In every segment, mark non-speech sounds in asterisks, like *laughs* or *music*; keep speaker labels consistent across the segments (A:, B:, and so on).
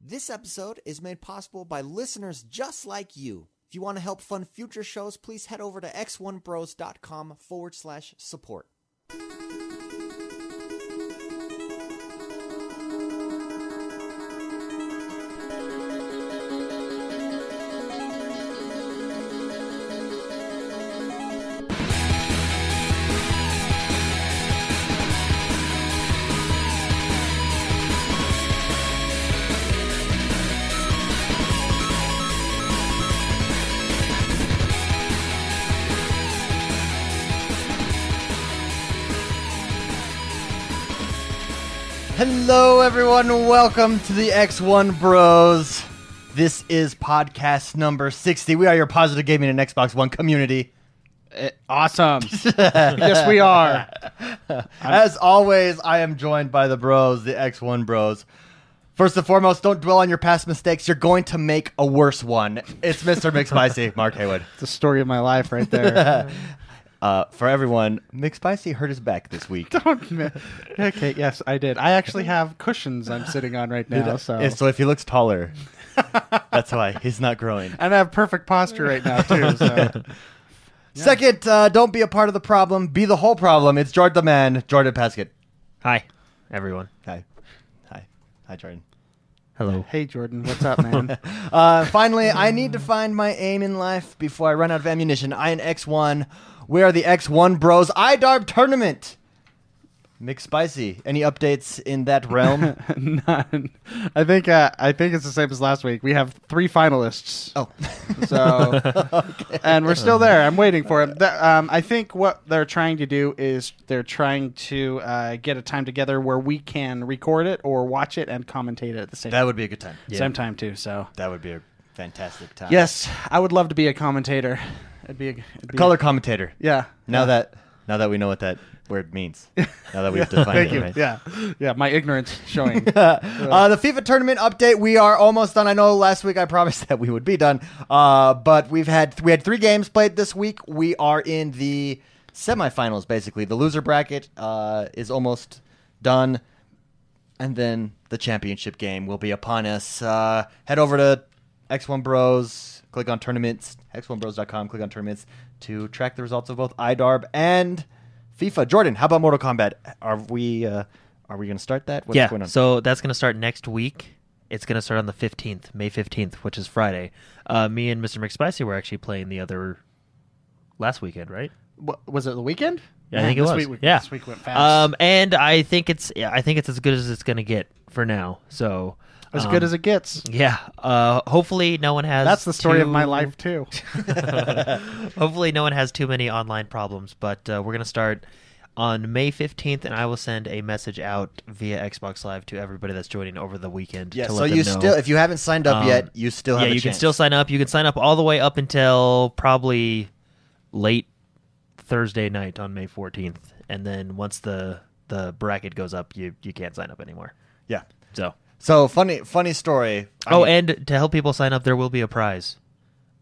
A: This episode is made possible by listeners just like you. If you want to help fund future shows, please head over to x1bros.com forward slash support.
B: Hello, everyone. Welcome to the X1 Bros. This is podcast number 60. We are your positive gaming and Xbox One community.
C: *laughs* Awesome. yes, we are.
B: As always, I am joined by the bros, the X1 Bros. First and foremost, don't dwell on your past mistakes. You're going to make a worse one. It's Mr. McSpicy, Mark Haywood.
C: The story of my life, right there. *laughs*
B: Uh, for everyone, McSpicy hurt his back this week.
C: *laughs* okay, yes, I did. I actually have cushions I'm sitting on right now, so
B: Yeah, uh, so if he looks taller, that's why he's not growing.
C: and I have perfect posture right now too. *laughs* So
B: Second, uh, don't be a part of the problem. Be the whole problem. It's Jordan the man, Jordan Paskett.
D: Hi, everyone.
B: Hi. Hi. Hi, Jordan.
D: Hello.
C: hey, Jordan, what's up, man?
B: Uh, finally, I need to find my aim in life before I run out of ammunition. I am X1. We are the X1 Bros IDARB Tournament. Mick Spicy. Any updates in that realm?
C: *laughs* None. I think uh, I think it's the same as last week. We have three finalists.
B: oh.
C: So, and we're still there. I'm waiting for him. Th- um, I think what they're trying to do is they're trying to uh, get a time together where we can record it or watch it and commentate it at the same
B: *laughs* That would be a good time.
C: same time too. So,
B: That would be a fantastic time.
C: yes, I would love to be a commentator. It'd be a, it'd be
B: Color commentator.
C: yeah.
B: Now
C: yeah.
B: that now that we know what that word *laughs* means. Now that we've defined
C: Thank
B: it,
C: you.
B: right?
C: Yeah, yeah. My ignorance showing.
B: Uh, the FIFA tournament update. We are almost done. I know last week I *laughs* promised that we would be done, uh, but we've had we had three games played this week. We are in the semifinals, basically. The loser bracket uh, is almost done, and then the championship game will be upon us. Uh, head over to X1 Bros. Click on tournaments. X1Bros.com. Click on tournaments to track the results of both IDARB and FIFA. Jordan, how about Mortal Kombat? Are we uh, are we going to start that? What's
D: yeah.
B: going on?
D: So that's gonna start next week. It's gonna start on the fifteenth, May fifteenth, which is Friday. Uh, me and Mr. McSpicy were actually playing the other last weekend, right?
C: Wa- was it the weekend?
D: Yeah, I think it
C: this
D: was.
C: Week,
D: yeah,
C: this week went fast.
D: Um, and I think it's yeah, I think it's as good as it's gonna get for now. So
C: as
D: um,
C: good as it gets.
D: Yeah. Uh, hopefully no one has.
C: That's the story of my
D: too-
B: *laughs*
C: life too.
D: *laughs* Hopefully, no one has too many online problems, but uh, we're going to start on May 15th, and I will send a message out via Xbox Live to everybody that's joining over the weekend.
B: Yeah,
D: to
B: so
D: let them
B: you
D: know.
B: still, if you haven't signed up
D: Um,
B: yet, you still have
D: yeah,
B: a
D: you can
B: chance.
D: still sign up. You can sign up all the way up until probably late Thursday night on May 14th, and then once the the bracket goes up, you you can't sign up anymore.
B: yeah.
D: So,
B: So funny, funny story. I
D: oh,
B: mean,
D: and to help people sign up, there will be a prize.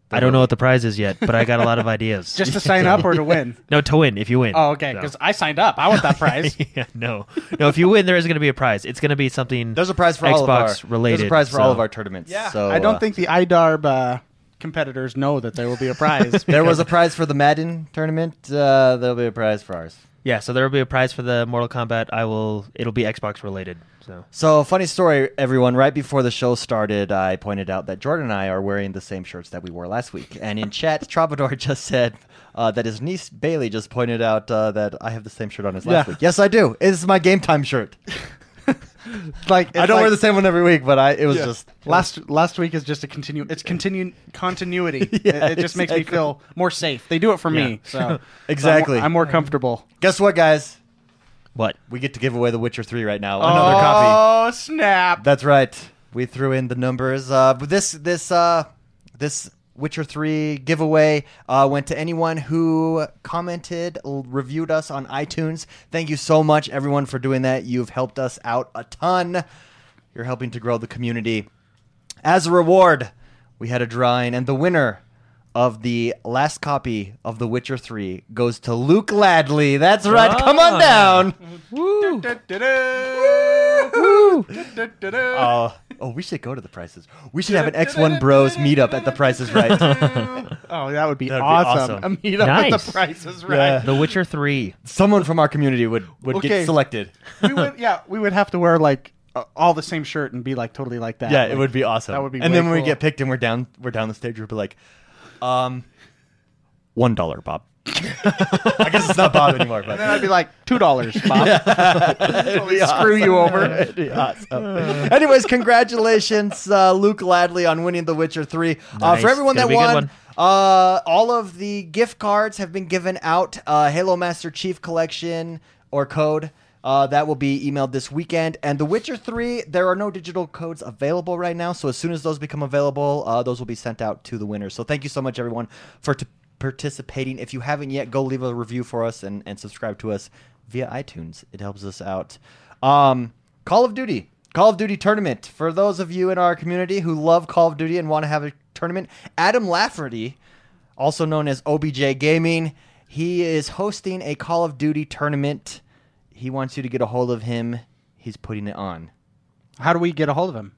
D: I don't know what the prize is yet, but I got a
C: *laughs*
D: lot of ideas.
C: Just to sign up or to win.
D: *laughs* no to win if you win.
C: Oh, okay.
D: So.
C: Because I signed up. I want
B: *laughs*
C: that prize.
D: *laughs* yeah, no, no. If you win, there is going to be a prize. It's going to be something.
B: there's a prize for
D: Xbox
B: all of our
D: related.
B: There's a prize for
D: so-
B: all of our tournaments. So
C: I
B: *laughs*
C: don't
B: uh,
C: think the IDARB uh, competitors know that there will be a prize.
B: *laughs* there was a prize for the Madden tournament. Uh, there'll be a prize for ours.
D: Yeah, so there will be a prize for the Mortal Kombat. I will. It'll be Xbox related. So
B: So funny story, everyone. Right before the show started, I pointed out that Jordan and I are wearing the same shirts that we wore last week, and in chat, *laughs* Troubadour just said uh, that his niece Bailey just pointed out uh, that I have the same shirt on as last
C: Yeah.
B: week. Yes, I do. It's my game time shirt.
C: like it's
B: I don't
C: like-
B: wear the same one every week, but I it was
C: Yeah.
B: just
C: last last week is just a continue. It's continue continuity.
B: *laughs* Yeah,
C: it, it just makes me
B: exactly.
C: feel more safe. They do it for
D: Yeah.
C: me.
B: *laughs*
C: So so I'm more-
B: Exactly.
C: I'm, more comfortable.
B: Guess what, guys?
D: what?
B: We get to give away The Witcher 3 right now. *laughs* Another copy.
C: Oh snap!
B: That's right. We threw in the numbers. Uh, but this this uh, this Witcher 3 giveaway uh, went to anyone who commented, l- reviewed us on iTunes. Thank you so much, everyone, for doing that. You've helped us out a ton. You're helping to grow the community. As a reward, we had a drawing, and the winner of the last copy of The Witcher 3 goes to Luke Ladley. That's right. Come on
D: Ah.
B: down.
C: Du- du- du- du. Du- du- du.
B: Oh, Oh, we should go to the prices. We should have an X1 Bros meetup at the prices right.
C: *laughs* Oh, that would be,
D: That would be
C: awesome.
D: awesome.
C: A meetup at
D: Nice.
C: the prices,
B: Yeah.
C: right?
D: The Witcher Three.
B: Someone from our community would would
C: Okay.
B: get selected. *laughs*
C: we would, yeah, we would have to wear like uh, all the same shirt and be like totally like that.
B: Yeah,
C: Like,
B: it would be awesome.
C: That would be
B: And
C: way
B: then when we
C: cool.
B: get picked and we're down we're down the stage, we'll be like, um, one dollar, Bob. *laughs* I guess it's not Bob anymore, but
C: *laughs*
B: *laughs*
C: Then I'd be like two dollars, Bob. *laughs* Totally screw
B: *laughs*
C: you over.
B: Pretty awesome. Anyways, congratulations, uh, Luke Ladley, on winning The Witcher 3. Uh,
D: Nice.
B: for everyone
D: Gonna
B: that
D: be a good
B: won,
D: one.
B: uh, all of the gift cards have been given out. Uh, Halo Master Chief Collection or code. Uh, that will be emailed this weekend. And The Witcher 3, there are no digital codes available right now. So as soon as those become available, uh, those will be sent out to the winners. So thank you so much, everyone, for t- participating. If you haven't yet, go leave a review for us and, and subscribe to us via iTunes. It helps us out. Um, Call of Duty. Call of Duty tournament. For those of you in our community who love Call of Duty and want to have a tournament, Adam Lafferty, also known as OBJ Gaming, he is hosting a Call of Duty tournament. He wants you to get a hold of him. He's putting it on.
C: How do we get a hold of him?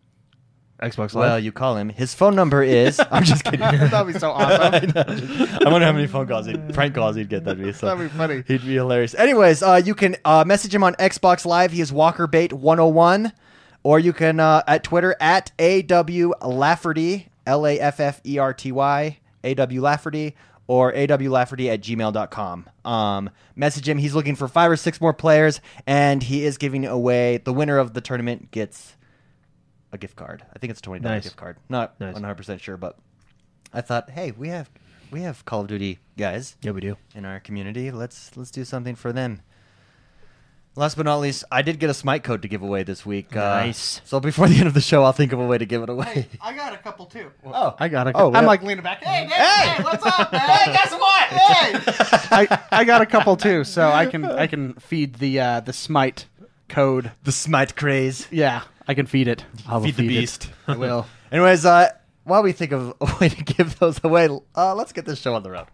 D: Xbox Live.
B: Well, you call him. His phone number
C: *laughs*
B: is. I'm just kidding.
C: that would be so awesome.
B: *laughs* I wonder how many phone calls, he'd, prank calls he'd get. That'd be so.
C: That'd be funny.
B: *laughs* He'd be hilarious. Anyways, uh, you can uh, message him on Xbox Live. He is WalkerBait101, or you can uh, at Twitter at AW Lafferty L A F F E R T Y A W Lafferty or awlafferty at gmail.com. Um, message him. He's looking for five or six more players, and he is giving away the winner of the tournament gets a gift card. I think it's a twenty dollar
D: Nice.
B: gift card. Not
D: Nice.
B: one hundred percent sure, but I thought, hey, we have we have Call of Duty guys
D: yeah, we do.
B: in our community. Let's let's do something for them. Last but not least, I did get a Smite code to give away this week. uh,
D: Nice.
B: so before the end of the show, I'll think of a way to give it away.
C: I got a couple too.
B: Oh,
C: I got a.
B: Oh,
C: Oh, I'm
B: yeah.
C: like leaning back. Hey, Nick,
B: Hey!
C: hey, what's up, man? hey,
B: *laughs*
C: guess what? Hey, I, I got a couple too, so I can I can feed the uh, the smite code.
B: the Smite craze.
C: Yeah, I can feed it. I will
B: Feed the
C: it.
B: beast.
C: I will.
B: *laughs* Anyways, uh, while we think of a way to give those away, uh, let's get this show on the road.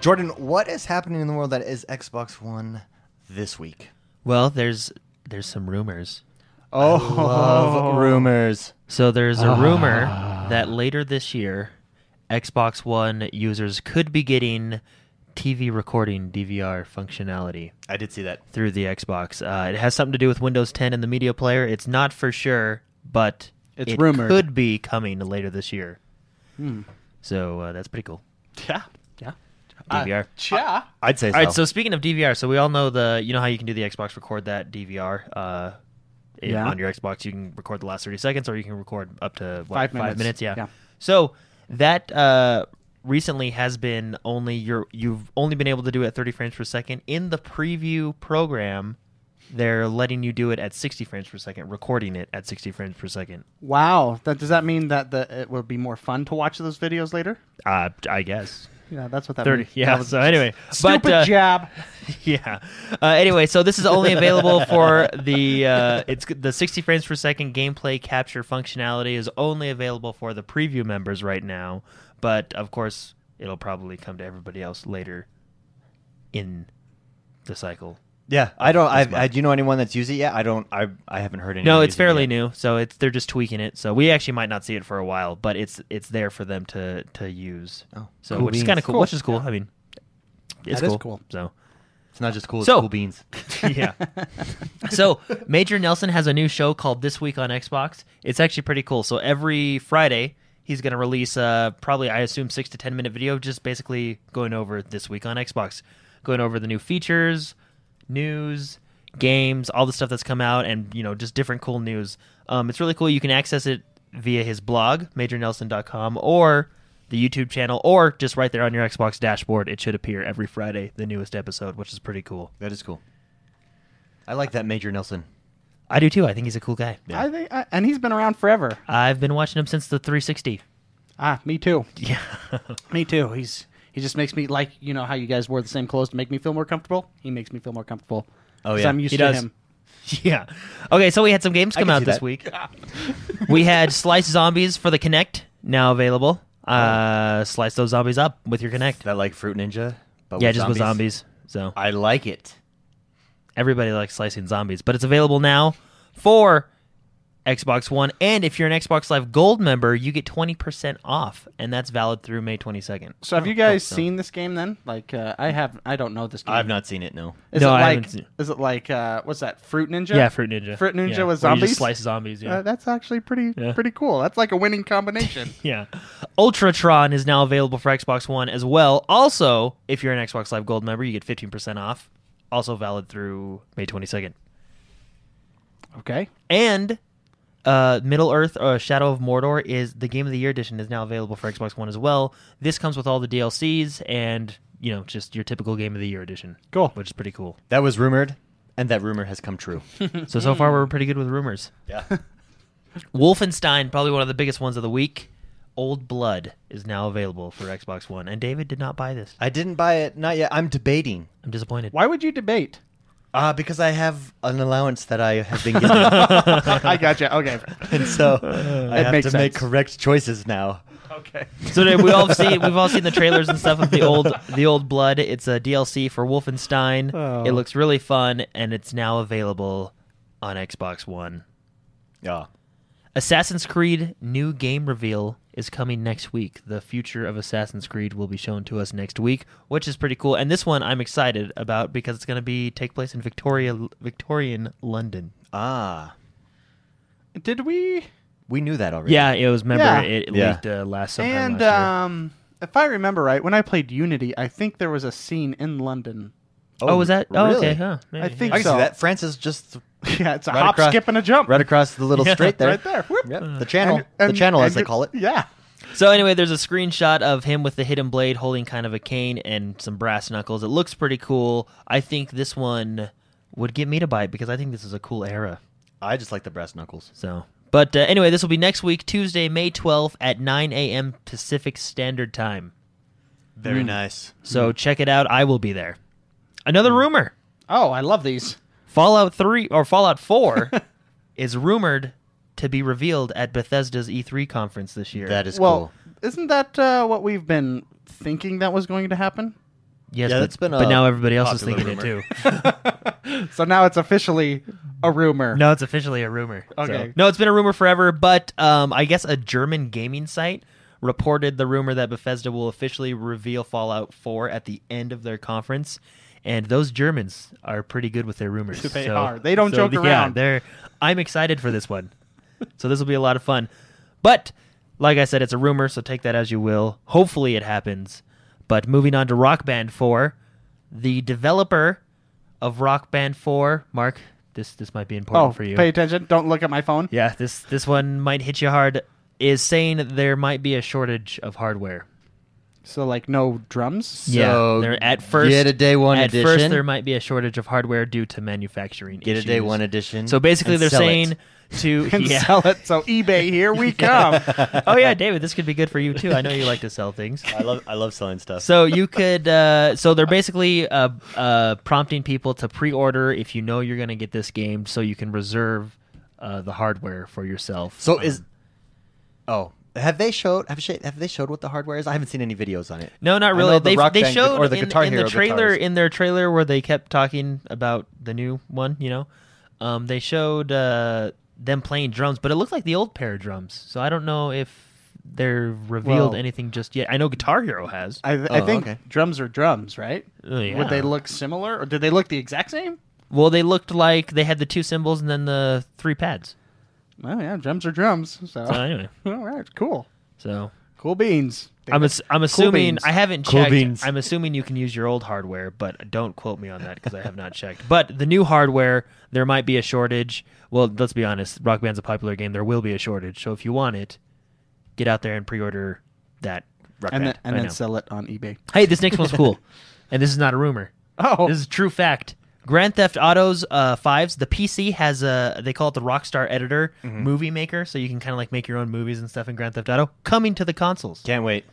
B: Jordan, what is happening in the world that is Xbox One this week?
D: Well, there's there's some rumors.
B: Oh. Love rumors.
D: So there's a rumor
C: Ah.
D: that later this year, Xbox One users could be getting TV recording DVR functionality
B: I did see that.
D: through the Xbox. Uh, it has something to do with Windows 10 and the media player. It's not for sure, but
C: It's
D: it
C: rumored.
D: could be coming later this year.
C: Hmm.
D: So uh, that's pretty cool.
C: Yeah, yeah, Uh,
D: DVR.
C: yeah.
B: I'd say so.
D: All right. So speaking of DVR, so we all know the you know how you can do the Xbox record that DVR. Uh, in-
C: Yeah.
D: On your Xbox, you can record the last thirty seconds, or you can record up to what,
C: Five minutes.
D: Five minutes. Yeah.
C: Yeah.
D: So that uh, recently has been only your you've only been able to do it at thirty frames per second. In the preview program, they're letting you do it at sixty frames per second, recording it at sixty frames per second.
C: Wow. That does that mean that the it will be more fun to watch those videos later?
D: Uh, I guess
C: Yeah, that's what that
D: thirty.
C: means.
D: Yeah.
C: That was
D: So anyway,
C: stupid
D: but, uh,
C: jab.
D: *laughs* yeah. Uh, anyway, so this is only available for the uh, it's the 60 frames per second gameplay capture functionality is only available for the preview members right now, but of course it'll probably come to everybody else later in the cycle.
B: yeah, I don't.
D: That's
B: I, I do you know anyone that's used it yet? I don't. I I haven't heard anyone.
D: No, it's
B: use it
D: fairly
B: yet.
D: new, so it's they're just tweaking it. So we actually might not see it for a while, but it's it's there for them to to use.
B: Oh,
D: so
B: cool
D: which is kind
B: beans.
D: of cool,
C: Cool.
D: which is cool. I mean, it's
C: That is
D: cool.
C: cool.
D: So
B: It's not just cool. It's
D: So-
B: cool
D: *laughs*
B: beans.
D: yeah. so Major Nelson has a new show called This Week on Xbox. It's actually pretty cool. So every Friday, he's going to release uh, probably, I assume, six to ten minute video, just basically going over this week on Xbox, going over the new features, news, games, all the stuff that's come out, and you know, just different cool news. Um, it's really cool. You can access it via his blog, MajorNelson.com, or the YouTube channel, or just right there on your Xbox dashboard. It should appear every Friday, the newest episode, which is pretty cool.
B: That is cool. I like that Major Nelson.
D: I do too. I think he's a cool guy.
C: I think, I, and he's been around forever.
D: I've been watching him since the 360.
C: Ah, me too.
D: Yeah.
C: Me too. He's he just makes me like you know how you guys wore the same clothes to make me feel more comfortable. He makes me feel more comfortable.
B: Oh,
C: 'Cause
B: yeah.
C: I'm used
D: He
C: to
D: does.
C: him.
D: yeah. Okay, so we had some games
B: I
D: come
B: can
D: out
B: see
D: this
B: that.
D: week. we had Slice Zombies for the Kinect, now available. Uh, slice those zombies up with your Kinect.
B: That like Fruit Ninja, but
D: yeah,
B: with
D: just with zombies. So
B: I like it.
D: everybody likes slicing zombies, but it's available now for Xbox One. And if you're an Xbox Live Gold member, you get 20% off, and that's valid through May 22nd.
C: So have you guys
D: Oh,
C: seen this game then? Like uh, I have, I don't know this game.
B: I've not seen it. No.
C: Is
D: No,
C: it
D: I
C: like,
D: haven't seen-
C: Is it like uh, what's that? Fruit Ninja.
D: Yeah, Fruit Ninja.
C: Fruit Ninja
D: yeah.
C: with
D: where you just
C: zombies?
D: slice zombies, yeah.
C: Uh, that's actually pretty
D: Yeah.
C: pretty cool. That's like a winning
D: *laughs*
C: combination.
D: yeah. Ultratron is now available for Xbox One as well. Also, if you're an Xbox Live Gold member, you get 15% off, also valid through May 22nd.
C: okay.
D: And uh, Middle Earth uh, Shadow of Mordor is the Game of the Year edition is now available for Xbox One as well. This comes with all the DLCs and you know just your typical Game of the Year edition.
C: Cool.
D: which is pretty cool.
B: That was rumored, and that rumor has come
D: *laughs*
B: true.
D: So so far we're pretty good with rumors.
B: yeah.
D: Wolfenstein, probably one of the biggest ones of the week. Old Blood is now available for Xbox One, and David did not buy this.
B: I didn't buy it. Not yet. I'm debating.
D: I'm disappointed.
C: Why would you debate?
B: Uh, because I have an allowance that I have
D: *laughs*
B: been given,
C: *laughs* I gotcha. Okay.
B: and so I
C: That
B: have to
C: makes
B: make
C: sense.
B: correct choices now.
C: Okay.
D: *laughs* So today we all seen we've all seen the trailers and stuff of the old the old blood. It's a DLC for Wolfenstein.
C: Oh.
D: It looks really fun, and it's now available on Xbox One.
B: Yeah.
D: Assassin's Creed new game reveal is coming next week. The future of Assassin's Creed will be shown to us next week, which is pretty cool. And this one I'm excited about because it's going to be take place in Victoria Victorian London.
B: Ah,
C: Did we?
B: we knew that already.
D: Yeah, it was. Remember,
C: Yeah.
D: it
B: Yeah.
D: leaked uh, last sometime
C: And
D: last year.
C: um, if I remember right, when I played Unity, I think there was a scene in London. *laughs*
D: oh, was that? Oh,
B: really?
D: okay. Huh, maybe,
C: I
D: yeah.
C: think
B: I can
C: so.
B: see that. France is just
C: Yeah, it's a
B: Right
C: hop,
B: across-
C: skip, and a jump.
B: right across the little
D: *laughs* Yeah,
B: straight there.
C: Right there. Whoop.
B: Yep, the channel,
C: And- and-
B: the channel as
C: and
B: they
C: it-
B: call it.
C: Yeah.
D: So anyway, there's a screenshot of him with the hidden blade holding kind of a cane and some brass knuckles. It looks pretty cool. I think this one would get me to buy it because I think this is a cool era.
B: I just like the brass knuckles.
D: So, but uh, anyway, this will be next week, Tuesday, May 12th at 9 a.m. Pacific Standard Time.
B: Very nice.
D: So check it out. I will be there. Another rumor:
C: Oh, I love these.
D: Fallout 3 or
B: *laughs*
D: Fallout 4 is rumored to be revealed at Bethesda's E3 conference this year.
B: That is
C: well,
B: cool.
C: isn't that uh, what we've been thinking that was going to happen?
D: yes,
B: Yeah,
D: but,
B: that's been a
D: but now everybody else is
B: popular
D: thinking
B: rumor. *laughs*
D: it too.
C: So now it's officially a rumor.
D: No, it's officially a rumor.
C: Okay.
D: So- No, it's been a rumor forever, but um, I guess a German gaming site reported the rumor that Bethesda will officially reveal Fallout 4 at the end of their conference. And those Germans are pretty good with their rumors.
C: *laughs* They
D: So-
C: are. They don't
D: so,
C: joke
D: Yeah,
C: around.
D: they're. I'm excited for this one, so this will be a lot of fun. But like I said, it's a rumor, so take that as you will. Hopefully, it happens. But moving on to Rock Band 4, the developer of Rock Band 4, Mark, this this might be important
C: Oh,
D: for you.
C: pay attention. Don't look at my phone.
D: Yeah, this this one might hit you hard. Is saying there might be a shortage of hardware.
C: So, like, no drums?
B: So,
D: *laughs* yeah, there- at first
B: get a day one
D: At
B: edition.
D: first, there might be a shortage of hardware due to manufacturing.
B: Get a day
D: issues.
B: one edition.
D: So basically,
B: and
D: they're
B: sell it.
D: saying
B: *laughs*
D: to
C: And
D: *laughs* yeah.
C: sell it. So, eBay, here we come.
D: oh *laughs* yeah, David, this could be good for you too. I know you like to
B: *laughs*
D: sell things.
B: I love I love selling stuff.
D: So you could. Uh, so they're basically uh, uh, prompting people to pre-order if you know you're going to get this game, so you can reserve uh, the hardware for yourself.
B: So
D: Um,
B: is oh have they showed have sh- have they showed what the hardware is? I haven't seen any videos on it.
D: No, not
B: I
D: really.
B: know the
D: They
B: Rock
D: they
B: Band
D: showed
B: or the
D: in,
B: Guitar
D: in the
B: Hero
D: trailer
B: guitars.
D: in their trailer where they kept talking about the new one. You know, um, they showed uh, them playing drums, but it looked like the old pair of drums. So I don't know if they're revealed
C: Well-
D: anything just yet. I know Guitar Hero has.
C: I, th- I
B: Oh,
C: think
B: okay.
C: drums are drums, right?
D: Oh, yeah.
C: Would they look similar, or did they look the exact same?
D: well, they looked like they had the two cymbals and then the three pads.
C: Well, yeah, drums are drums.
B: *laughs*
C: So,
D: So anyway,
C: *laughs* all right, cool,
D: so
C: cool beans.
D: I'm ass- I'm assuming
C: beans.
D: I haven't
B: Cool
D: checked.
B: beans.
D: I'm assuming you can use your old hardware, but don't quote me on that because I have not checked. But the new hardware, there might be a shortage. Well, let's be honest. Rock Band's a popular game. There will be a shortage. So if you want it, get out there and pre-order that. Rock
C: and
D: Band.
C: then, and
D: I
C: then
D: know.
C: sell it on eBay.
D: hey, this next
C: *laughs*
D: one's cool, and this is not a rumor.
C: Oh,
D: This is true fact. Grand Theft Auto's uh, fives. The PC has a they call it the Rockstar Editor
C: Mm-hmm.
D: Movie Maker, so you can kind of like make your own movies and stuff in Grand Theft Auto. Coming to the consoles.
B: Can't wait.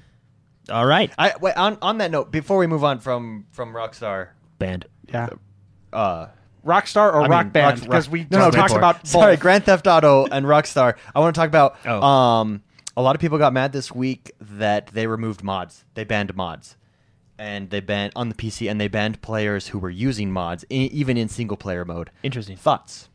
D: All right,
B: I wait, on on that note before we move on from from Rockstar.
D: band.
C: yeah,
B: Uh,
C: Rockstar or
B: I mean,
C: Rock Band
B: Rock-
C: because
B: Rock-
C: we
B: no, no,
C: just talked
D: Rockstar.
C: about both.
B: Sorry, Grand Theft Auto and Rockstar. I want to talk about.
D: Oh.
B: Um, a lot of people got mad this week that they removed mods. They banned mods, and they banned on the PC and they banned players who were using mods e- even in single player mode.
D: Interesting.
B: Thoughts?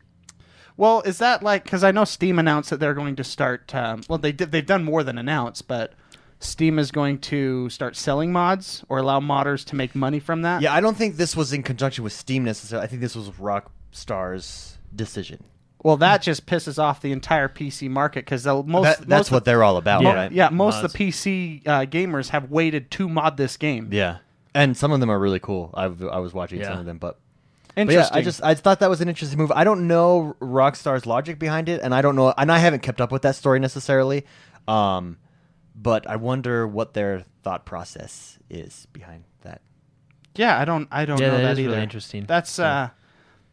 C: Well, is that like because I know Steam announced that they're going to start. Um, well, they did, they've done more than announce, but Steam is going to start selling mods or allow modders to make money from that.
B: Yeah, I don't think this was in conjunction with Steam necessarily. I think this was Rockstar's decision.
C: Well, that just pisses off the entire PC market because most
B: That- that's
C: most
B: what they're all about,
C: Mo-
B: right?
C: Yeah, most
D: Mods.
C: of the PC uh, gamers have waited to mod this game.
B: Yeah, and some of them are really cool. I I was watching some
D: Yeah.
B: of them, but But
C: Interesting.
B: yeah, I just I thought that was an interesting move. I don't know Rockstar's logic behind it, and I don't know, and I haven't kept up with that story necessarily. Um, but I wonder what their thought process is behind that.
C: yeah, I don't I don't
D: Yeah,
C: know
D: that
C: that
D: is
C: either.
D: really interesting.
C: That's uh,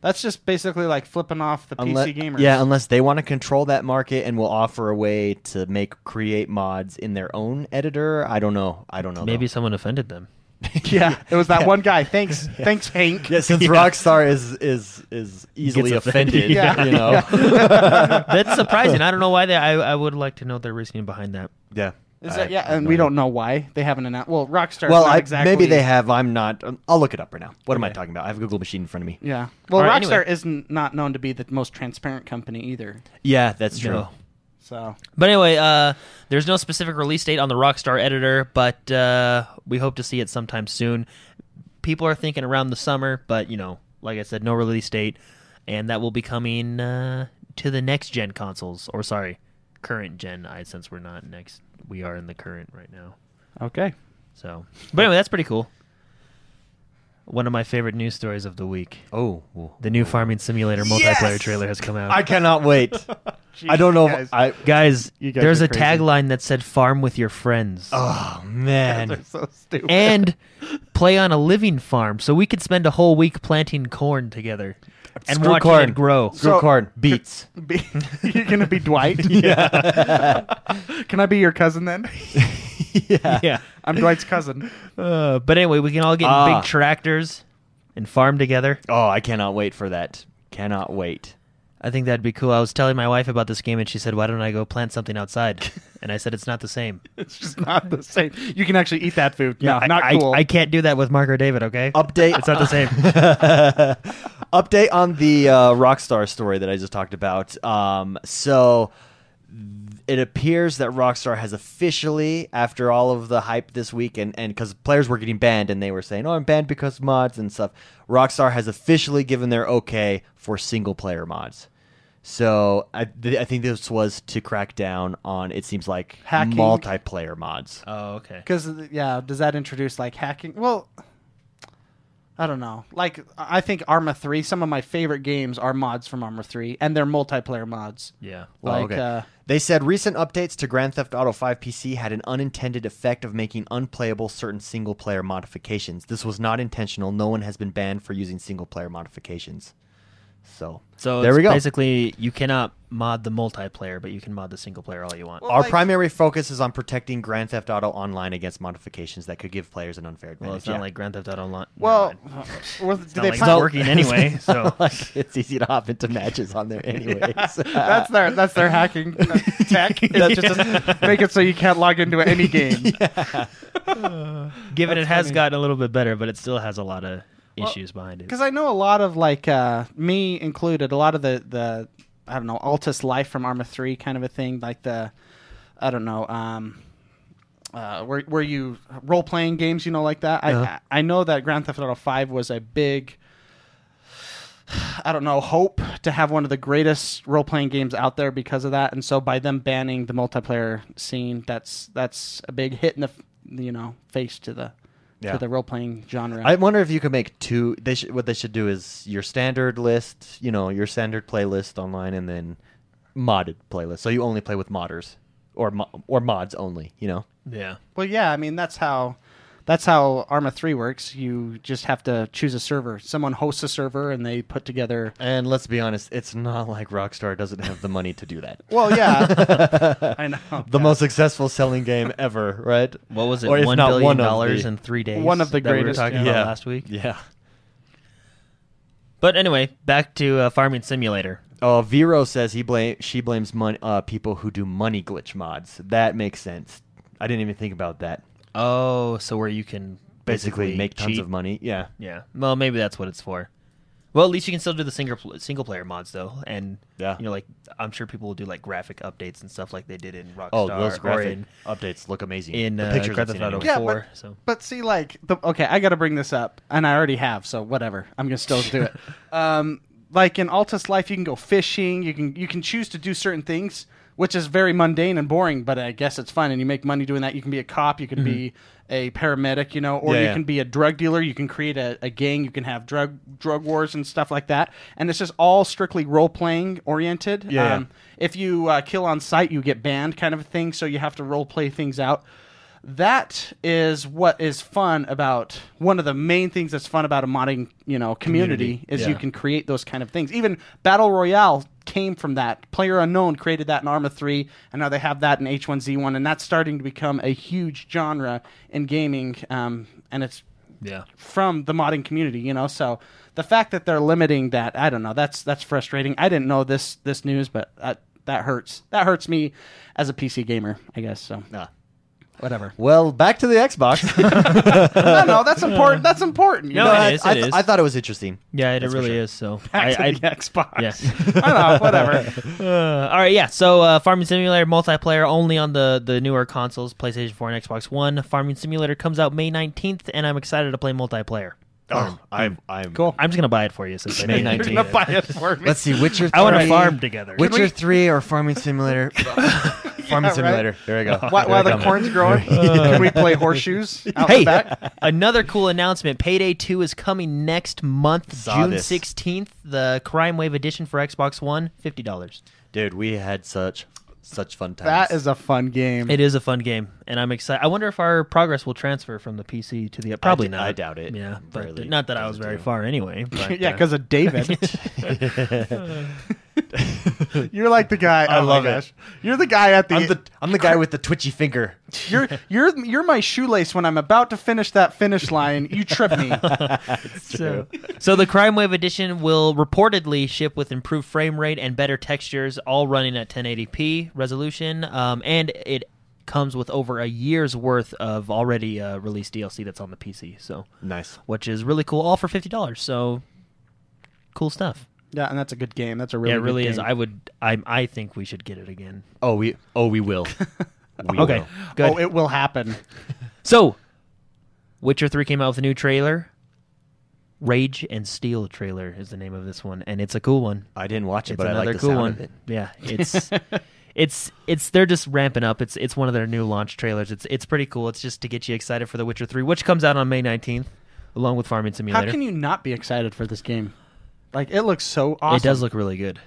C: that's just basically like flipping off the
B: Unle-
C: PC gamers. *laughs*
B: Yeah, um, unless they want to control that market and will offer a way to make create mods in their own editor. I don't know. I don't know.
D: Maybe *laughs*
B: though.
D: someone offended them.
C: yeah. It was that one guy. Thanks, thanks, Hank.
B: *laughs* Yeah, since Rockstar is is is easily
D: Gets
B: offended,
D: offended.
C: Yeah.
B: you know.
D: That's surprising. I don't know why they. I, I would like to know their reasoning behind that.
B: *laughs* yeah.
C: Is
B: I-
C: that, yeah,
B: I
C: and
B: no
C: we
B: idea.
C: don't know why they haven't announced. Well, Rockstar's
B: Well,
C: not
B: I,
C: exactly.
B: maybe they have. I'm not. um, I'll look it up right now. What am I
D: Okay.
B: talking about? I have a Google machine in front of me.
C: Yeah. Well,
D: All right,
C: Rockstar
D: anyway.
C: isn't not known to be the most transparent company either.
B: Yeah, that's true.
D: No.
C: So
D: But anyway, uh, there's no specific release date on the Rockstar editor, but uh, we hope to see it sometime soon. People are thinking around the summer, but you know, like I said, no release date, and that will be coming uh, to the next gen consoles, or sorry, current gen. I since we're not next, we are in the current right now.
C: okay.
D: So, but anyway, that's pretty cool. One of my favorite news stories of the week:
B: Oh, well.
D: the new Farming Simulator multiplayer trailer has come out.
B: I cannot
C: *laughs*
B: wait. I don't know.
C: guys.
B: If I
D: Guys,
C: You guys
D: there's
C: are
D: a
C: crazy.
D: tagline that said "Farm with your friends."
B: oh man,
C: *laughs* They're so stupid. *laughs*
D: and play on a living farm, so we could spend a whole week planting corn together and
B: Screw
D: watching
B: corn.
D: it grow.
B: screw
C: So-
B: corn beats.
C: Be- *laughs* you're gonna be Dwight. *laughs* yeah. *laughs* Can I be your cousin then?
B: *laughs*
C: *laughs*
B: yeah.
D: Yeah.
C: I'm Dwight's cousin.
D: Uh, but anyway, we can all get in
B: Ah.
D: big tractors and farm together.
B: Oh, I cannot wait for that. Cannot wait.
D: I think that'd be cool. I was telling my wife about this game, and she said, "Why don't I go plant
C: *laughs*
D: something outside?" And I said, "It's not the same.
C: *laughs* It's just not the same. You can actually eat that food. No,
D: I,
C: not
D: I-
C: cool.
D: I, can't do that with Mark or David. Okay,
B: Update.
D: it's not the same.
B: *laughs* Update on the uh, Rockstar story that I just talked about. Um, so it appears that Rockstar has officially, after all of the hype this week, and because players were getting banned and they were saying, "Oh, I'm banned because mods and stuff," Rockstar has officially given their okay for single player mods. So I, th- I think this was to crack down on it seems like
C: Hacking.
B: multiplayer mods.
D: oh, okay.
C: Because yeah, does that introduce like hacking? Well, I don't know. Like I think Arma three. Some of my favorite games are mods from Arma three, and they're multiplayer mods.
D: Yeah.
C: Like uh,
B: they said recent updates to Grand Theft Auto 5 PC had an unintended effect of making unplayable certain single player modifications. This was not intentional. No one has been banned for using single player modifications. So,
D: So
B: there
D: it's
B: we go.
D: Basically, you cannot mod the multiplayer, but you can mod the single player all you want.
B: Our
C: like-
B: primary focus is on protecting Grand Theft Auto Online against modifications that could give players an unfair advantage.
D: well, it's not
B: Yeah.
D: like Grand Theft Auto Online.
C: well, uh, *laughs* well, do
D: not
C: they
D: like
C: plan- *laughs*
D: it's
B: *laughs*
D: working anyway, *laughs* so-
B: Like, it's easy to hop into matches on
D: *laughs*
B: there anyways.
C: that's their that's *laughs* their hacking uh, tech. It's Uh, just to *laughs* make it so you can't log into any *laughs* game.
D: Given it has gotten a little bit better, but it still has a lot of issues behind it.
C: Because I know a lot of like uh, me included, a lot of the the I don't know Altus Life from Arma Three kind of a thing, like the I don't know um, uh, where where you role playing games, you know, like that. I I know that Grand Theft Auto Five was a big I don't know hope to have one of the greatest role playing games out there because of that, and so by them banning the multiplayer scene, that's that's a big hit in the f- you know face to the
B: Yeah.
C: to the role playing genre.
B: I wonder if you could make two. They should, what they should do is your standard list, you know, your standard playlist online, and then modded playlist. So you only play with modders or mo- or mods only. You know,
D: Yeah.
C: Well, yeah, I mean that's how that's how Arma Three works. You just have to choose a server. Someone hosts a server, and they put together.
B: and let's be honest, it's not like Rockstar doesn't have the money to do that.
C: Well, yeah, *laughs* I know.
B: The most successful selling game *laughs* ever, right?
D: What was it?
B: Or if
D: One
B: not
D: billion
B: one of
D: dollars
B: the-
D: in three days.
C: One of the
D: that we were
C: greatest,
D: talking
C: yeah.
D: about last week.
B: Yeah.
D: But anyway, back to uh, Farming Simulator.
B: Oh, Vero says he blame she blames mon- uh, people who do money glitch mods. That makes sense. I didn't even think about that.
D: Oh, so where you can
B: basically,
D: Basically
B: make tons
D: cheat.
B: of money. Yeah.
D: Yeah. Well, maybe that's what it's for. Well, at least you can still do the single pl- single player mods though, and
B: Yeah.
D: you know, like I'm sure people will do like graphic updates and stuff like they did in Rockstar
B: Oh, those
D: or
B: graphic
D: in,
B: updates look amazing.
D: in
B: the
D: uh,
B: pictures
D: Grand
B: I've
D: Theft
B: seen
D: Auto
B: anyway.
C: Yeah, but-
D: 4. so
C: But see, like, the, okay, I got to bring this up, and I already have, so whatever. I'm gonna still
B: *laughs*
C: do it. Um, like in Altus Life, you can go fishing. You can you can choose to do certain things, which is very mundane and boring, but I guess it's fun, and you make money doing that. You can be a cop, you can be a paramedic, you know, or
B: Mm-hmm. Yeah,
C: you
B: yeah.
C: can be a drug dealer. You can create a, a gang. You can have drug drug wars and stuff like that. And it's just all strictly role playing oriented.
B: Yeah.
C: Um, if you uh, kill on sight, you get banned, kind of a thing. So you have to role play things out. That is what is fun about one of the main things that's fun about a modding, you know, community, is you
B: yeah.
C: can create those kind of things. Even battle royale came from that. Player unknown created that in Arma three, and now they have that in H one Z one, and that's starting to become a huge genre in gaming. Um, and it's
D: yeah.
C: from the modding community, you know. So the fact that they're limiting that, I don't know. That's that's frustrating. I didn't know this this news, but that that hurts. That hurts me as a PC gamer, I guess. So
B: Ah.
C: whatever.
B: Well, back to the *laughs* Xbox.
C: no, no,
D: *laughs*
C: that's important. That's important. You
D: No,
C: know?
D: it
B: I,
D: is,
B: I
D: it
B: th-
D: is.
B: I thought it was interesting.
D: Yeah, it,
B: That's for
D: really
B: sure.
D: is. So
C: *laughs*
D: *laughs*
C: Back to
D: I, I
C: the Xbox.
D: yes.
C: *laughs* I don't know, whatever.
D: *laughs* Uh, all right, yeah. So, uh, Farming Simulator multiplayer only on the the newer consoles, PlayStation 4 and Xbox One. Farming Simulator comes out May 19th, and I'm excited to play multiplayer.
B: Oh, *laughs* I'm, I'm
C: Cool.
D: I'm just gonna buy it for you since I *laughs*
B: May
D: didn't.
B: 19th.
C: You're gonna buy it for me.
B: Let's see, *laughs* Witcher. 3,
D: I want to farm together.
B: Witcher three or Farming *laughs* Simulator. farming
C: right.
B: Simulator. There we go.
C: While, while the
B: There we go.
C: corn's
D: *laughs*
C: growing, can we play horseshoes out the
D: Hey,
C: back?
D: *laughs* another cool announcement. Payday 2 is coming next month,
B: Saw
D: June
B: this.
D: 16th. The Crime Wave edition for Xbox One, $50.
B: Dude, we had such such fun times.
C: That is a fun game.
B: Hmm.
D: It is a fun game, and I'm excited. I wonder if our progress will transfer from the PC to the probably
B: I d-
D: not.
B: I doubt it.
D: Yeah,
B: Rarely
D: but not that I
B: does
D: was
B: it
D: very
B: do. *laughs*
D: far anyway. But,
C: yeah,
D: uh,
C: because of
D: *laughs*
C: David. *laughs* You're like the guy.
B: I
C: oh
B: love
C: my
B: it.
C: gosh. You're the guy at
B: I'm the I'm the guy with the twitchy finger.
C: You're you're you're my shoelace when I'm about to finish that finish line. You trip
D: *laughs*
C: me. *laughs*
D: so, so the Crime Wave edition will reportedly ship with improved frame rate and better textures, all running at 1080p resolution, um, and it comes with over a year's worth of already uh, released DLC that's on the PC. So,
B: Nice.
D: which is really cool, all for fifty dollars. So, cool stuff.
C: yeah, and that's a good game. That's a really
D: yeah, it
C: good
D: really is.
C: game.
D: I would. I I think we should get it again.
B: Oh we oh we *laughs* will. We
D: Okay,
B: will.
D: good.
C: Oh, it will happen.
D: So, Witcher 3 came out with a new trailer. Rage and Steel trailer is the name of this one, and it's a cool one.
B: I didn't watch it,
D: It's
B: but I
D: another
B: like the
D: cool
B: sound
D: one.
B: of it.
D: *laughs* Yeah, it's it's it's they're just ramping up. It's it's one of their new launch trailers. It's it's pretty cool. It's just to get you excited for The Witcher 3, which comes out on May 19th, along with Farming Simulator.
C: How can you not be excited for this game? Like it looks so awesome.
D: It does look really good.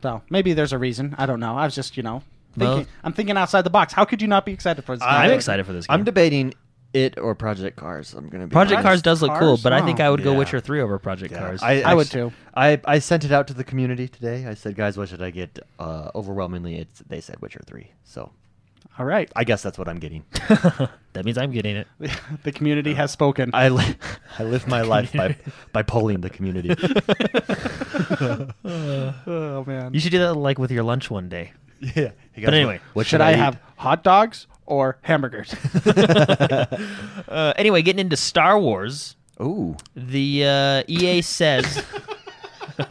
C: Though maybe there's a reason. I don't know. I was just you know
D: Well-
C: thinking. I'm thinking outside the box. How could you not be excited for this? game?
D: I'm excited for this game.
B: I'm debating it or Project Cars. I'm gonna be
D: Project
B: honest.
D: Cars does look
C: Cars?
D: cool, but I think I would go
B: Yeah.
D: Witcher 3 over Project
B: Yeah.
D: Cars. *laughs*
C: I would
B: actu-
C: too.
B: I, I sent it out to the community today. I said, guys, what should I get? Uh, overwhelmingly, it's they said Witcher three. So
C: All right.
B: I guess that's what I'm getting.
D: that means I'm getting it.
C: *laughs* the community has spoken.
B: I li- *laughs* I live my life by by polling the community. *laughs*
D: *laughs*
C: oh man.
D: You should do that like with your lunch one day.
B: yeah.
D: But anyway,
B: what
C: should I
B: eat?
C: have hot dogs or hamburgers?
D: Uh, anyway, getting into Star Wars,
B: Ooh,
D: the uh, EA says
C: *laughs*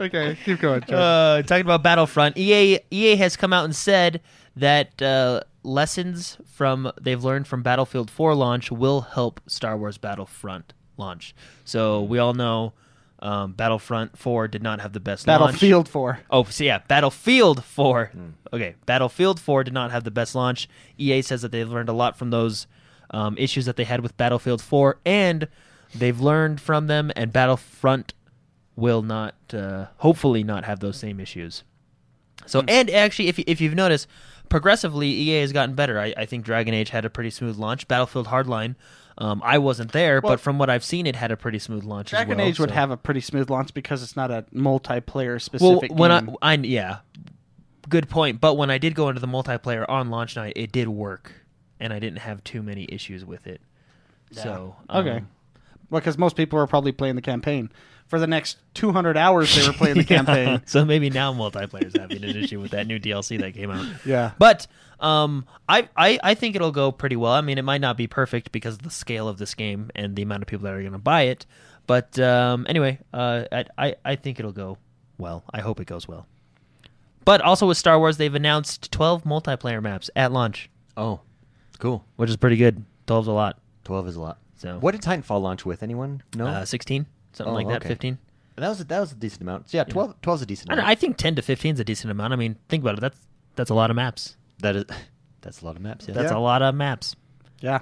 C: okay, keep going.
D: uh, talking about Battlefront. E EA EA has come out and said that uh, lessons from they've learned from Battlefield 4 launch will help Star Wars Battlefront launch. So we all know um, Battlefront 4 did not have the best launch.
C: Battlefield Four.
D: Oh, so yeah, Battlefield 4.
C: Hmm.
D: Okay, Battlefield 4 did not have the best launch. EA says that they've learned a lot from those um, issues that they had with Battlefield 4, and they've learned from them, and Battlefront will not, uh, hopefully, not have those same issues. So,
C: Hmm.
D: and actually, if, you- if you've noticed, progressively, EA has gotten better. I, I think Dragon Age had a pretty smooth launch. Battlefield Hardline, um, I wasn't there,
C: Well-
D: but from what I've seen, it had a pretty smooth launch as
C: Dragon
D: well,
C: Age would
D: so-
C: have a pretty smooth launch because it's not a multiplayer
D: well,
C: specific
D: when
C: game.
D: I, I yeah, good point. But when I did go into the multiplayer on launch night, it did work, and I didn't have too many issues with it. So um,
C: Okay. Well, because most people are probably playing the campaign for the next 200 hours. They were
D: *laughs*
C: playing the campaign.
D: so maybe now multiplayer's having an issue with that new DLC that came out.
C: Yeah.
D: But um, I, I I think it'll go pretty well. I mean, it might not be perfect because of the scale of this game and the amount of people that are going to buy it. But um, anyway, uh, I, I I think it'll go well. I hope it goes well. But also with Star Wars, they've announced 12 multiplayer maps at launch,
B: Oh, cool.
D: which is pretty good. 12's a lot.
B: Twelve is a lot.
D: So-
B: what did Titanfall launch with? Anyone? No.
D: Uh, 16, something
B: Oh,
D: like that.
B: okay.
D: 15.
B: that was a, that was a decent amount. So yeah, 12 12 is a decent.
D: I, don't,
B: amount.
D: I think 10 to 15 is a decent amount. I mean, think about it. That's that's a lot of maps.
B: that is *laughs* that's a lot of maps. Yeah.
D: That's
C: Yeah.
D: a lot of maps.
C: yeah.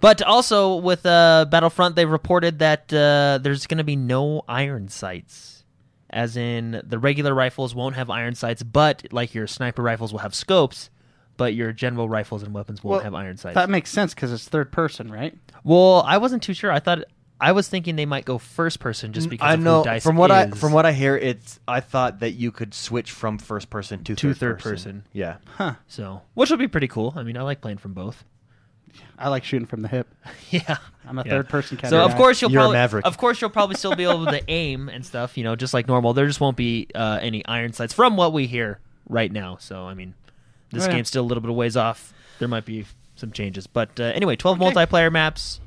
D: But also with uh, Battlefront, they reported that uh, there's going to be no iron sights, as in the regular rifles won't have iron sights, but like your sniper rifles will have scopes, but your general rifles and weapons won't
C: Well,
D: have iron sights.
C: That makes sense because it's third person, right?
D: well, I wasn't too sure. I thought I was thinking they might go first person just because
B: Mm, I
D: of who
B: know
D: dice
B: from what I
D: is
B: from what I hear, it's I thought that you could switch from first person to,
D: To
B: third,
D: third person.
B: Yeah,
D: so which would be pretty cool. I mean, I like playing from both. *laughs*
C: I like shooting from the hip.
D: Yeah,
C: I'm a
D: Yeah.
C: third person. Kind
D: So of course you'll
B: You're a
D: probably,
B: maverick.
D: of course you'll probably still be
B: *laughs*
D: able to aim and stuff, you know, just like normal. There just won't be uh, any iron sights from what we hear right now. So I mean, this
C: Oh, yeah.
D: game's still a little bit of ways off. There might be some changes, but uh, anyway, twelve multiplayer maps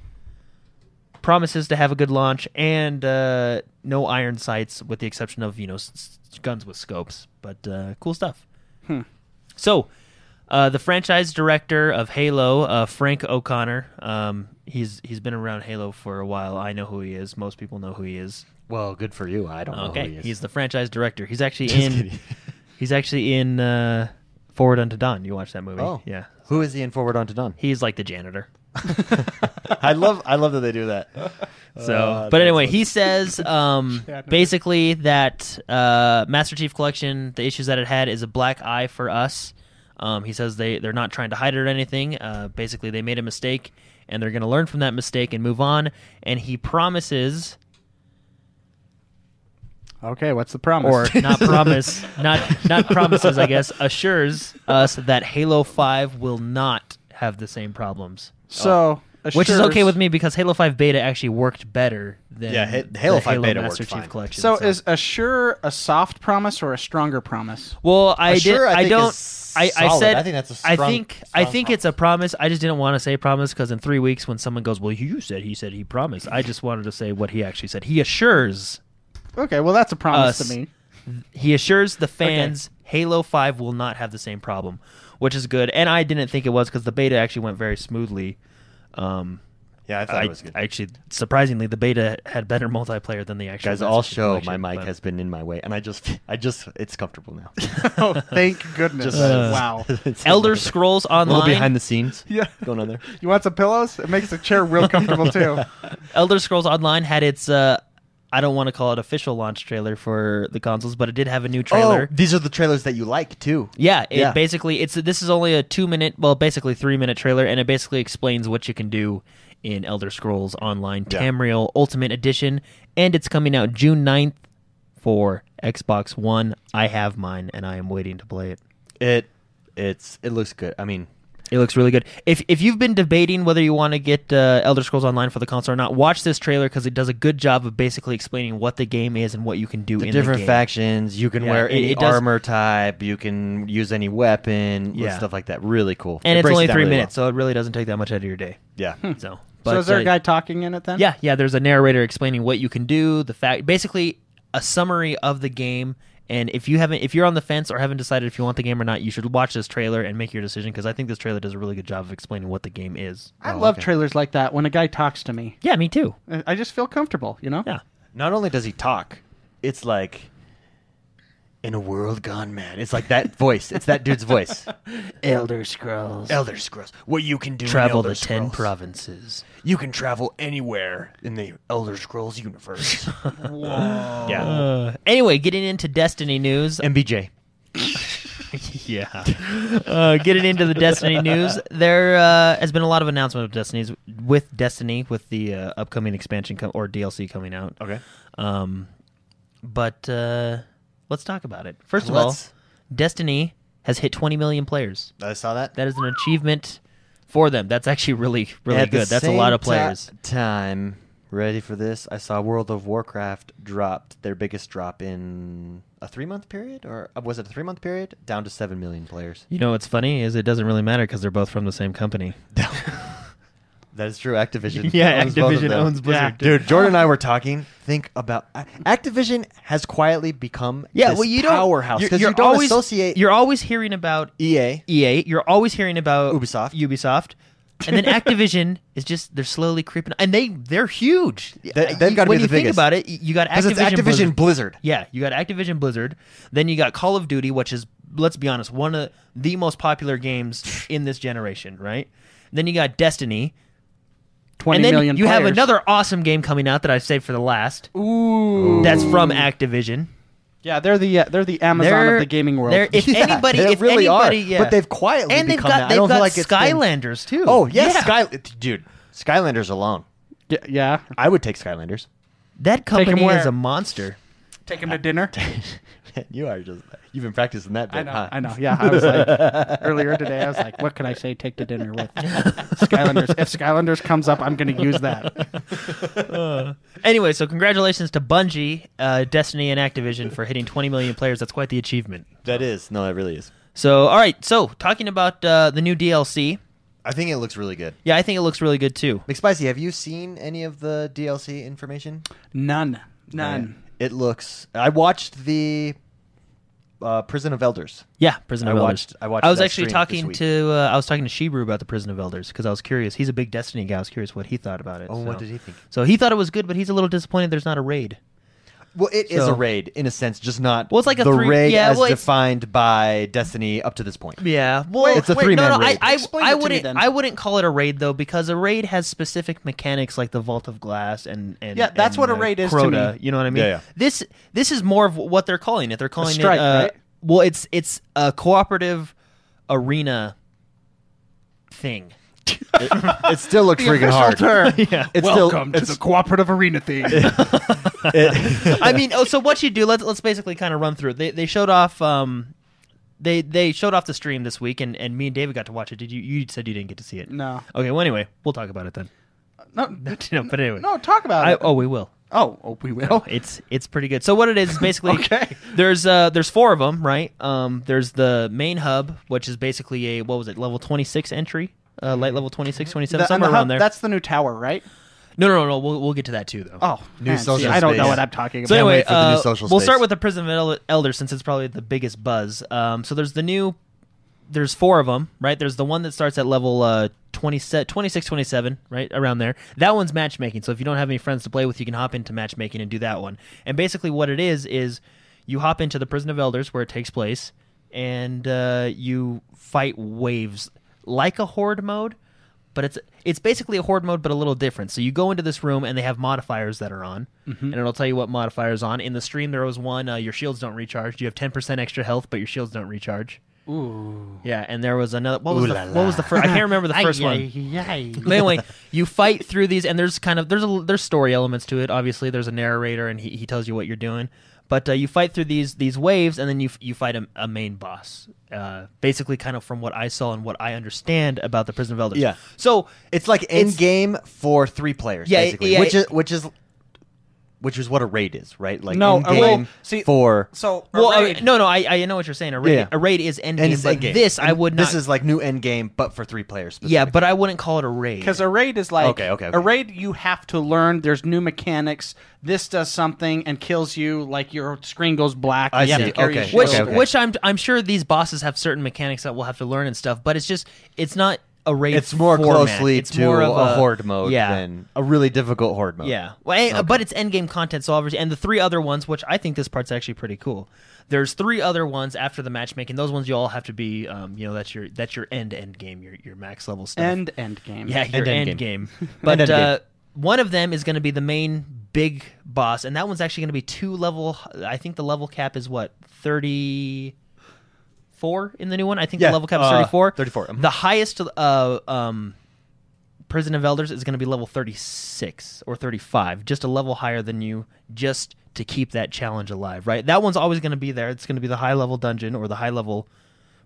D: promises to have a good launch and uh, no iron sights, with the exception of you know s- s- guns with scopes. But uh, cool stuff.
C: Hmm.
D: So, uh, the franchise director of Halo, uh, Frank O'Connor, um, he's he's been around Halo for a while. I know who he is. Most people know who he is.
B: Well, good for you. I don't know.
D: Okay,
B: who he is.
D: he's the franchise director. He's actually
B: Just
D: in.
B: kidding.
D: *laughs* He's actually in uh, Forward Unto Dawn. You watch that movie?
B: Oh
D: yeah.
B: Who is he in Forward on to Done?
D: He's like the janitor.
B: *laughs*
D: *laughs*
B: I love I love that they do that.
D: So,
B: Uh,
D: but
B: that's
D: anyway,
B: what- *laughs*
D: he says um,
C: Shatner.
D: basically that uh, Master Chief Collection, the issues that it had, is a black eye for us. Um, he says they they're not trying to hide it or anything. Uh, basically, they made a mistake, and they're going to learn from that mistake and move on. And he promises,
C: Okay, what's the promise?
B: *laughs*
C: *laughs*
D: or not promise, not not promises, I guess, assures us that Halo Five will not have the same problems.
C: so,
D: Which is
C: assures-
D: okay with me because Halo Five Beta actually worked better than
B: Yeah, Ha-
D: the
B: Halo 5 Beta
D: Master
B: worked
D: Chief
B: fine.
D: Collection.
C: So, is assure a soft promise or a stronger promise?
D: Well, I
B: Uh, sure,
D: did.
B: I
D: I,
B: think
D: don't.
B: is
D: I, I
B: solid.
D: said.
B: I think that's a
D: I
B: strong-
D: think. I
B: strong
D: think it's a promise. I just didn't want to say promise because in three weeks, when someone goes, "Well, you said he said he promised," I just wanted to say what he actually said. He assures.
C: Okay, well that's a promise
D: Us.
C: to
D: *laughs*
C: me. *laughs*
D: He assures the fans Halo Five will not have the same problem, which is good. And I didn't think it was because the beta actually went very smoothly. Um,
B: Yeah, I thought
D: I,
B: it was good.
D: I actually surprisingly the beta had better *laughs* multiplayer than the actual.
B: Guys,
D: Master
B: all
D: Chief
B: show my
D: Collection,
B: mic
D: but-
B: has been in my way, and I just I just it's comfortable
D: *laughs*
B: now.
C: oh, thank goodness!
B: Uh,
C: wow.
B: *laughs* It's
D: Elder Scrolls
B: a little
D: Online.
B: behind the
D: *laughs*
B: scenes. Oh,
C: Yeah.
B: going on there.
C: You want some pillows? It makes the chair real comfortable too.
D: Elder Scrolls Online had its uh I don't want to call it official launch trailer for the consoles, but it did have a new trailer.
B: Oh, these are the trailers that you like too.
D: yeah, it
B: Yeah.
D: basically it's this is only a 2 minute, well basically 3 minute trailer and it basically explains what you can do in Elder Scrolls Online
B: Yeah.
D: Tamriel Ultimate Edition and it's coming out June 9th for Xbox 1. I have mine and I am waiting to play it.
B: It it's it looks good. I mean,
D: It looks really good. If if you've been debating whether you want to get uh, Elder Scrolls Online for the console or not, watch this trailer because it does a good job of basically explaining what the game is and what you can do
B: the
D: in
B: different
D: the game.
B: factions. You can
D: Yeah,
B: wear
D: it-
B: any
D: it does-
B: armor type. You can use any weapon.
D: Yeah.
B: stuff like that. Really cool.
D: and
B: It
D: it's
B: breaks it
D: only
B: down
D: three
B: really well.
D: minutes, so it really doesn't take that much out of your day.
B: Yeah.
D: So,
C: so is there
D: uh,
C: a guy talking in it then?
D: Yeah, yeah. There's a narrator explaining what you can do, the fact, basically a summary of the game. And if you haven't, if you're on the fence or haven't decided if you want the game or not, you should watch this trailer and make your decision because I think this trailer does a really good job of explaining what the game is.
C: I love trailers like that when a guy talks to me.
D: Yeah, me too.
C: I I just feel comfortable, you know?
D: Yeah.
B: Not only does he talk, it's like in a world gone mad. It's like that voice. It's that dude's voice.
C: Elder
B: *laughs*
C: Scrolls.
B: Elder Scrolls. What you can do? in
D: Travel
B: Elder
D: to ten
B: Scrolls.
D: provinces.
B: You can travel anywhere in the Elder Scrolls
D: *laughs*
B: universe.
C: Whoa.
B: yeah.
D: Uh, anyway, getting into Destiny news.
B: MBJ.
D: *laughs* yeah. Uh, getting into
B: *laughs*
D: the Destiny news, there uh, has been a lot of announcement of Destinies with Destiny with the uh, upcoming expansion com- or DLC coming out.
B: Okay.
D: Um, but uh, let's talk about it. 1st of
B: Let's.
D: all, Destiny has hit 20 million players.
B: I saw that.
D: That is an achievement for them. That's actually really really
B: At the
D: good. That's a
B: same
D: lot of
B: ti-
D: players.
B: time Ready for this? I saw World of Warcraft dropped their biggest drop in a three month period, or uh, was it a three month period? Down to seven million players.
D: You know what's funny is it doesn't really matter because they're both from the same company.
B: That is true. Activision.
D: *laughs* Yeah,
B: owns both of
D: Activision
B: them.
D: owns Blizzard,
B: Yeah.
D: dude.
B: Dude, Jordan and I were talking. Think about I- Activision has quietly become
D: Yeah,
B: this
D: well, you don't
B: powerhouse
D: you're-
B: because
D: you're
B: you don't
D: always, E
B: associate
D: You're always hearing about
B: EA.
D: EA. You're always hearing about
B: Ubisoft.
D: Ubisoft,
B: *laughs*
D: and then Activision is just they're slowly creeping, and they they're huge.
B: They-
D: Uh,
B: they've
D: you-
B: gotta
D: when
B: be
D: you
B: the
D: think
B: biggest.
D: about it. You got
B: Because
D: Activision,
B: it's Activision Blizzard.
D: *laughs* Yeah, you got Activision Blizzard. Then you got Call of Duty, which is let's be honest, one of the most popular games in this generation, right? Then you got Destiny,
C: Twenty
D: and then
C: million
D: you have
C: players.
D: another awesome game coming out that I've saved for the last.
C: Ooh.
D: That's from Activision.
C: Yeah, they're the uh, they're the Amazon
D: They're-
C: of the gaming world.
D: they're-
B: *laughs*
D: If
B: Yeah,
D: anybody-
B: they
D: if
B: really
D: anybody-
B: are,
D: yeah.
B: but they've quietly
D: and they've
B: become
D: got
B: that. I
D: they've
B: don't
D: got
B: feel like it's been-
D: Skylanders too.
B: Oh yeah, Sky, dude, Skylanders alone.
C: Y- yeah,
B: I would take Skylanders. *laughs*
D: that company
C: where?
D: is a monster.
C: take them to
D: *laughs*
C: dinner.
B: you are just you've been practicing that bit,
C: I know,
B: huh? *laughs*
C: I know. Yeah, I was
D: *laughs*
C: like earlier today. I was like, what can I say? Take to dinner with Skylanders. If Skylanders comes up, I'm going to use that.
D: *laughs*
B: Uh,
D: Anyway, so congratulations to Bungie, uh, Destiny, and Activision for hitting 20 million players. That's quite the achievement.
B: That is no, it really is.
D: So, all right. So, talking about uh, the new DLC,
B: I think it looks really good.
D: yeah, I think it looks really good too.
B: McSpicy, have you seen any of the DLC information?
C: None, none.
B: It looks. I watched the uh, Prison of Elders.
D: Yeah, Prison
B: I
D: of
B: watched-
D: Elders.
B: I watched
D: was
B: that
D: actually
B: stream this
D: talking
B: week.
D: to uh, I was talking to Shebrew about the Prison of Elders because I was curious. He's a big Destiny guy. I was curious what he thought about it.
B: Oh,
D: so.
B: what did he think?
D: So he thought it was good, but he's a little disappointed. There's not a raid.
B: Well, it is
D: So-
B: a raid in a sense, just not.
D: Well, it's like a
B: the
D: three-
B: raid
D: yeah,
B: as
D: well, it's-
B: defined by Destiny up to this
D: *laughs*
B: point.
D: Yeah, well,
B: It's a
D: wait, no,
B: three-man
D: no,
B: raid.
D: I, I,
C: Explain it
D: I
C: to me
D: wouldn't,
C: then.
D: I wouldn't call it a raid though, because a raid has specific mechanics like the Vault of Glass and, and
C: Yeah, that's
D: and,
C: what a
D: uh,
C: raid is to
D: Crota,
C: me.
D: You know what I mean?
B: Yeah, yeah.
D: This, this is more of what they're calling it. They're calling
C: strike,
D: it, uh,
C: right?
D: well, it's it's a cooperative arena thing.
B: It still looks freaking hard.
D: yeah.
B: It's
C: Welcome
B: still,
C: to the cooperative arena *laughs* thing. yeah,
D: *laughs* I mean, oh, so what you do? Let's let's basically kind of run through. it. They they showed off um, they they showed off the stream this week, and, and me and David got to watch it. Did you? You said you didn't get to see it.
C: No.
D: Okay. Well, anyway, we'll talk about it then.
C: no,
D: No, but anyway.
C: no, talk about
D: I,
C: it.
D: oh, we will.
C: Oh, oh, we will.
D: It's it's pretty good. So what it is is basically
C: Okay.
D: there's uh there's four of them, right? Um, there's the main hub, which is basically a what was it, level 26 entry, uh, light level 26, 27,
C: The- and the
D: somewhere
C: hub-
D: around there.
C: That's the new tower, right?
D: No, no, no, no. We'll we'll get to that too, though.
C: Oh,
B: New
C: man,
B: social
C: see, I don't
B: space.
C: know what I'm talking about.
D: So anyway,
B: wait for the new
D: uh,
B: social
D: we'll start
B: space.
D: with the Prison of El- Elders since it's probably the biggest buzz. Um, so there's the new, there's four of them, right? There's the one that starts at level uh, 20, se- 26, 27, right around there. That one's matchmaking. So if you don't have any friends to play with, you can hop into matchmaking and do that one. And basically, what it is is you hop into the Prison of Elders where it takes place, and uh, you fight waves like a horde mode. But it's it's basically a horde mode, but a little different. So you go into this room and they have modifiers that are on, and it'll tell you what modifiers on. In the stream, there was one: uh, your shields don't recharge. You have ten percent extra health, but your shields don't recharge. Ooh. Yeah, and there was another. What was the, what was the first? I can't
B: *laughs*
D: remember the first one. But anyway, you fight through these, and there's kind of there's a there's story elements to it. Obviously, there's a narrator, and he, he tells you what you're doing. But uh, you fight through these these waves, and then you f- you fight a, a main boss. Uh, basically, kind of from what I saw and what I understand about the Prison of Elders.
B: Yeah.
D: So
B: It's like end
D: It's-
B: game for three players,
D: Yeah,
B: basically,
D: yeah,
B: which
D: it-
B: is which is which is what a raid is, right? Like
D: uh,
C: No,
B: end
C: a raid-
B: game
C: see,
B: for
C: So,
D: well,
C: a
D: uh,
C: raid-
D: no, no, I, I know what you're saying. A raid,
B: Yeah.
D: a raid is endgame,
B: and it's
D: but
B: end game.
D: this I
B: And
D: would not.
B: This is like new end game, but for three players.
D: yeah,
B: specifically.
D: but I wouldn't call it a raid.
C: Because a raid is like
B: Okay, okay, okay.
C: a raid. You have to learn. There's new mechanics. This does something and kills you. Like your screen goes black.
B: I
C: you have
B: see,
C: to carry
B: okay,
C: your shield.
D: which
B: okay, okay.
D: which I'm I'm sure these bosses have certain mechanics that we'll have to learn and stuff, but it's just it's not a raid.
B: it's more
D: format.
B: closely
D: it's
B: to
D: more of
B: a, horde mode
D: Yeah,
B: than uh, a really difficult horde mode.
D: yeah. Well, and- uh, but it's end game content, so obviously, and the three other ones, which I think this part's actually pretty cool. There's three other ones after the matchmaking. Those ones you all have to be, um, you know, that's your that's your end end game, your your max level stuff.
C: end end game.
D: Yeah, your
B: end
D: end,
B: game.
D: game. *laughs* But
B: end
D: uh, one of them is going to be the main big boss, and that one's actually going to be two level. I think the level cap is what thirty four in the new one. I think
B: Yeah,
D: the level cap is
B: uh,
D: thirty four.
B: 34, mhm.
D: The highest uh, um, prison of elders is going to be level thirty six or thirty five, just a level higher than you, just to keep that challenge alive. Right, that one's always going to be there. It's going to be the high level dungeon or the high level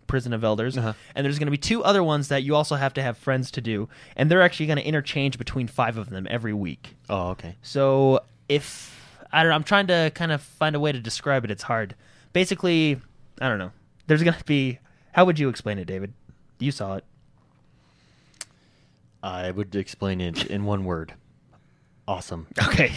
D: Prison of Elders,
B: Uh-huh.
D: and there's going to be two other ones that you also have to have friends to do, and they're actually going to interchange between five of them every week.
B: Oh, okay.
D: So if I don't know, I'm trying to kind of find a way to describe it. It's hard. Basically, I don't know. There's going to be. How would you explain it, David? You saw it.
B: I would explain it in one word. Awesome.
D: *laughs* Okay.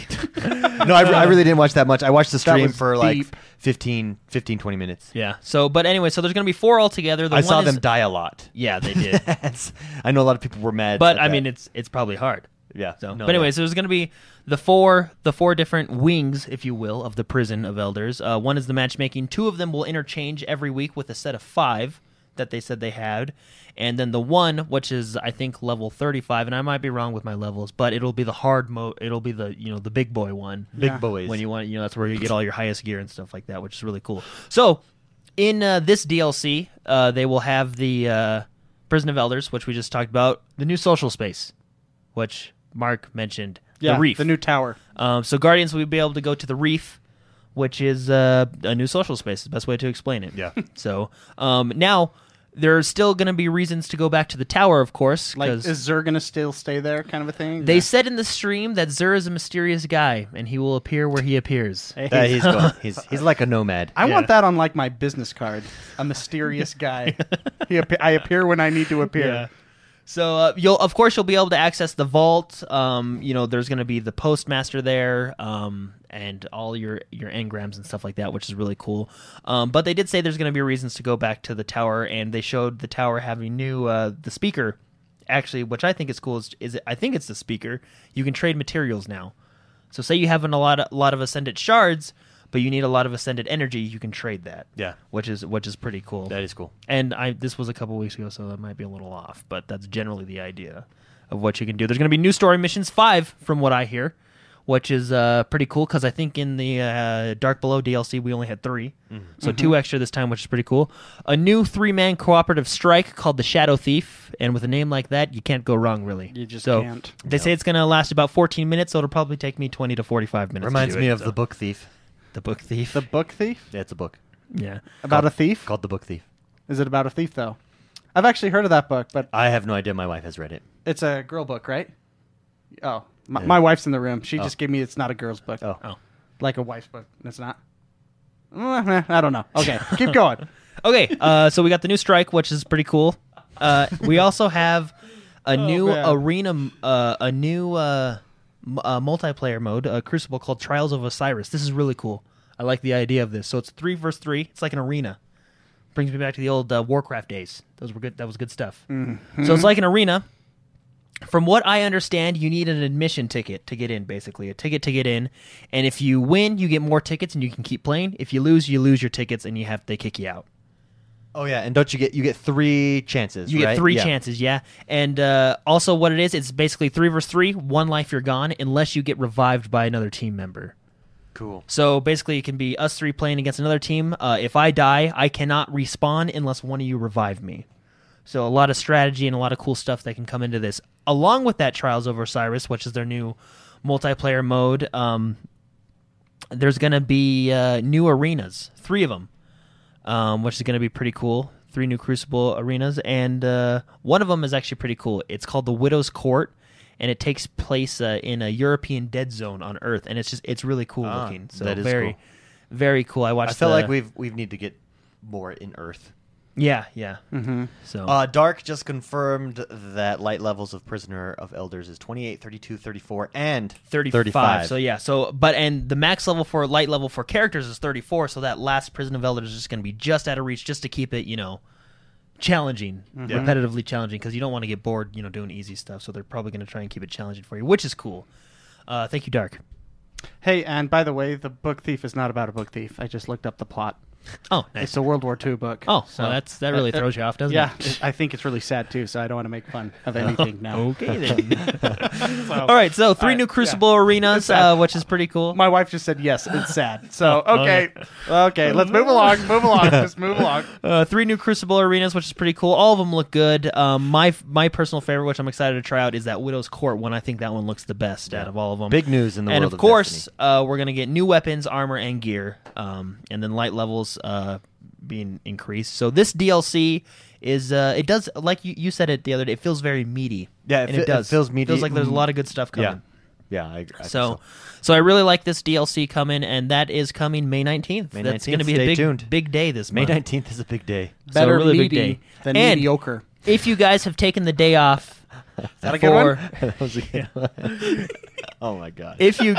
B: *laughs* No, I, I really didn't watch that much. I watched the stream
C: was
B: for like
C: deep.
B: 15, 15, 20 minutes.
D: yeah. So, but anyway, so there's going to be four altogether. The
B: I
D: one
B: saw
D: is- *laughs*
B: them die a lot. *laughs*
D: Yeah, they did.
B: That's- I know a lot of people were mad.
D: but
B: at
D: I
B: that.
D: mean, it's it's probably hard.
B: yeah.
D: So,
B: No,
D: but
B: yeah.
D: anyway, so there's going to be the four the four different wings, if you will, of the prison of elders. Uh, one is the matchmaking. Two of them will interchange every week with a set of five that they said they had, and then the one, which is I think level 35, and I might be wrong with my levels, but it'll be the hard mode. It'll be the you know the big boy one.
B: big boys. *laughs*
D: When you want, you know, that's where you get all your highest gear and stuff like that, which is really cool. So, in uh, this DLC, uh, they will have the uh, Prison of Elders, which we just talked about, the new social space, which Mark mentioned,
C: Yeah,
D: the Reef.
C: new tower.
D: um, so, Guardians will be able to go to the Reef, which is uh, a new social space, is the best way to explain it.
B: Yeah.
D: *laughs* so, um, now. There are still going to be reasons to go back to the tower, of course.
C: Like,
D: 'cause-
C: is Zer gonna still stay there? Kind of a thing.
D: they said in the stream that Zur is a mysterious guy and he will appear where he appears.
B: That he's,
D: *laughs*
B: going, he's he's like a nomad.
C: I
D: Yeah.
C: want that on like my business card.
B: *laughs*
C: A mysterious guy. he appe- I appear when I need to appear.
D: Yeah. So uh, you'll, of course, you'll be able to access the vault. Um, you know, there's going to be the postmaster there, um, and all your your engrams and stuff like that, which is really cool. Um, but they did say there's going to be reasons to go back to the tower, and they showed the tower having new uh, the speaker. Actually, which I think is cool is, is I think it's the speaker. You can trade materials now. So say you have an, a lot of, lot of ascendant shards, but you need a lot of ascendant energy. You can trade that.
B: Yeah.
D: which is which is pretty cool.
B: That is cool.
D: And I this was a couple weeks ago, so that might be a little off, but that's generally the idea of what you can do. There's going to be new story missions five, from what I hear, which is uh, pretty cool because I think in the uh, Dark Below DLC we only had 3
C: Mm-hmm.
D: so two extra this time, which is pretty cool. A new three man cooperative strike called the Shadow Thief, and with a name like that, you can't go wrong, really.
C: You just
D: so
C: can't.
D: They say it's going to last about 14 minutes, so it'll probably take me 20 to 45 minutes. to
B: Reminds
D: do
B: me
D: it,
B: of
D: so.
B: the book thief.
D: the book thief.
C: The book thief
B: Yeah, it's a book
D: yeah.
C: about a thief.
B: called The Book Thief.
C: Is it about a thief though? I've actually heard of that book, but
B: I have no idea. My wife has read it.
C: it's a girl book, right? Oh, my,
B: Yeah.
C: my wife's in the room. She just gave me it's not a girl's book.
B: Oh,
D: Oh.
C: like a wife's book. and It's not. Mm, eh, I don't know. Okay,
B: *laughs*
C: keep going.
D: Okay, uh, so we got the new strike, which is pretty cool. Uh, we also have a new
C: man.
D: arena, uh, a new uh, m- uh, multiplayer mode, a Crucible called Trials of Osiris. This is really cool. I like the idea of this. So it's three versus three. It's like an arena. Brings me back to the old uh, Warcraft days. Those were good. That was good stuff. So it's like an arena. From what I understand, you need an admission ticket to get in, basically a ticket to get in. And if you win, you get more tickets, and you can keep playing. If you lose, you lose your tickets, and you have they kick you out.
B: oh yeah. And don't you get you get three chances?
D: You
B: right?
D: get three
B: Yeah.
D: chances, yeah. And uh, also, what it is, it's basically three versus three, one life you're gone, unless you get revived by another team member.
B: Cool.
D: So basically, it can be us three playing against another team. Uh, if I die, I cannot respawn unless one of you revive me. So a lot of strategy and a lot of cool stuff that can come into this. Along with that, Trials over Cyrus, which is their new multiplayer mode, um, there's going to be uh, new arenas, three of them, um, which is going to be pretty cool. Three new Crucible arenas, and uh, one of them is actually pretty cool. It's called the Widow's Court, and it takes place uh, in a European dead zone on Earth, and it's just it's really cool
B: Ah,
D: looking. So
B: that is
D: very,
B: cool.
D: very cool. I
B: I
D: watched.
B: feel
D: the-
B: like we've we've need to get more in Earth.
D: Yeah, yeah. So
B: Uh, Dark just confirmed that light levels of Prisoner of Elders is 28, 32, 34, and
D: 35. So yeah. So but and the max level for light level for characters is 34. So that last Prison of Elders is just going to be just out of reach, just to keep it, you know, challenging,
C: Mm-hmm.
D: repetitively challenging, because you don't want to get bored, you know, doing easy stuff. So they're probably going to try and keep it challenging for you, which is cool. Uh, thank you, Dark.
C: Hey, and by the way, the book thief is not about a book thief. I just looked up the plot.
D: Oh,
C: It's
D: nice.
C: a World War II book.
D: Oh, so that's that really throws you off, doesn't
C: yeah,
D: *laughs* it?
C: I think it's really sad too. So I don't want to make fun
D: *laughs*
C: of anything now.
D: Okay *laughs* then. All right, so three
C: All right,
D: new
C: yeah.
D: Crucible arenas, uh, which is pretty cool.
C: My wife just said yes. It's sad. So
D: *laughs* Oh,
C: okay, okay, let's move along. Move along. Just move along.
D: Uh, three new Crucible arenas, which is pretty cool. All of them look good. Um, my my personal favorite, which I'm excited to try out, is that Widow's Court one. I think that one looks the best out of all of them.
B: Big news in the
D: and
B: world
D: of
B: of
D: course,
B: Destiny.
D: uh, we're gonna get new weapons, armor, and gear, um, and then light levels. Uh, being increased. So this DLC is uh, it does like you, you said it the other day. It feels very meaty.
B: Yeah, it
D: and
B: fe-
D: it
B: it
D: does.
B: feels meaty.
D: Feels like there's a lot of good stuff coming.
B: Yeah, yeah. I, I think
D: So, so I really like this DLC coming, and that is coming May nineteenth.
B: May
D: That's
B: 19th,
D: going to be
B: stay
D: a big,
B: tuned.
D: big day this
B: May
D: month.
B: nineteenth is a big
D: *laughs*
B: day. *laughs*
D: So
C: Better
D: really big
C: meaty
D: day.
C: than
D: And-
C: mediocre.
D: If you guys have taken the day off,
C: that a good
D: for,
C: one?
B: That was a good one. *laughs* oh my god.
C: *laughs*
D: if you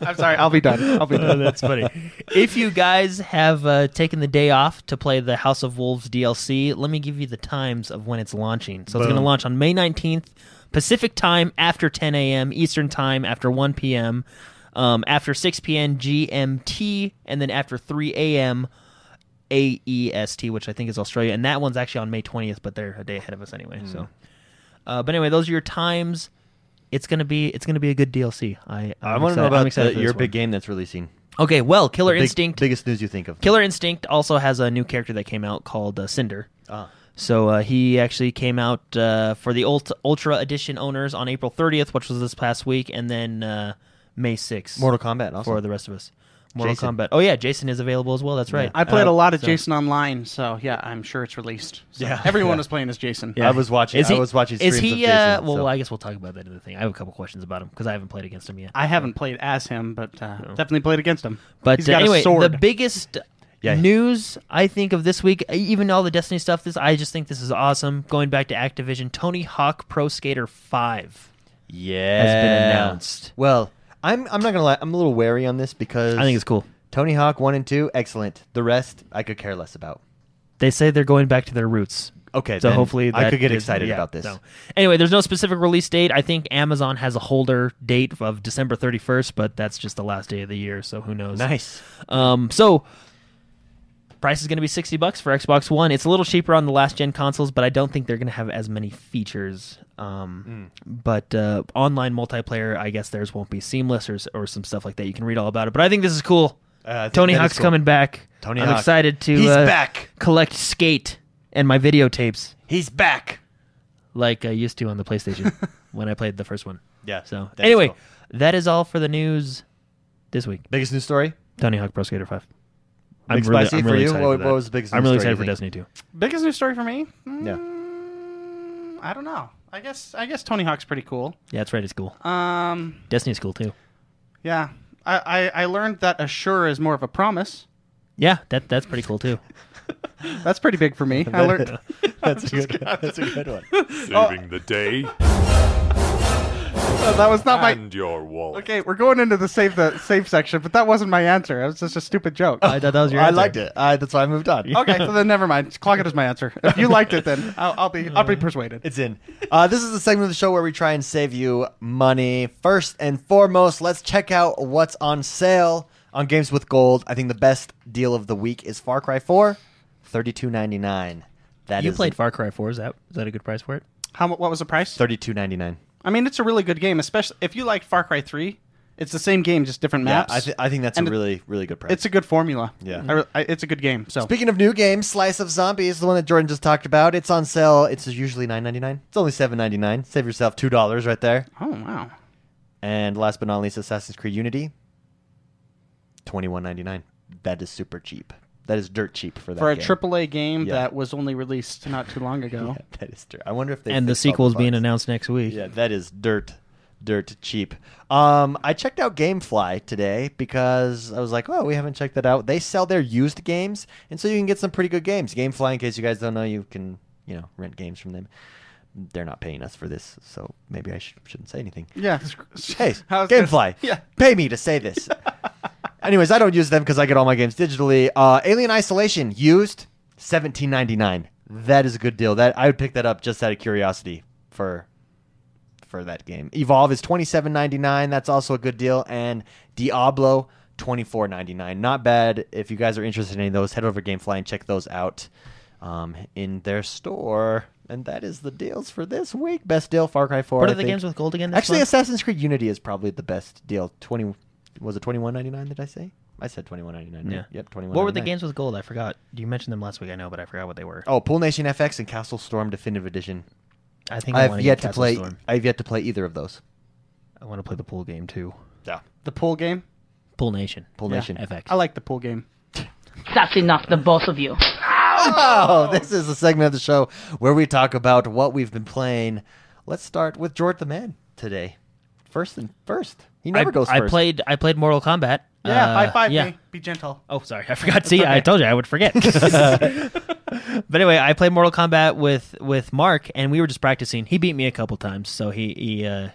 C: I'm sorry. I'll be done. I'll be
D: Oh,
C: done.
D: *laughs* that's funny. If you guys have uh, taken the day off to play the House of Wolves DLC, let me give you the times of when it's launching. So it's going to launch on May 19th, Pacific time after 10 a.m., Eastern time after 1 p.m., um, after 6 p.m. GMT, and then after 3 a.m. AEST, E which I think is Australia. And that one's actually on May 20th, but they're a day ahead of us anyway.
B: Hmm.
D: So, uh, but anyway, those are your times. It's gonna be it's gonna be a good DLC. I
B: *laughs* I
D: I'm
B: want to know
D: excited- I'm
B: about
D: excited
B: the,
D: for this
B: your
D: one.
B: big game that's releasing.
D: Okay, well, Killer
B: Big-
D: Instinct.
B: biggest news you think of.
D: Killer Instinct also has a new character that came out called uh, Cinder.
B: Ah.
D: So uh, he actually came out uh, for the Ult- Ultra Edition owners on April 30th, which was this past week, and then uh, May 6th
B: Mortal Kombat. Also.
D: for the rest of us. Mortal
B: Jason.
D: Kombat. Oh yeah, Jason is available as well. That's right.
C: I played a
D: Uh,
C: lot of
D: so-
C: Jason online, so yeah, I'm sure it's released. So
B: Yeah.
C: everyone
B: Yeah.
C: was playing as Jason.
B: I was watching.
D: Is he,
B: I was watching.
D: Is
B: streams
D: he?
B: of Jason,
D: uh, well,
B: so-
D: I guess we'll talk about that in the thing. I have a couple questions about him because I haven't played against him yet.
C: I haven't played as him, but uh, definitely played against him.
D: But
C: He's
D: uh,
C: got a
D: anyway,
C: sword.
D: the biggest
B: Yeah.
D: news I think of this week, e, even all the Destiny stuff. This I just think this is awesome. Going back to Activision, Tony Hawk Pro Skater Five.
B: yeah
D: announced.
B: Well, I'm I'm not gonna lie. I'm a little wary on this because
D: I think it's cool.
B: Tony Hawk one and two, excellent. The rest I could care less about.
D: They say they're going back to their roots.
B: Okay,
D: So
B: then
D: hopefully
B: I
D: that
B: could get
D: is-
B: excited
D: yeah,
B: about this.
D: so. Anyway, there's no specific release date. I think Amazon has a holder date of December 31st, but that's just the last day of the year, so who knows?
B: Nice.
D: Um, so price is going to be 60 bucks for Xbox One. It's a little cheaper on the last gen consoles, but I don't think they're going to have as many features. Um,
B: Mm.
D: But uh, online multiplayer, I guess theirs won't be seamless or, or some stuff like that. You can read all about it. But I think this is cool.
B: Uh, I think
D: Tony
B: that is
D: Hawk's
B: cool.
D: coming back.
B: Tony
D: I'm
B: Hawk.
D: excited to
B: He's
D: uh,
B: back.
D: collect skate and my videotapes
B: He's back.
D: like I used to on
B: *laughs*
D: the PlayStation when I played the first one.
B: Yeah.
D: So
B: that is
D: anyway,
B: cool.
D: that is all for the news this week.
B: biggest news story.
D: Tony Hawk Pro Skater Five.
B: Big spicy for you?
D: excited
B: What-
D: for
B: what
D: that.
B: was the biggest
D: I'm
B: news
D: really
B: story
D: excited for
B: you
D: Destiny Two.
C: biggest news story for me. Mm,
B: *laughs* Yeah.
C: I don't know. I guess I guess Tony Hawk's pretty cool.
D: Yeah, that's right. It's cool.
C: Um,
D: Destiny's cool too.
C: yeah. I, I, I learned that assure is more of a promise.
D: Yeah, that that's pretty
B: *laughs*
D: cool too.
C: That's pretty big for me. I learned. *laughs*
B: That's a good. That's a *laughs* good one.
E: Saving the day
C: that was not my.
E: and your wallet.
C: Okay, we're going into the save the save section, but that wasn't my answer. It was just a stupid joke.
D: I thought that was your.
B: I
D: answer.
B: liked it. I, that's why I moved on.
C: *laughs* okay, so then never mind. Clock it as my answer. If you liked
B: *laughs*
C: it, then I'll, I'll be I'll be persuaded.
B: It's in. Uh, this is the segment of the show where we try and save you money. First and foremost, let's check out what's on sale on Games with Gold. I think the best deal of the week is Far Cry 4, thirty-two ninety-nine. That
D: You
B: is
D: played Far Cry Four. Is that is that a good price for it?
C: How mu- what was the price?
B: thirty-two ninety-nine.
C: I mean, it's a really good game, especially if you like Far Cry Three. It's the same game, just different
B: Yeah,
C: maps.
B: I, th- I think that's
C: And
B: a
C: it-
B: really, really good price.
C: it's a good formula.
B: Yeah.
C: I re- I- it's a good game. So
B: Speaking of new games, Slice of Zombie is the one that Jordan just talked about. It's on sale. It's usually nine ninety nine. It's only seven ninety nine. Save yourself two dollars right there.
C: oh wow,
B: And last but not least, Assassin's Creed Unity, twenty one ninety nine. That is super cheap. That is dirt cheap for that
C: for a
B: game.
C: AAA game
B: Yeah.
C: that was only released not too long ago.
B: *laughs* Yeah, *laughs* that is dirt. I wonder if they
D: and the
B: fixed all
D: sequel is
B: bugs.
D: being announced next week.
B: Yeah, that is dirt, dirt cheap. Um, I checked out GameFly today because I was like, oh, we haven't checked that out. They sell their used games, and so you can get some pretty good games. GameFly, in case you guys don't know, you can you know rent games from them. They're not paying us for this, so maybe I sh- shouldn't say anything.
C: Yeah.
B: *laughs*
C: *laughs*
B: Hey,
C: How's this-
B: GameFly,
C: Yeah.
B: pay me to say this. Anyways, I don't use them because I get all my games digitally. Uh, Alien Isolation used seventeen ninety nine. That is a good deal. That I would pick that up just out of curiosity for for that game. Evolve is twenty seven ninety nine. That's also a good deal. And Diablo twenty four ninety nine. Not bad. If you guys are interested in any of those, head over to GameFly and check those out um, in their store. And that is the deals for this week. Best deal Far Cry Four.
D: What
B: I
D: are the
B: think.
D: games with gold again? This
B: Actually,
D: month?
B: Assassin's Creed Unity is probably the best deal. Twenty was it twenty one ninety nine? Did I say? I said twenty one ninety nine.
D: yeah.
B: Yep. Twenty one.
D: What were the games with gold? I forgot. You mentioned them last week. I know, but I forgot what they were.
B: Oh, Pool Nation FX and Castle Storm Definitive Edition.
D: I think I
B: I've
D: want
B: yet to
D: Castle
B: play.
D: Storm.
B: I've yet to play either of those.
D: I want to play the pool game too.
B: Yeah.
C: the pool game.
D: Pool Nation.
B: Pool
C: Yeah.
B: Nation.
D: FX.
C: I like the pool game.
F: That's enough, the both of you.
B: Oh, this is a segment of the show where we talk about what we've been playing. Let's start with Jort the Man today. First and first. He never
D: I,
B: goes
D: I
B: first.
D: played. I played Mortal Kombat.
C: Yeah,
D: Uh,
C: high five
D: yeah.
C: me. Be gentle.
D: Oh, sorry, I forgot. See, I told you I
C: *laughs*
D: would forget. *laughs* but anyway, I played Mortal Kombat with with Mark, and we were just practicing. He beat me a couple times, so he, he uh,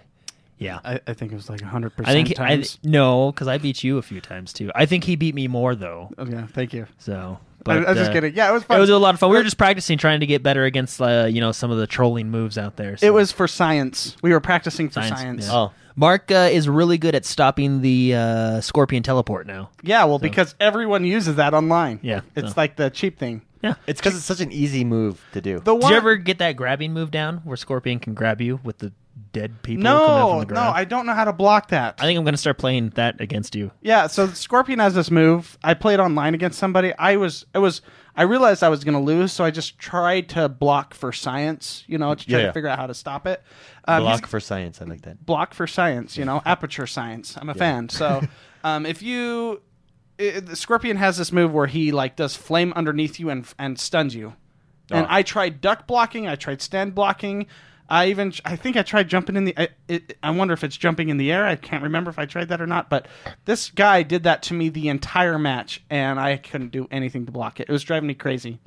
D: yeah.
C: I, I think it was like 100%
D: I think he- I
C: times.
D: no, because I beat you a few times too. I think he beat me more though.
C: Oh, yeah, thank you.
D: So,
C: I-
D: but
C: I, was just
D: uh,
C: kidding. Yeah, it was fun.
D: It was a lot of fun. We were just practicing, trying to get better against uh, you know some of the trolling moves out there. so-
C: It was for science. We were practicing for
D: Science,
C: science.
D: yeah.
C: Yeah,
B: Oh.
D: Mark uh, is really good at stopping the uh, scorpion teleport now.
C: well, because everyone uses that online.
D: Yeah,
C: It's
D: so.
C: like the cheap thing.
D: Yeah.
B: It's because it's such an easy move to do.
C: The
D: Did
C: one
D: you ever get that grabbing move down where scorpion can grab you with the dead people? coming out
C: No,
D: from the
C: no,
D: ground?
C: I don't know how to block that.
D: I think I'm gonna start playing that against you.
C: Yeah, so Scorpion has this move. I played online against somebody. I was I was I realized I was going to lose, so I just tried to block for science, you know, to try
B: Yeah, yeah.
C: to figure out how to stop it. Um, he's-
B: Block for science. I like that.
C: block for science,
B: *laughs*
C: you know, aperture science. I'm a fan. So, um, if you i the Scorpion has this move where he like does flame underneath you and and stuns you.
B: Ah.
C: And I tried duck blocking, I tried stand blocking. I even I think I tried jumping in the I, it, I wonder if it's jumping in the air. I can't remember if I tried that or not, but this guy did that to me the entire match and I couldn't do anything to block it. It was driving me crazy.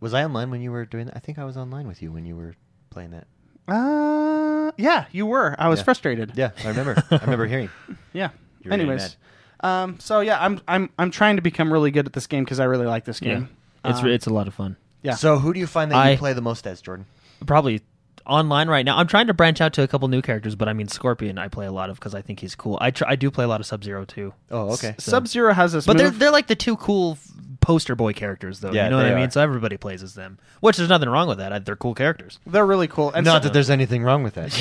B: Was I online when you were doing that? I think I was online with you when you were playing that.
C: Uh yeah, you were. I was
B: Yeah.
C: frustrated.
B: Yeah, I remember. I remember hearing.
C: Yeah.
B: You were getting
C: Anyways, um, so yeah, I'm I'm I'm trying to become really good at this game because I really like this game. Um,
D: It's
C: Uh.
D: it's a lot of fun.
C: Yeah.
B: So who do you find that
D: I-
B: you play the most as, Jordan?
D: Probably online right now. I'm trying to branch out to a couple new characters, but I mean Scorpion I play a lot of because I think he's cool. I tr- I do play a lot of Sub Zero too.
B: Oh, okay.
C: Sub Zero has this
D: But they're
C: move.
D: they're like the two cool f- poster boy characters though.
B: Yeah,
D: you know what
B: they
D: I mean?
B: are.
D: So everybody plays as them, which there's nothing wrong with that. I, they're cool characters.
C: They're really cool. And
B: Not that there's anything wrong with *laughs* that.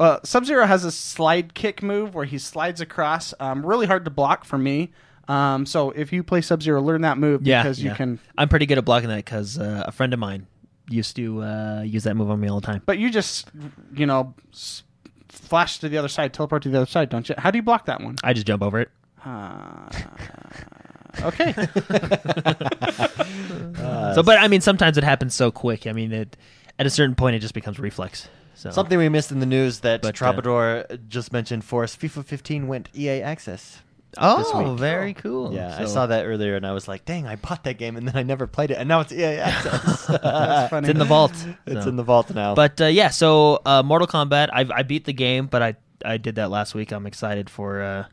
C: uh, Sub Zero has a slide kick move where he slides across. Um, really hard to block for me. Um, so if you play Sub Zero, learn that move because you
D: yeah.
C: can.
D: I'm pretty good at blocking that because uh, a friend of mine used to uh, use that move on me all the time.
C: But you just you know s- flash to the other side, teleport to the other side, don't you? How do you block that one?
D: I just jump over it.
C: Uh, okay.
B: Uh,
D: so, but I mean, sometimes it happens so quick. I mean, it, at a certain point, it just becomes reflex. So
B: Something we missed in the news that
D: But, uh,
B: Troubadour just mentioned for us. FIFA 15 went EA access.
D: Oh,
B: week.
D: very cool.
B: Yeah, I
D: So-
B: saw that earlier, and I was like, "Dang, I bought that game, and then I never played it, and now it's EA access.
C: That's funny.
D: It's in the vault.
B: it's
D: So-
B: in the vault now."
D: But uh, yeah, so uh, Mortal Kombat. I I beat the game, but I I did that last week. I'm excited for. Uh,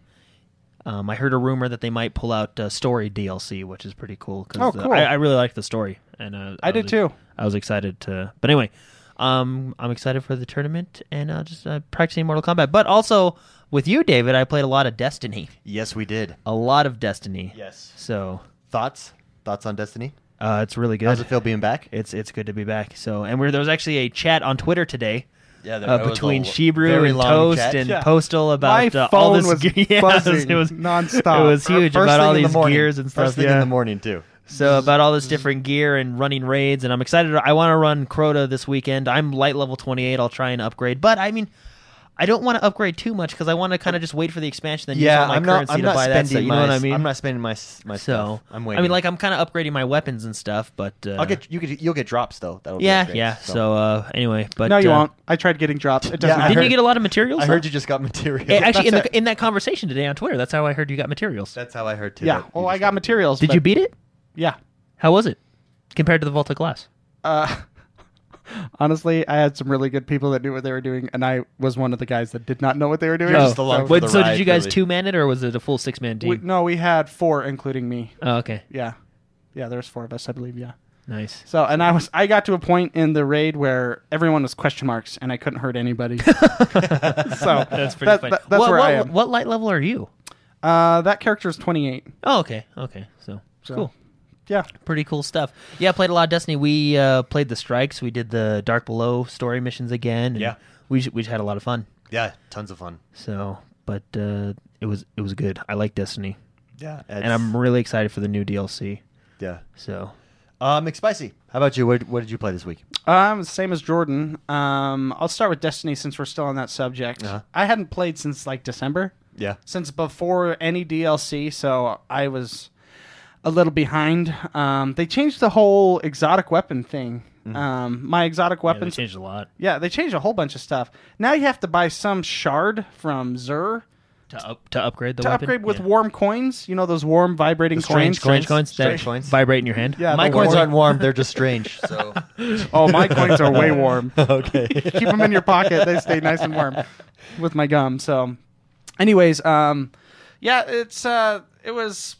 D: um, I heard a rumor that they might pull out uh, story DLC, which is pretty cool. 'cause
C: Oh,
D: the-
C: cool.
D: I, I really like the story, and uh,
C: I did
D: was-
C: too.
D: I was excited to. But anyway, um, I'm excited for the tournament and uh, just uh, practicing Mortal Kombat. But also with you, David, I played a lot of Destiny.
B: yes, we did.
D: A lot of Destiny.
B: Yes.
D: So
B: Thoughts? Thoughts on Destiny?
D: uh, it's really good.
B: How's it feel being back?
D: It's it's good to be back. So and we're, there was actually a chat on Twitter today.
B: Yeah, there- it
D: uh,
B: was
D: between
B: a very
D: Shebrew and
B: long
D: Toast
B: chat.
D: and
C: Yeah.
D: Postal about
C: My
D: uh, all
C: phone
D: this. *laughs*
C: was
D: ge- Yes,
C: buzzing
D: it was
C: nonstop.
D: It was huge
B: First
D: about
B: thing
D: all
B: in the
D: these
B: morning.
D: gears and stuff.
B: First thing
D: yeah.
B: in the morning too.
D: So about all this different gear and running raids, and I'm excited. I want to run Crota this weekend. I'm light level 28. I'll try and upgrade, but I mean, I don't want to upgrade too much because I want to kind of just wait for the expansion. Then use all my
B: I'm not.
D: currency
B: I'm
D: to
B: not
D: buy that.
B: spending
D: So you
B: my.
D: know what I mean?
B: am not spending my s- my
D: so
B: stuff. I'm waiting.
D: I mean, like I'm kind of upgrading my weapons and stuff, but uh,
B: I'll get you. Could, you'll get drops though. That'll
D: yeah,
B: be great,
D: yeah. So uh, anyway, *laughs* but
C: no, you
D: uh,
C: won't. I tried getting dropped. It doesn't.
B: I
D: Didn't
B: heard-
D: you get a lot of materials?
B: I
D: though?
B: heard you just got material.
D: Eh, uh,
B: *laughs*
D: actually, in,
B: that's,
D: the, in that conversation today on Twitter, that's how I heard you got materials.
B: that's how I heard too.
C: yeah.
B: that you
D: Oh,
C: Well, I
B: just
C: got materials.
D: Did
C: but-
D: you beat it?
C: Yeah.
D: How was it compared to the Volta Glass?
C: Uh, *laughs* honestly, I had some really good people that knew what they were doing, and I was one of the guys that did not know what they were doing.
B: just
C: So-
B: along for
D: Wait,
B: the
D: so
B: ride,
D: did you guys
B: really.
D: two man it, or was it a full six man team?
C: Oh. we, no, we had four, including me.
D: oh, okay,
C: Yeah, yeah, there's four of us, I believe. Yeah.
D: nice.
C: So, and I was, I got to a point in the raid where everyone was question marks, and I couldn't hurt
D: *laughs*
C: anybody. *laughs* so that's
D: Pretty funny.
C: that's
D: what,
C: where
D: what,
C: I am.
D: what light level are you?
C: Uh, that character is 28.
D: Oh, okay, okay. So, cool,
C: Yeah.
D: pretty cool stuff. Yeah, I played a lot of Destiny. We uh, played the strikes. We did the Dark Below story missions again. and
B: Yeah.
D: we j- we just had a lot of fun.
B: Yeah, tons of fun.
D: So, but uh, it was it was good. I like Destiny,
B: Yeah,
D: and I'm really excited for the new DLC.
B: yeah.
D: So
B: Uh, McSpicy, how about you? What, what did you play this week?
C: Um, same as Jordan. Um, I'll start with Destiny since we're still on that subject.
B: Uh-huh.
C: I hadn't played since like December.
B: Yeah,
C: since before any DLC, so I was a little behind. Um, they changed the whole exotic weapon thing. Um, my exotic
D: Yeah, they
C: weapons
D: changed a lot
C: yeah, they changed a whole bunch of stuff. Now you have to buy some shard from Zur
D: to up to upgrade the
C: to
D: weapon.
C: upgrade with
D: Yeah.
C: warm coins. You know those warm vibrating coins.
D: strange coins, coins that
B: Strange coins.
D: vibrate in your hand.
C: Yeah,
B: My
C: the
B: coins
C: warm-
B: aren't warm; they're just strange. So
C: Oh, my coins are
D: *laughs*
C: way warm.
B: okay.
C: *laughs* Keep them in your pocket; they stay nice and warm with my gum. So, anyways, um, yeah, it's uh, it was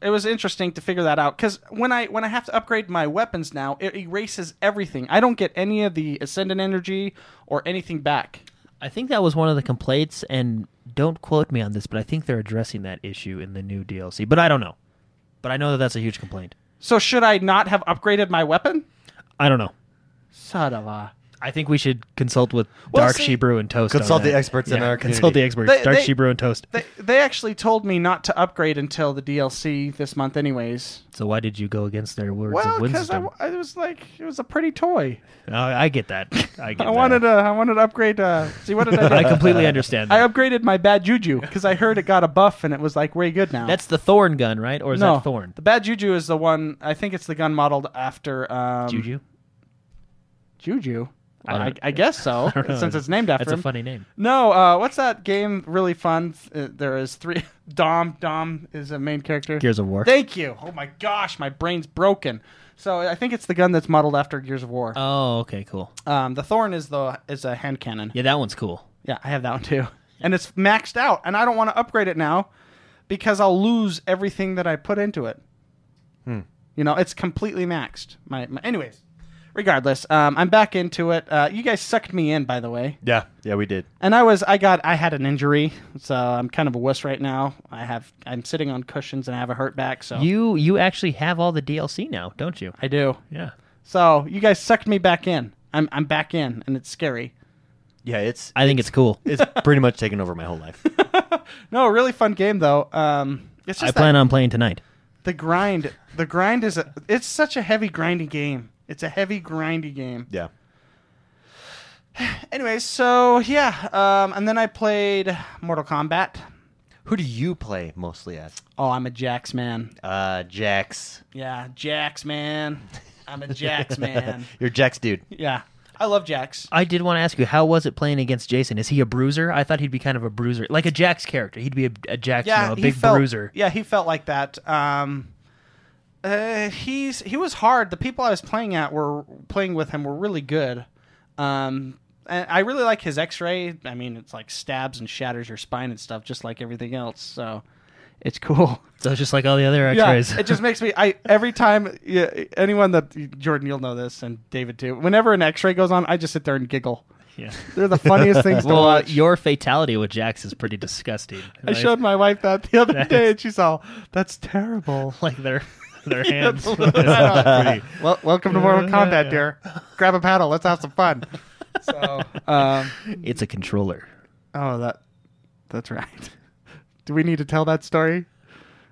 C: it was interesting to figure that out because when I when I have to upgrade my weapons now, it erases everything. I don't get any of the ascendant energy or anything back.
D: I think that was one of the complaints, and don't quote me on this, but I think they're addressing that issue in the new DLC. But I don't know. But I know that that's a huge complaint.
C: So should I not have upgraded my weapon?
D: I don't know.
C: Son of a.
D: I think we should consult with
C: Well,
D: Dark
C: see-
D: Shebrew and Toast.
B: Consult
D: on that.
B: the experts in
D: Yeah,
B: our
D: consult
B: community.
D: the experts.
C: They-
D: Dark
C: they-
D: Shebrew and Toast.
C: They, they actually told me not to upgrade until the DLC this month, anyways.
D: so why did you go against their words
C: Well,
D: of
C: because I,
D: wisdom?
C: w- I was like, it was a pretty toy.
D: Uh, I get that. I get
C: *laughs* I wanted
D: that.
C: to, I wanted to upgrade. Uh, see what did I
D: I
C: do?
D: completely understand.
C: I
D: That.
C: upgraded my bad juju because I heard it got a buff and it was like way good now.
D: that's the Thorn gun, right? Or is
C: no
D: that Thorn?
C: The bad juju is the one. I think it's the gun modeled after um,
D: Juju.
C: Juju.
D: *laughs* I
C: I,
D: don't-
C: I guess so,
D: don't know.
C: since it's named after
D: That's a
C: him.
D: funny name.
C: No, uh, what's that game? Really fun. Uh, there is three. *laughs* Dom. Dom is a main character.
D: Gears of War.
C: Thank you. Oh my gosh, my brain's broken. So I think it's the gun that's modeled after Gears of War.
D: oh, okay, cool.
C: Um, the Thorn is the is a hand cannon.
D: Yeah, that one's cool.
C: Yeah, I have that one
D: *laughs*
C: too, and it's maxed out, and I don't want to upgrade it now because I'll lose everything that I put into it.
D: Hmm.
C: You know, it's completely maxed. My, my anyways. Regardless, um, I'm back into it. Uh, you guys sucked me in, by the way.
B: *laughs* Yeah, yeah, we did.
C: And I was, I got, I had an injury, so I'm kind of a wuss right now. I have, I'm sitting on cushions and I have a hurt back, so
D: You you actually have all the DLC now, don't you?
C: I do.
D: Yeah.
C: So you guys sucked me back in. I'm, I'm back in, and it's scary.
B: Yeah, it's
D: I think it's cool.
B: *laughs* it's pretty much taken over my whole
D: *laughs*
B: life.
C: No, really fun game though. Um, it's
D: I
C: just
D: plan
C: that
D: on playing tonight.
C: the grind. The grind is, a, it's such a heavy grindy game. It's a heavy grindy game.
B: Yeah,
C: Anyway, so yeah, um, and then I played Mortal Kombat.
B: who do you play mostly as?
C: Oh, I'm a Jax man.
B: Uh, Jax.
C: Yeah, Jax man. I'm a
B: *laughs*
C: Jax man.
B: You're Jax, dude.
C: Yeah, I love Jax.
D: I did want to ask you, how was it playing against Jason? Is he a bruiser? I thought he'd be kind of a bruiser, like a Jax character. He'd be a, a Jax, you know, a
C: he
D: big
C: felt,
D: bruiser.
C: Yeah, he felt like that. Um, uh, he's he was hard. The people I was playing at were playing with him were really good. Um, and I really like his X-ray. I mean, it's like stabs and shatters your spine and stuff, just like everything else. So it's cool.
D: So it's just like all the other
C: Yeah,
D: X-rays.
C: it just makes me. I every time yeah, anyone that Jordan, you'll know this, and David too. Whenever an X-ray goes on, I just sit there and giggle.
D: *laughs* Yeah.
C: They're the funniest things to
D: *laughs* Well, uh,
C: watch.
D: your fatality with Jax is pretty disgusting.
C: I showed my wife that the
D: *laughs*
C: other day, and she's all, "That's terrible."
D: like their *laughs* their hands. *laughs*
C: well, welcome to Mortal Kombat, dear. Grab a paddle. Let's have some fun. So, um,
D: it's a controller.
C: oh, that that's right. Do we need to tell that story?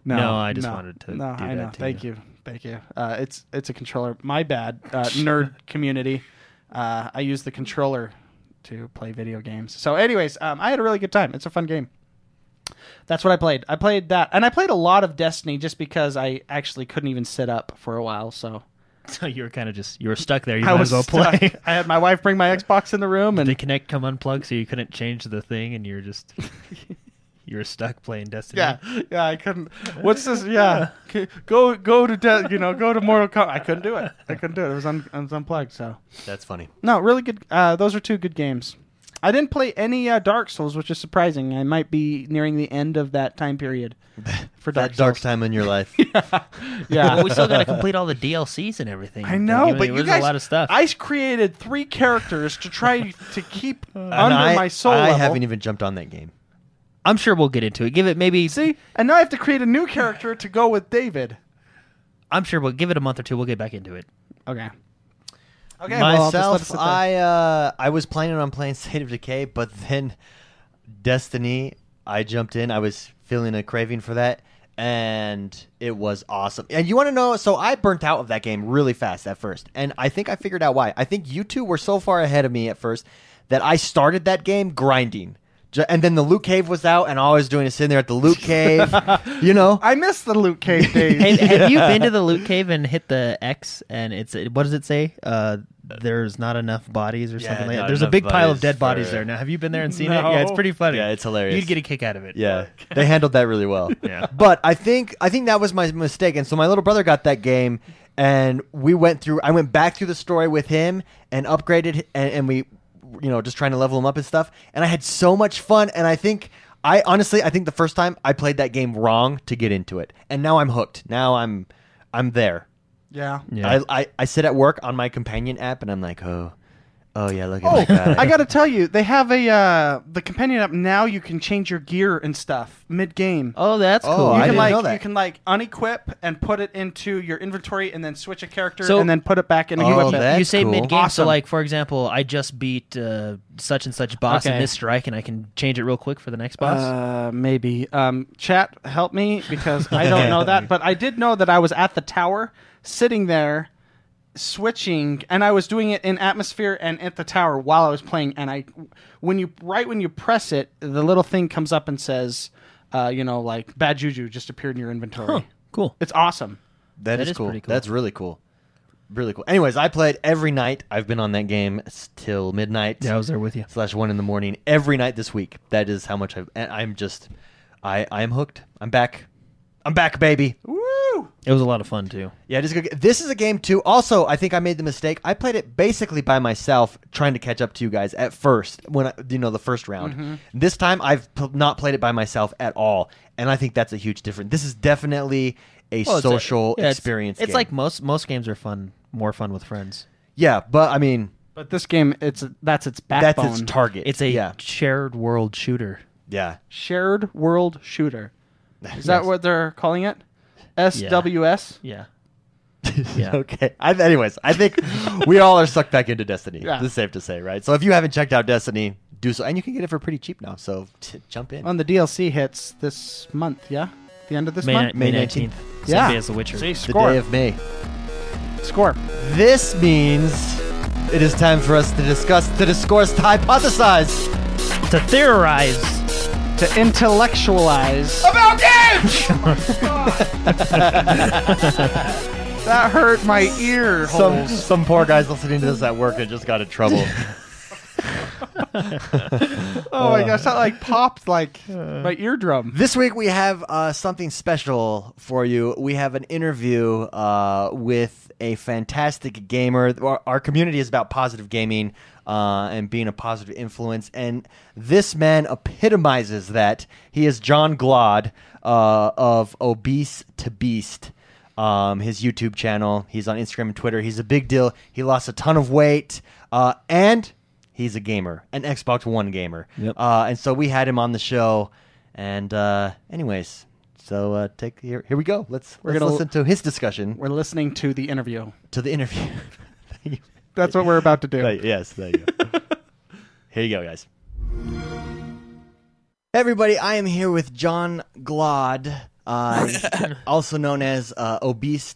D: No, I just wanted to
C: No,
D: do
C: I
D: that
C: know.
D: to
C: Thank you. Thank you. Uh, it's it's a controller. My bad. Uh,
D: *laughs*
C: nerd community. Uh, I use the controller to play video games. So, anyways, um, I had a really good time. It's a fun game. That's what I played. I played that, and I played a lot of Destiny just because I actually couldn't even sit up for a while. So
D: So you were kind of just you were stuck there. You
C: I
D: might
C: was
D: as well
C: stuck. *laughs*
D: play.
C: I had my wife bring my Xbox in the room, and
D: Did Connect come unplug so you couldn't change the thing, and you were just *laughs* you were stuck playing Destiny.
C: yeah, yeah, I couldn't. What's this? Yeah, K- go go to de- you know go to Mortal Kombat. I couldn't do it. I couldn't do it. It was, un- it was unplugged. So
B: That's funny.
C: no, really good. Uh, those are two good games. I didn't play any uh, Dark Souls, which is surprising. I might be nearing the end of that time period for Dark
B: that dark
C: Souls.
B: time in
C: *laughs*
B: your life.
C: Yeah,
D: *laughs* Well, we still got to complete all the DLCs and everything.
C: I know,
D: Like,
C: but you
D: there's
C: guys,
D: a lot of stuff.
C: I created three characters to try to keep under
B: And I,
C: my soul
B: I
C: level.
B: haven't even jumped on that game.
D: I'm sure we'll get into it. Give it maybe.
C: See, and now I have to create a new character to go with David.
D: I'm sure we'll give it a month or two. We'll get back into it.
C: Okay. Okay.
B: Myself, I uh, I was planning on playing State of Decay, but then Destiny, I jumped in. I was feeling a craving for that, and it was awesome. And you want to know? So I burnt out of that game really fast at first, and I think I figured out why. I think you two were so far ahead of me at first that I started that game grinding. Ju- And then the Luke Cave was out, and all I was doing is sitting there at the
C: *laughs*
B: Luke Cave. you know,
C: I miss the
B: *laughs*
C: Luke Cage days.
D: Have, have you been to the loot cave and hit the X and it's what does it say? Uh, there's not enough bodies or
B: Yeah,
D: something like
B: not
D: that. There's a
B: enough
D: big pile of
B: bodies
D: dead bodies
B: for-
D: there. Now, have you been there and seen it? Yeah, it's
C: No.
D: pretty funny.
B: Yeah, it's hilarious.
D: You'd get a kick out of it.
B: yeah, they handled that really well.
D: Yeah.
B: but I think I think that was my mistake, and so my little brother got that game, and we went through. I went back through the story with him and upgraded, and, and we, you know, just trying to level him up and stuff. And I had so much fun, and I think. I honestly, I think the first time I played that game wrong to get into it, and now I'm hooked. Now I'm, I'm there.
C: yeah.
D: Yeah.
B: I, I, I sit at work on my companion app and I'm like, oh, oh yeah, look at
C: Oh,
B: that guy.
C: I gotta tell you, they have a uh, the companion app now. You can change your gear and stuff mid game.
D: Oh, that's
B: Oh,
D: cool.
B: I
C: you can
B: didn't
C: like
B: know that.
C: you can like unequip and put it into your inventory, and then switch a character,
D: So-
C: and then put it back in.
B: Oh,
C: Oh,
B: that-
C: that.
D: you
B: That's
D: say
B: cool.
D: mid game, so
C: Awesome.
D: like for example, I just beat uh, such and such boss in
C: Okay.
D: this strike, and I can change it real quick for the next boss.
C: Uh, maybe. Um, chat, help me because I don't know *laughs* that, but I did know that I was at the tower, sitting there, switching, and I was doing it in atmosphere and at the tower while I was playing. And I, when you right when you press it, the little thing comes up and says, uh, you know, like bad juju just appeared in your inventory.
D: cool.
C: It's awesome.
B: that is,
D: is
B: cool.
D: pretty cool.
B: That's really cool. Really cool. Anyways, I played every night. I've been on that game s- till midnight.
D: Yeah, I was there with you.
B: Slash one in the morning every night this week. That is how much I've. And I'm just, I I'm hooked. I'm back. I'm back, baby.
C: Woo!
D: It was a lot of fun too.
B: Yeah, just go get, this is a game too. Also, I think I made the mistake. I played it basically by myself, trying to catch up to you guys at first when I, you know the first round.
D: Mm-hmm.
B: This time, I've p- not played it by myself at all, and I think that's a huge difference. This is definitely a
D: Well, it's a-
B: social
D: yeah, it's-
B: experience.
D: It's,
B: game.
D: like most most games are fun, more fun with friends.
B: yeah, but I mean
C: But this game, it's that's its
B: that's
C: backbone.
B: its target.
D: It's a
B: yeah
D: shared world shooter. *laughs*
B: yeah.
C: shared world shooter. Is that what they're calling it? SWS.
D: Yeah. Yeah.
B: okay. I, anyways, I
D: *laughs*
B: think we all are sucked back into Destiny.
C: Yeah.
B: This is safe to say, right? So if you haven't checked out Destiny, do so, and you can get it for pretty cheap now. So t- jump in.
C: On the DLC hits this month, yeah? The end of this
D: May,
C: month?
D: ni- May
B: May
D: 19th. Same
C: Yeah.
D: day as The Witcher.
C: See,
B: the
C: score.
B: day of May.
C: score.
B: This means it is time for us to discuss, to discourse, to hypothesize.
D: To theorize.
C: To intellectualize.
B: About games!
C: *laughs* That hurt my ear
B: Some,
C: holes.
B: some poor guy's listening to this at work and just got in
D: *laughs*
B: trouble.
C: oh my gosh, that like popped like
B: Uh.
C: my eardrum.
B: this week we have uh, something special for you. We have an interview uh, with a fantastic gamer. Our, our community is about positive gaming uh, and being a positive influence, and this man epitomizes that. He is John Glod uh, of Obese to Beast. um, his YouTube channel. He's on Instagram and Twitter. He's a big deal. He lost a ton of weight, uh, and he's a gamer, an Xbox One gamer. Uh, and so we had him on the show. And uh, anyways, so uh, take here, here we go. Let's,
C: We're
B: let's
C: gonna-
B: listen to his discussion
C: We're listening to the interview.
B: to the interview. *laughs* Thank you.
C: That's what we're about to do.
B: Thank- yes, there you
F: *laughs*
B: go. here you go, guys. Hey everybody, I am here with John Glod, uh,
F: *laughs*
B: also known as uh, obese,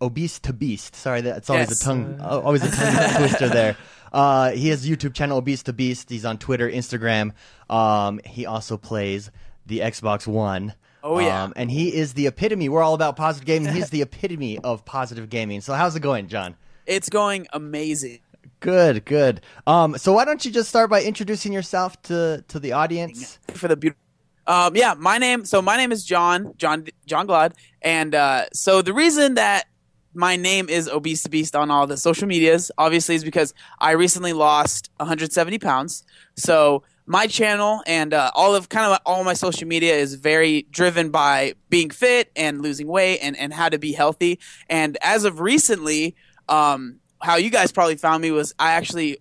B: obese to beast. Sorry, that's always
F: Yes.
B: a tongue, oh, always a tongue *laughs* twister there. Uh, he has a YouTube channel, obese to beast. He's on Twitter, Instagram. Um, he also plays the Xbox One.
F: Oh, yeah.
B: Um, and he is the epitome. We're all about positive gaming. He's the epitome of positive gaming. So how's it going, John?
F: It's going amazing.
B: Good, good. Um, so why don't you just start by introducing yourself to to the audience?
F: for the beautiful. Um, yeah, my name. So my name is John, John, John Glad, and uh, so the reason that my name is obese to beast on all the social medias, obviously, is because I recently lost 170 pounds. So my channel and uh, all of kind of all my social media is very driven by being fit and losing weight and and how to be healthy. And as of recently, um, how you guys probably found me was I actually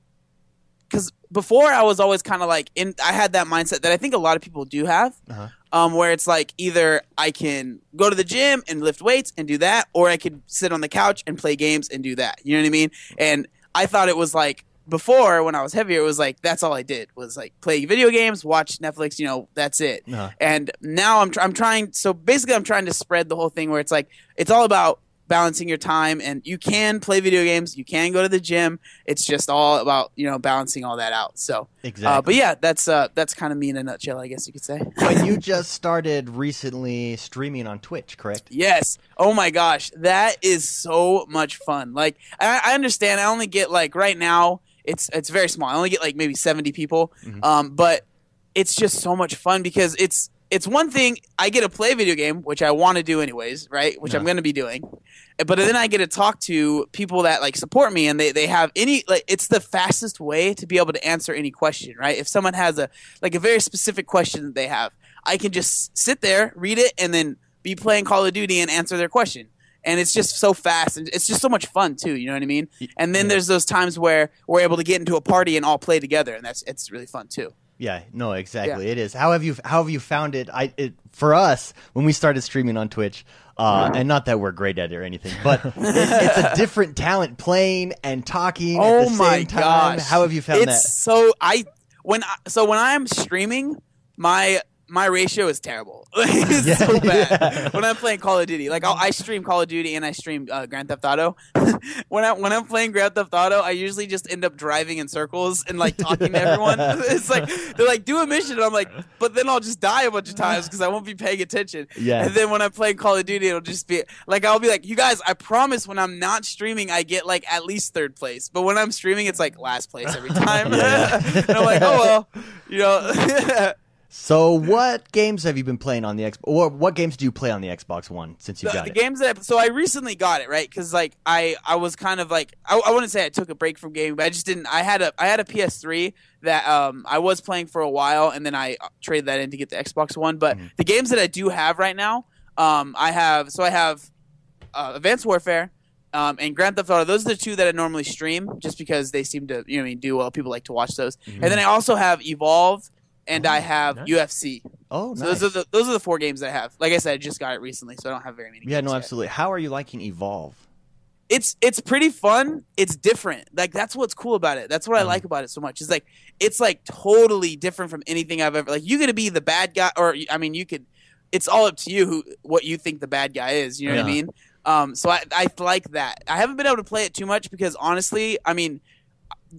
F: because before I was always kind of like in. I had that mindset that I think a lot of people do have,
B: Uh-huh.
F: um, where it's like either I can go to the gym and lift weights and do that, or I could sit on the couch and play games and do that. You know what I mean? And I thought it was like before when I was heavier, it was like that's all I did was like play video games, watch Netflix. You know, that's it.
B: Uh-huh.
F: And now I'm tr- I'm trying. So basically, I'm trying to spread the whole thing where it's like it's all about balancing your time. And you can play video games, you can go to the gym. It's just all about you know balancing all that out. So, uh, but
B: Exactly.
F: yeah, that's uh, that's kind of me in a nutshell, I guess you could say.
B: But *laughs* you just started recently streaming on Twitch, correct?
F: Yes. Oh my gosh, that is so much fun. Like I, I understand. I only get like right now. It's it's very small. I only get like maybe seventy people. Um, but it's just so much fun because it's it's one thing I get to play a video game, which I want to do anyways, right? Which I'm going to be doing. But then I get to talk to people that like support me and they, they have any like it's the fastest way to be able to answer any question, right? If someone has a like a very specific question that they have, I can just sit there, read it and then be playing Call of Duty and answer their question. And it's just so fast and it's just so much fun too, you know what I mean? And then there's those times where we're able to get into a party and all play together and that's it's really fun too.
B: Yeah, no, exactly. It is. How have you how have you found it? I it, for us when we started streaming on Twitch, uh, and not that we're great at it or anything,
F: *laughs*
B: but it, it's a different talent playing and talking at the same time.
F: Oh gosh.
B: How have you found
F: it's So I when I, so when I'm streaming, my my ratio is terrible. *laughs*
B: *laughs*
F: it's so bad when I'm playing Call of Duty. Like I'll, I stream Call of Duty and I stream uh, Grand Theft Auto. *laughs* when I when I'm playing Grand Theft Auto, I usually just end up driving in circles and like talking to everyone. *laughs* it's like they're like do a mission, and I'm like, but then I'll just die a bunch of times because I won't be paying attention.
B: Yeah.
F: And then when I'm playing Call of Duty, it'll just be like I'll be like, you guys, I promise when I'm not streaming, I get like at least third place. But when I'm streaming, it's like last place every time. *laughs* and I'm like, oh well, you know. *laughs*
B: that? So what games have you been playing on the Xbox? Or what games do you play on the Xbox One since you
F: the,
B: got
F: the
B: it?
F: games that I, so I recently got it right because like I I was kind of like I, I wouldn't say I took a break from gaming but I just didn't I had a I had a PS3 that um I was playing for a while and then I uh, traded that in to get the Xbox One but
B: Mm-hmm.
F: the games that I do have right now um I have so I have uh, Advanced Warfare um, and Grand Theft Auto. Those are the two that I normally stream just because they seem to you know what I mean do well people like to watch those
B: Mm-hmm.
F: and then I also have Evolve and I have
D: nice.
F: UFC.
B: oh,
F: So
B: nice.
F: those are the those are the four games I have. Like I said, I just got it recently, so I don't have very many.
B: yeah,
F: games
B: no,
F: yet.
B: absolutely. How are you liking Evolve?
F: It's it's pretty fun. It's different. Like that's what's cool about it. That's what
B: Mm-hmm.
F: I like about it so much. Is like it's like totally different from anything I've ever. Like you gonna be the bad guy, or I mean, you could. It's all up to you who what you think the bad guy is. You know what I
D: Yeah.
F: mean? Um, so I I like that. I haven't been able to play it too much because honestly, I mean,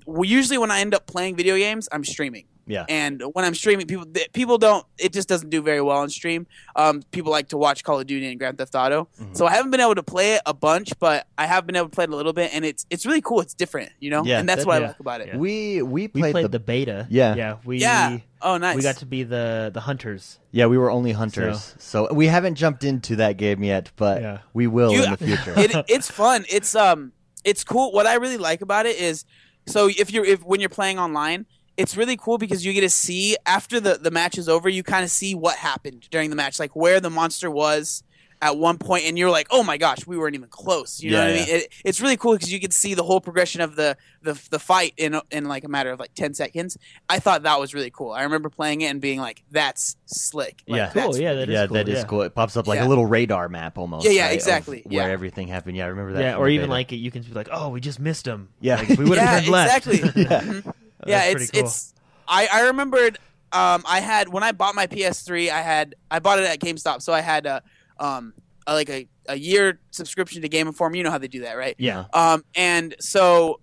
F: w- usually when I end up playing video games, I'm streaming.
B: Yeah.
F: And when I'm streaming, people th- people don't. It just doesn't do very well on stream. Um, people like to watch Call of Duty and Grand Theft Auto.
D: Mm-hmm.
F: So I haven't been able to play it a bunch, but I have been able to play it a little bit, and it's it's really cool. It's different, you know.
B: Yeah,
F: and that's
D: that-
F: what I
D: yeah,
F: like about it.
D: yeah.
B: We we
D: We
B: played,
D: played,
B: the,
D: the beta.
B: Yeah.
D: yeah. We
F: Yeah. Oh, nice.
D: We got to be the the hunters.
B: yeah we were only hunters, so. we haven't jumped into that game yet, but
D: Yeah.
B: we will
F: You-
B: in the future. *laughs*
F: it, it's fun. It's um, it's cool. What I really like about it is, so if you're if when you're playing online, it's really cool because you get to see after the the match is over, you kind of see what happened during the match, like where the monster was at one point, and you're like, oh my gosh, we weren't even close. You know
B: Yeah,
F: what I
B: yeah.
F: mean? It, it's really cool because you can see the whole progression of the the the fight in in like a matter of like ten seconds. I thought that was really cool. I remember playing it and being like, that's slick. Like,
B: Yeah.
F: that's
D: Cool. Yeah, that is
B: yeah,
D: cool.
B: that is
D: yeah.
B: cool. It pops up like
F: Yeah.
B: a little radar map almost.
F: Yeah, yeah,
B: right, of
F: exactly.
B: Where
F: Yeah.
B: everything happened. Yeah, I remember that.
D: Yeah,
B: from
D: or
B: the
D: even
B: beta.
D: like it, you can be like, oh, we just missed him.
B: Yeah.
D: Like, we would have turned
B: *laughs*
D: left. *laughs*
F: exactly.
B: Yeah.
F: yeah,
D: That's
F: it's
D: pretty cool.
F: it's. I I remembered. Um, I had when I bought my PS3, I had I bought it at GameStop, so I had a um a, like a, a year subscription to Game Informer. You know how they do that, right?
D: Yeah.
F: Um, and so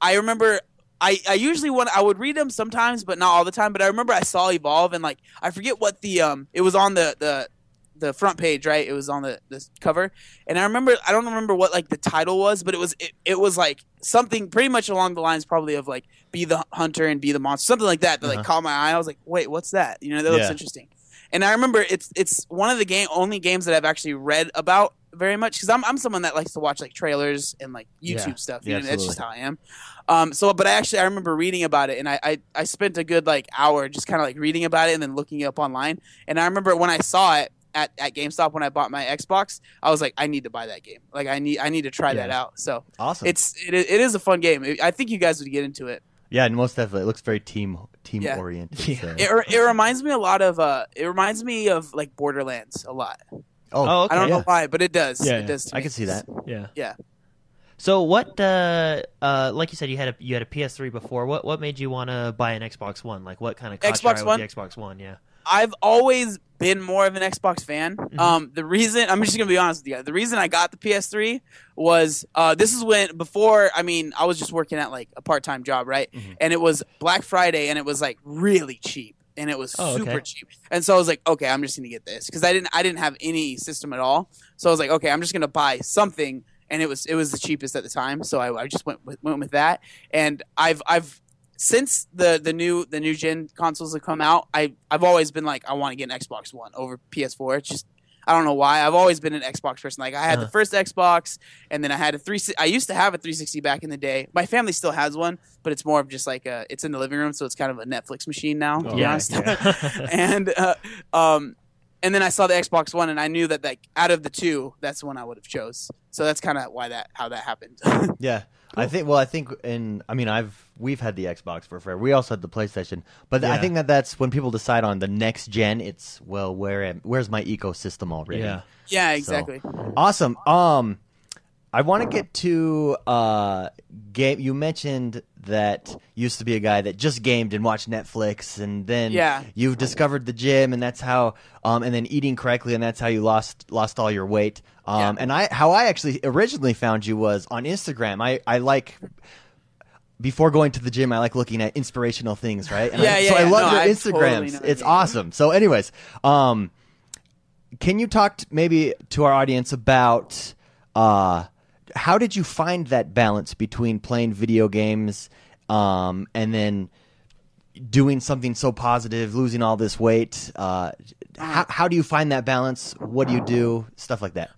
F: I remember I, I usually want I would read them sometimes, but not all the time. But I remember I saw Evolve and like I forget what the um it was on the the the front page, right? It was on the, the cover, and I remember I don't remember what like the title was, but it was it, it was like something pretty much along the lines probably of like be the hunter and be the monster, something like that. That like caught my eye. I was like, wait, what's that? You know, that looks
B: Yeah.
F: interesting. And I remember it's it's one of the game only games that I've actually read about very much because I'm I'm someone that likes to watch like trailers and like YouTube
D: Yeah.
F: stuff. You
B: Yeah,
F: know, that's just
B: absolutely.
F: how I am. Um, so, but I actually I remember reading about it, and I I, I spent a good like hour just kind of like reading about it and then looking it up online. And I remember when I saw it at, at GameStop when I bought my Xbox, I was like, I need to buy that game. Like I need I need to try that
D: Yeah.
F: out. So
B: awesome.
F: it's it, i- it is a fun game. I- I think you guys would get into it.
B: yeah, and most definitely, it looks very team team
F: Yeah.
B: oriented.
D: Yeah.
B: so-
F: It re- it reminds me a lot of uh it reminds me of like Borderlands a lot.
B: oh,
D: Oh, okay.
F: I don't
B: yeah.
F: know why, but it does.
D: Yeah,
F: it
D: yeah.
F: does. to
B: I
F: me.
B: can see that.
D: Yeah.
F: Yeah.
D: So what? Uh, uh, like you said, you had a you had a PS3 before. What what made you want to buy an Xbox One? Like what kind of caught your
F: Xbox
D: eye
F: One?
D: With the Xbox One, yeah.
F: I've always been more of an Xbox fan. Um, the reason I'm just gonna be honest with you, guys. the reason I got the PS3 was uh, this is when before I mean I was just working at like a part time job, right? And it was Black Friday, and it was like really cheap, and it was
D: Oh, okay.
F: super cheap. And so I was like, okay, I'm just gonna get this because I didn't I didn't have any system at all. So I was like, okay, I'm just gonna buy something. And it was it was the cheapest at the time, so I, I just went with, went with that. And I've I've since the the new the new gen consoles have come out, I I've always been like I want to get an Xbox One over PS4. It's just I don't know why. I've always been an Xbox person. Like I had the first Xbox, and then I had a three. I used to have a 360 back in the day. My family still has one, but it's more of just like a. It's in the living room, so it's kind of a Netflix machine now. To be
D: Yeah, *laughs*
F: honest. *laughs* and uh, um, and then I saw the Xbox One, and I knew that like out of the two, that's the one I would have chose. So that's kind of why that how that happened. *laughs*
B: Yeah. I think well I think in I mean I've we've had the Xbox for forever. We also had the PlayStation. But I
D: Yeah.
B: think that that's when people decide on the next gen it's well where am, where's my ecosystem already?
D: Yeah.
F: yeah,
B: So,
F: exactly.
B: awesome. Um I want to get to uh game you mentioned that you used to be a guy that just gamed and watched Netflix and then
F: Yeah.
B: you've discovered the gym and that's how um and then eating correctly and that's how you lost lost all your weight. Um
F: Yeah.
B: and I how I actually originally found you was on Instagram. I I like before going to the gym, I like looking at inspirational things, right? And
F: Yeah,
B: I,
F: yeah,
B: So I
F: yeah.
B: love
F: No,
B: your
F: I
B: Instagrams.
F: totally know what
B: it's
F: you mean.
B: awesome. So, anyways, um, can you talk t maybe to our audience about uh, how did you find that balance between playing video games um, and then doing something so positive, losing all this weight? Uh,
F: Mm.
B: how, how do you find that balance? What do you do? Stuff like that.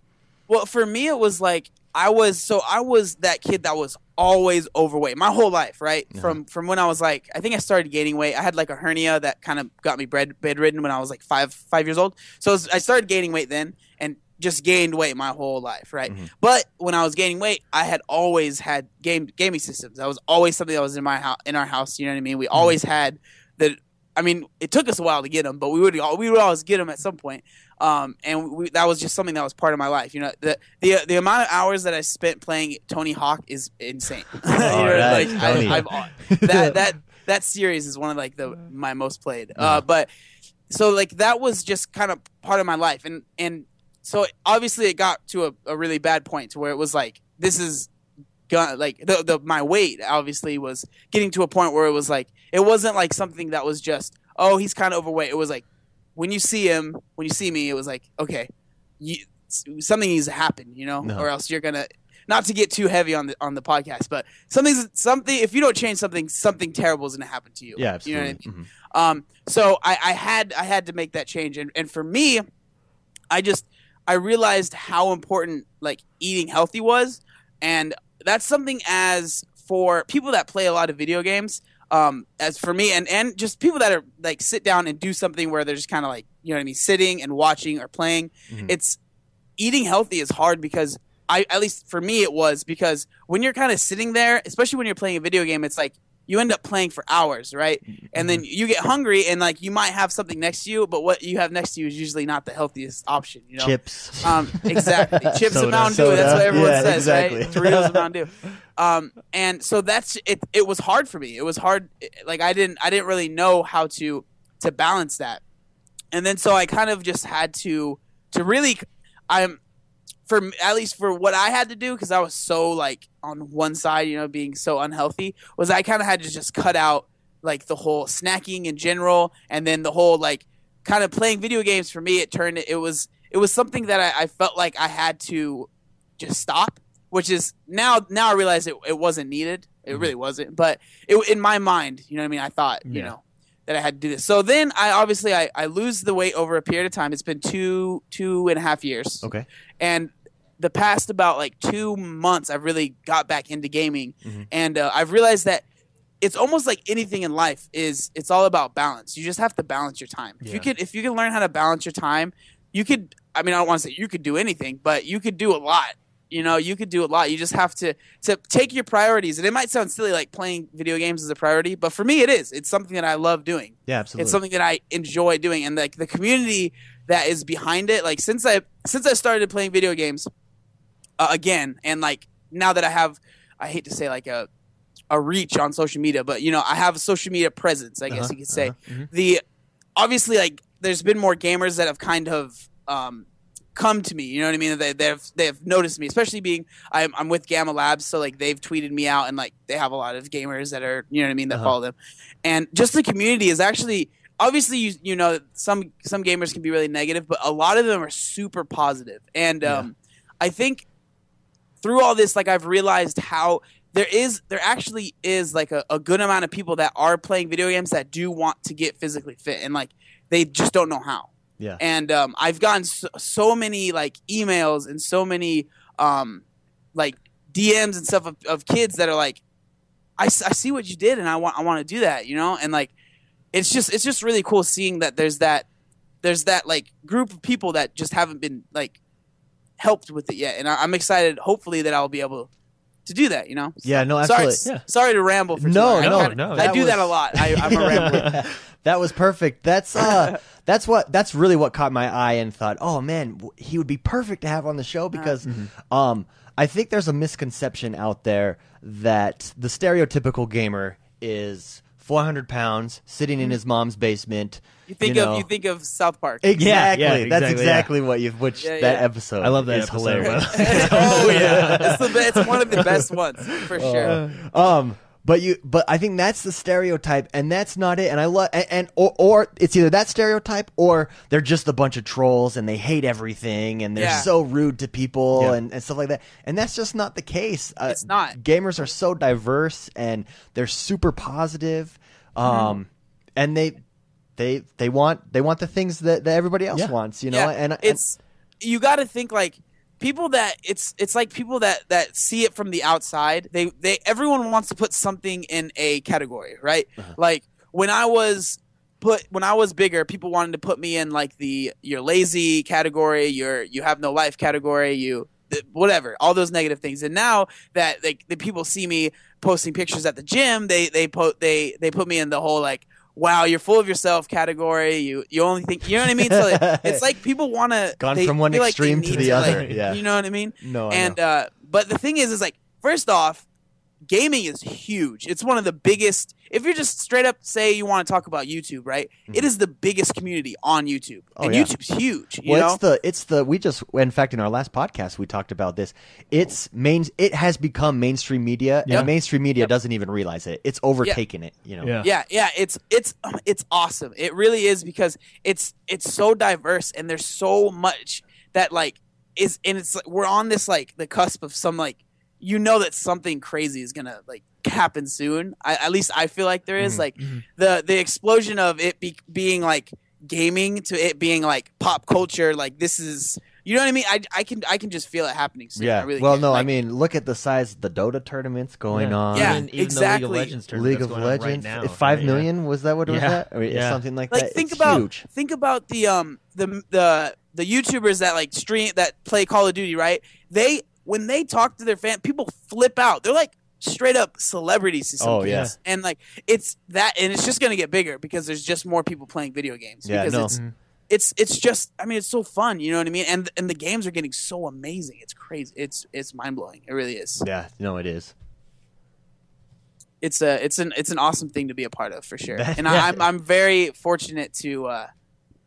F: Well, for me, it was like I was so I was that kid that was always overweight my whole life, right? From from when I was like, I think I started gaining weight. I had like a hernia that kind of got me bed bedridden when I was like five five years old. So it was- I started gaining weight then, and just gained weight my whole life, right? But when I was gaining weight, I had always had game gaming systems. That was always something that was in my house in our house. You know what I mean? We always had the. I mean, it took us a while to get them, but we would al- we would always get them at some point um, and we, that was just something that was part of my life. You know, the the the amount of hours that I spent playing Tony Hawk is insane. *laughs* You know,
B: right, Tony.
F: I,
B: *laughs*
F: I've, that that that series is one of like the my most played. Uh, but so like that was just kind of part of my life, and and so obviously it got to a, a really bad point to where it was like this is gun like the, the my weight obviously was getting to a point where it was like it wasn't like something that was just oh he's kind of overweight it was like when you see him when you see me it was like okay you, s- something needs to happen you know
B: No.
F: or else you're gonna not to get too heavy on the on the podcast but something's something if you don't change something something terrible is gonna happen to you you know what I mean?
B: Mm-hmm.
F: Um, so I, I had I had to make that change, and, and for me, I just I realized how important like eating healthy was, and that's something as for people that play a lot of video games, um, as for me, and and just people that are like sit down and do something where they're just kind of like you know what I mean, sitting and watching or playing. It's eating healthy is hard because I at least for me it was because when you're kind of sitting there, especially when you're playing a video game, it's like you end up playing for hours, right? And then you get hungry and like you might have something next to you, but what you have next to you is usually not the healthiest option, you know.
B: Chips.
D: Uh,
F: Um,
B: *laughs*
F: exactly. Chips
D: Soda.
F: and Mountain Dew.
B: Soda.
F: That's what everyone
B: Yeah,
F: says, right?
B: exactly. *laughs*
F: Doritos and Mountain Dew. Um, and so that's it. It was hard for me. It was hard. Like I didn't. I didn't really know how to to balance that. And then so I kind of just had to to really. I'm for at least for what I had to do because I was so like on one side, you know, being so unhealthy was I kind of had to just cut out like the whole snacking in general, and then the whole like kind of playing video games for me. It turned it was it was something that I, I felt like I had to just stop, which is now now I realize it, it wasn't needed. It really wasn't, but it, in my mind, you know what I mean. I thought you
D: Yeah.
F: know that I had to do this. So then I obviously I, I lose the weight over a period of time. It's been two two and a half years
B: Okay.
F: and the past about like two months i've really got back into gaming and uh, i've realized that it's almost like anything in life is it's all about balance you just have to balance your time if you could if you can learn how to balance your time you could i mean i don't want to say you could do anything but you could do a lot you know you could do a lot you just have to to take your priorities and it might sound silly like playing video games is a priority but for me it is it's something that i love doing
B: Yeah, absolutely.
F: it's something that I enjoy doing, and like the community that is behind it. Like since I since I started playing video games uh, again, and like now that I have, I hate to say like a a reach on social media, but you know I have a social media presence. I guess you could say the obviously like there's been more gamers that have kind of um, come to me. You know what I mean? They, they've they've noticed me, especially being I'm, I'm with Gamma Labs, so like they've tweeted me out, and like they have a lot of gamers that are you know what I mean that follow them, and just the community is actually obviously you you know some some gamers can be really negative, but a lot of them are super positive, and um, I think through all this, like I've realized how there is there actually is like a, a good amount of people that are playing video games that do want to get physically fit, and like they just don't know how
B: Yeah.
F: and um, I've gotten so, so many like emails and so many um, like DMs and stuff of, of kids that are like, I, s- I see what you did and I want I want to do that, you know, and like it's just it's just really cool seeing that there's that there's that like group of people that just haven't been like helped with it yet, and I, I'm excited. Hopefully that I'll be able to do that, you know.
B: Yeah, no,
F: Sorry,
B: absolutely.
D: Yeah.
F: sorry to ramble. For too
B: No,
F: long. I
D: no,
F: kinda-
D: no,
F: I
D: that
F: do that a
B: was-
F: lot. I, I'm a rambler.
A: *laughs*
B: *laughs* that was perfect. That's
F: *laughs*
B: uh, that's what that's really what caught my eye and thought, oh man, w- he would be perfect to have on the
F: Uh,
B: show because,
F: mm-hmm.
B: um, I think there's a misconception out there that the stereotypical gamer is 400 pounds sitting
D: Mm-hmm.
B: in his mom's basement.
F: You think
B: know.
F: of you think of South Park.
B: exactly.
D: Yeah, yeah,
B: that's
D: exactly, yeah.
B: exactly what you've. Which
F: Yeah,
B: that
F: yeah.
B: episode.
D: I love that
B: is
D: episode.
B: Hilarious.
F: oh yeah, it's, the, be- it's one of the best ones
B: Oh.
F: for sure.
B: Um, but you, but I think that's the stereotype, and that's not it. And I love, and, and or, or it's either that stereotype, or they're just a bunch of trolls, and they hate everything, and they're
F: Yeah.
B: so rude to people,
D: Yeah.
B: and, and stuff like that. And that's just not the case. Uh,
F: It's not.
B: Gamers are so diverse, and they're super positive,
F: Mm-hmm.
B: um, and they, they, they want they want the things that, that everybody else
D: Yeah.
B: wants, you know.
F: yeah,
B: and and-
F: it's you got to think like people that it's it's like people that that see it from the outside. They they everyone wants to put something in a category, right?
B: Uh-huh.
F: Like when I was put when I was bigger, people wanted to put me in like the you're lazy category, you're you have no life category, you th- whatever, all those negative things. And now that like the people see me posting pictures at the gym, they they po- they they put me in the whole like wow, you're full of yourself category. You you only think you know what I mean. So like, it's like people want to
B: *laughs* Gone from one extreme to the other, yeah.
F: you know what I mean.
B: *laughs* no, I know.
F: and uh, but the thing is, is like first off, gaming is huge. It's one of the biggest. If you're just straight up say you want to talk about YouTube, right? It is the biggest community on YouTube,
B: Mm-hmm. Oh,
F: and
B: yeah.
F: YouTube's huge. You
B: Well,
F: know,
B: it's the it's the we just in fact in our last podcast we talked about this. It's main it has become mainstream media
D: Yeah.
B: and mainstream media doesn't even realize it. It's overtaken it, you know.
D: Yeah.
F: yeah yeah it's it's it's awesome it really is because it's it's so diverse and there's so much that like is and it's like we're on this like the cusp of some like you know that something crazy is gonna like happen soon I, at least i feel like there is,
B: Mm-hmm.
F: like the the explosion of it be, being like gaming to it being like pop culture like this is you know what i mean i, I can i can just feel it happening soon.
B: Yeah.
F: I really
B: well,
F: can.
B: no, I
F: Like,
B: mean, look at the size of the Dota tournaments
D: *laughs*
B: going on.
F: Yeah,
D: even, even the
F: exactly.
D: League of Legends tournament
B: League
D: that's
B: of
D: going on right
B: Legends,
D: now,
B: five
D: right? Yeah.
B: million was that what it was
D: Yeah.
B: that? Or
D: Yeah.
B: something like,
F: like
B: that.
F: think
B: It's
F: about
B: huge.
F: think about the um the the the YouTubers that like stream that play Call of Duty, right? They when they talk to their fan, people flip out. They're like straight up celebrities to some
B: Oh,
F: kids.
B: yeah.
F: and like it's that, and it's just gonna get bigger because there's just more people playing video games.
B: Yeah,
F: because
B: no.
F: it's, it's it's just I mean it's so fun, you know what I mean? And and the games are getting so amazing. It's crazy. It's it's mind blowing. It really is.
B: Yeah, no, it is.
F: It's a it's an it's an awesome thing to be a part of
B: *laughs*
F: for sure. And I, I'm I'm very fortunate to. uh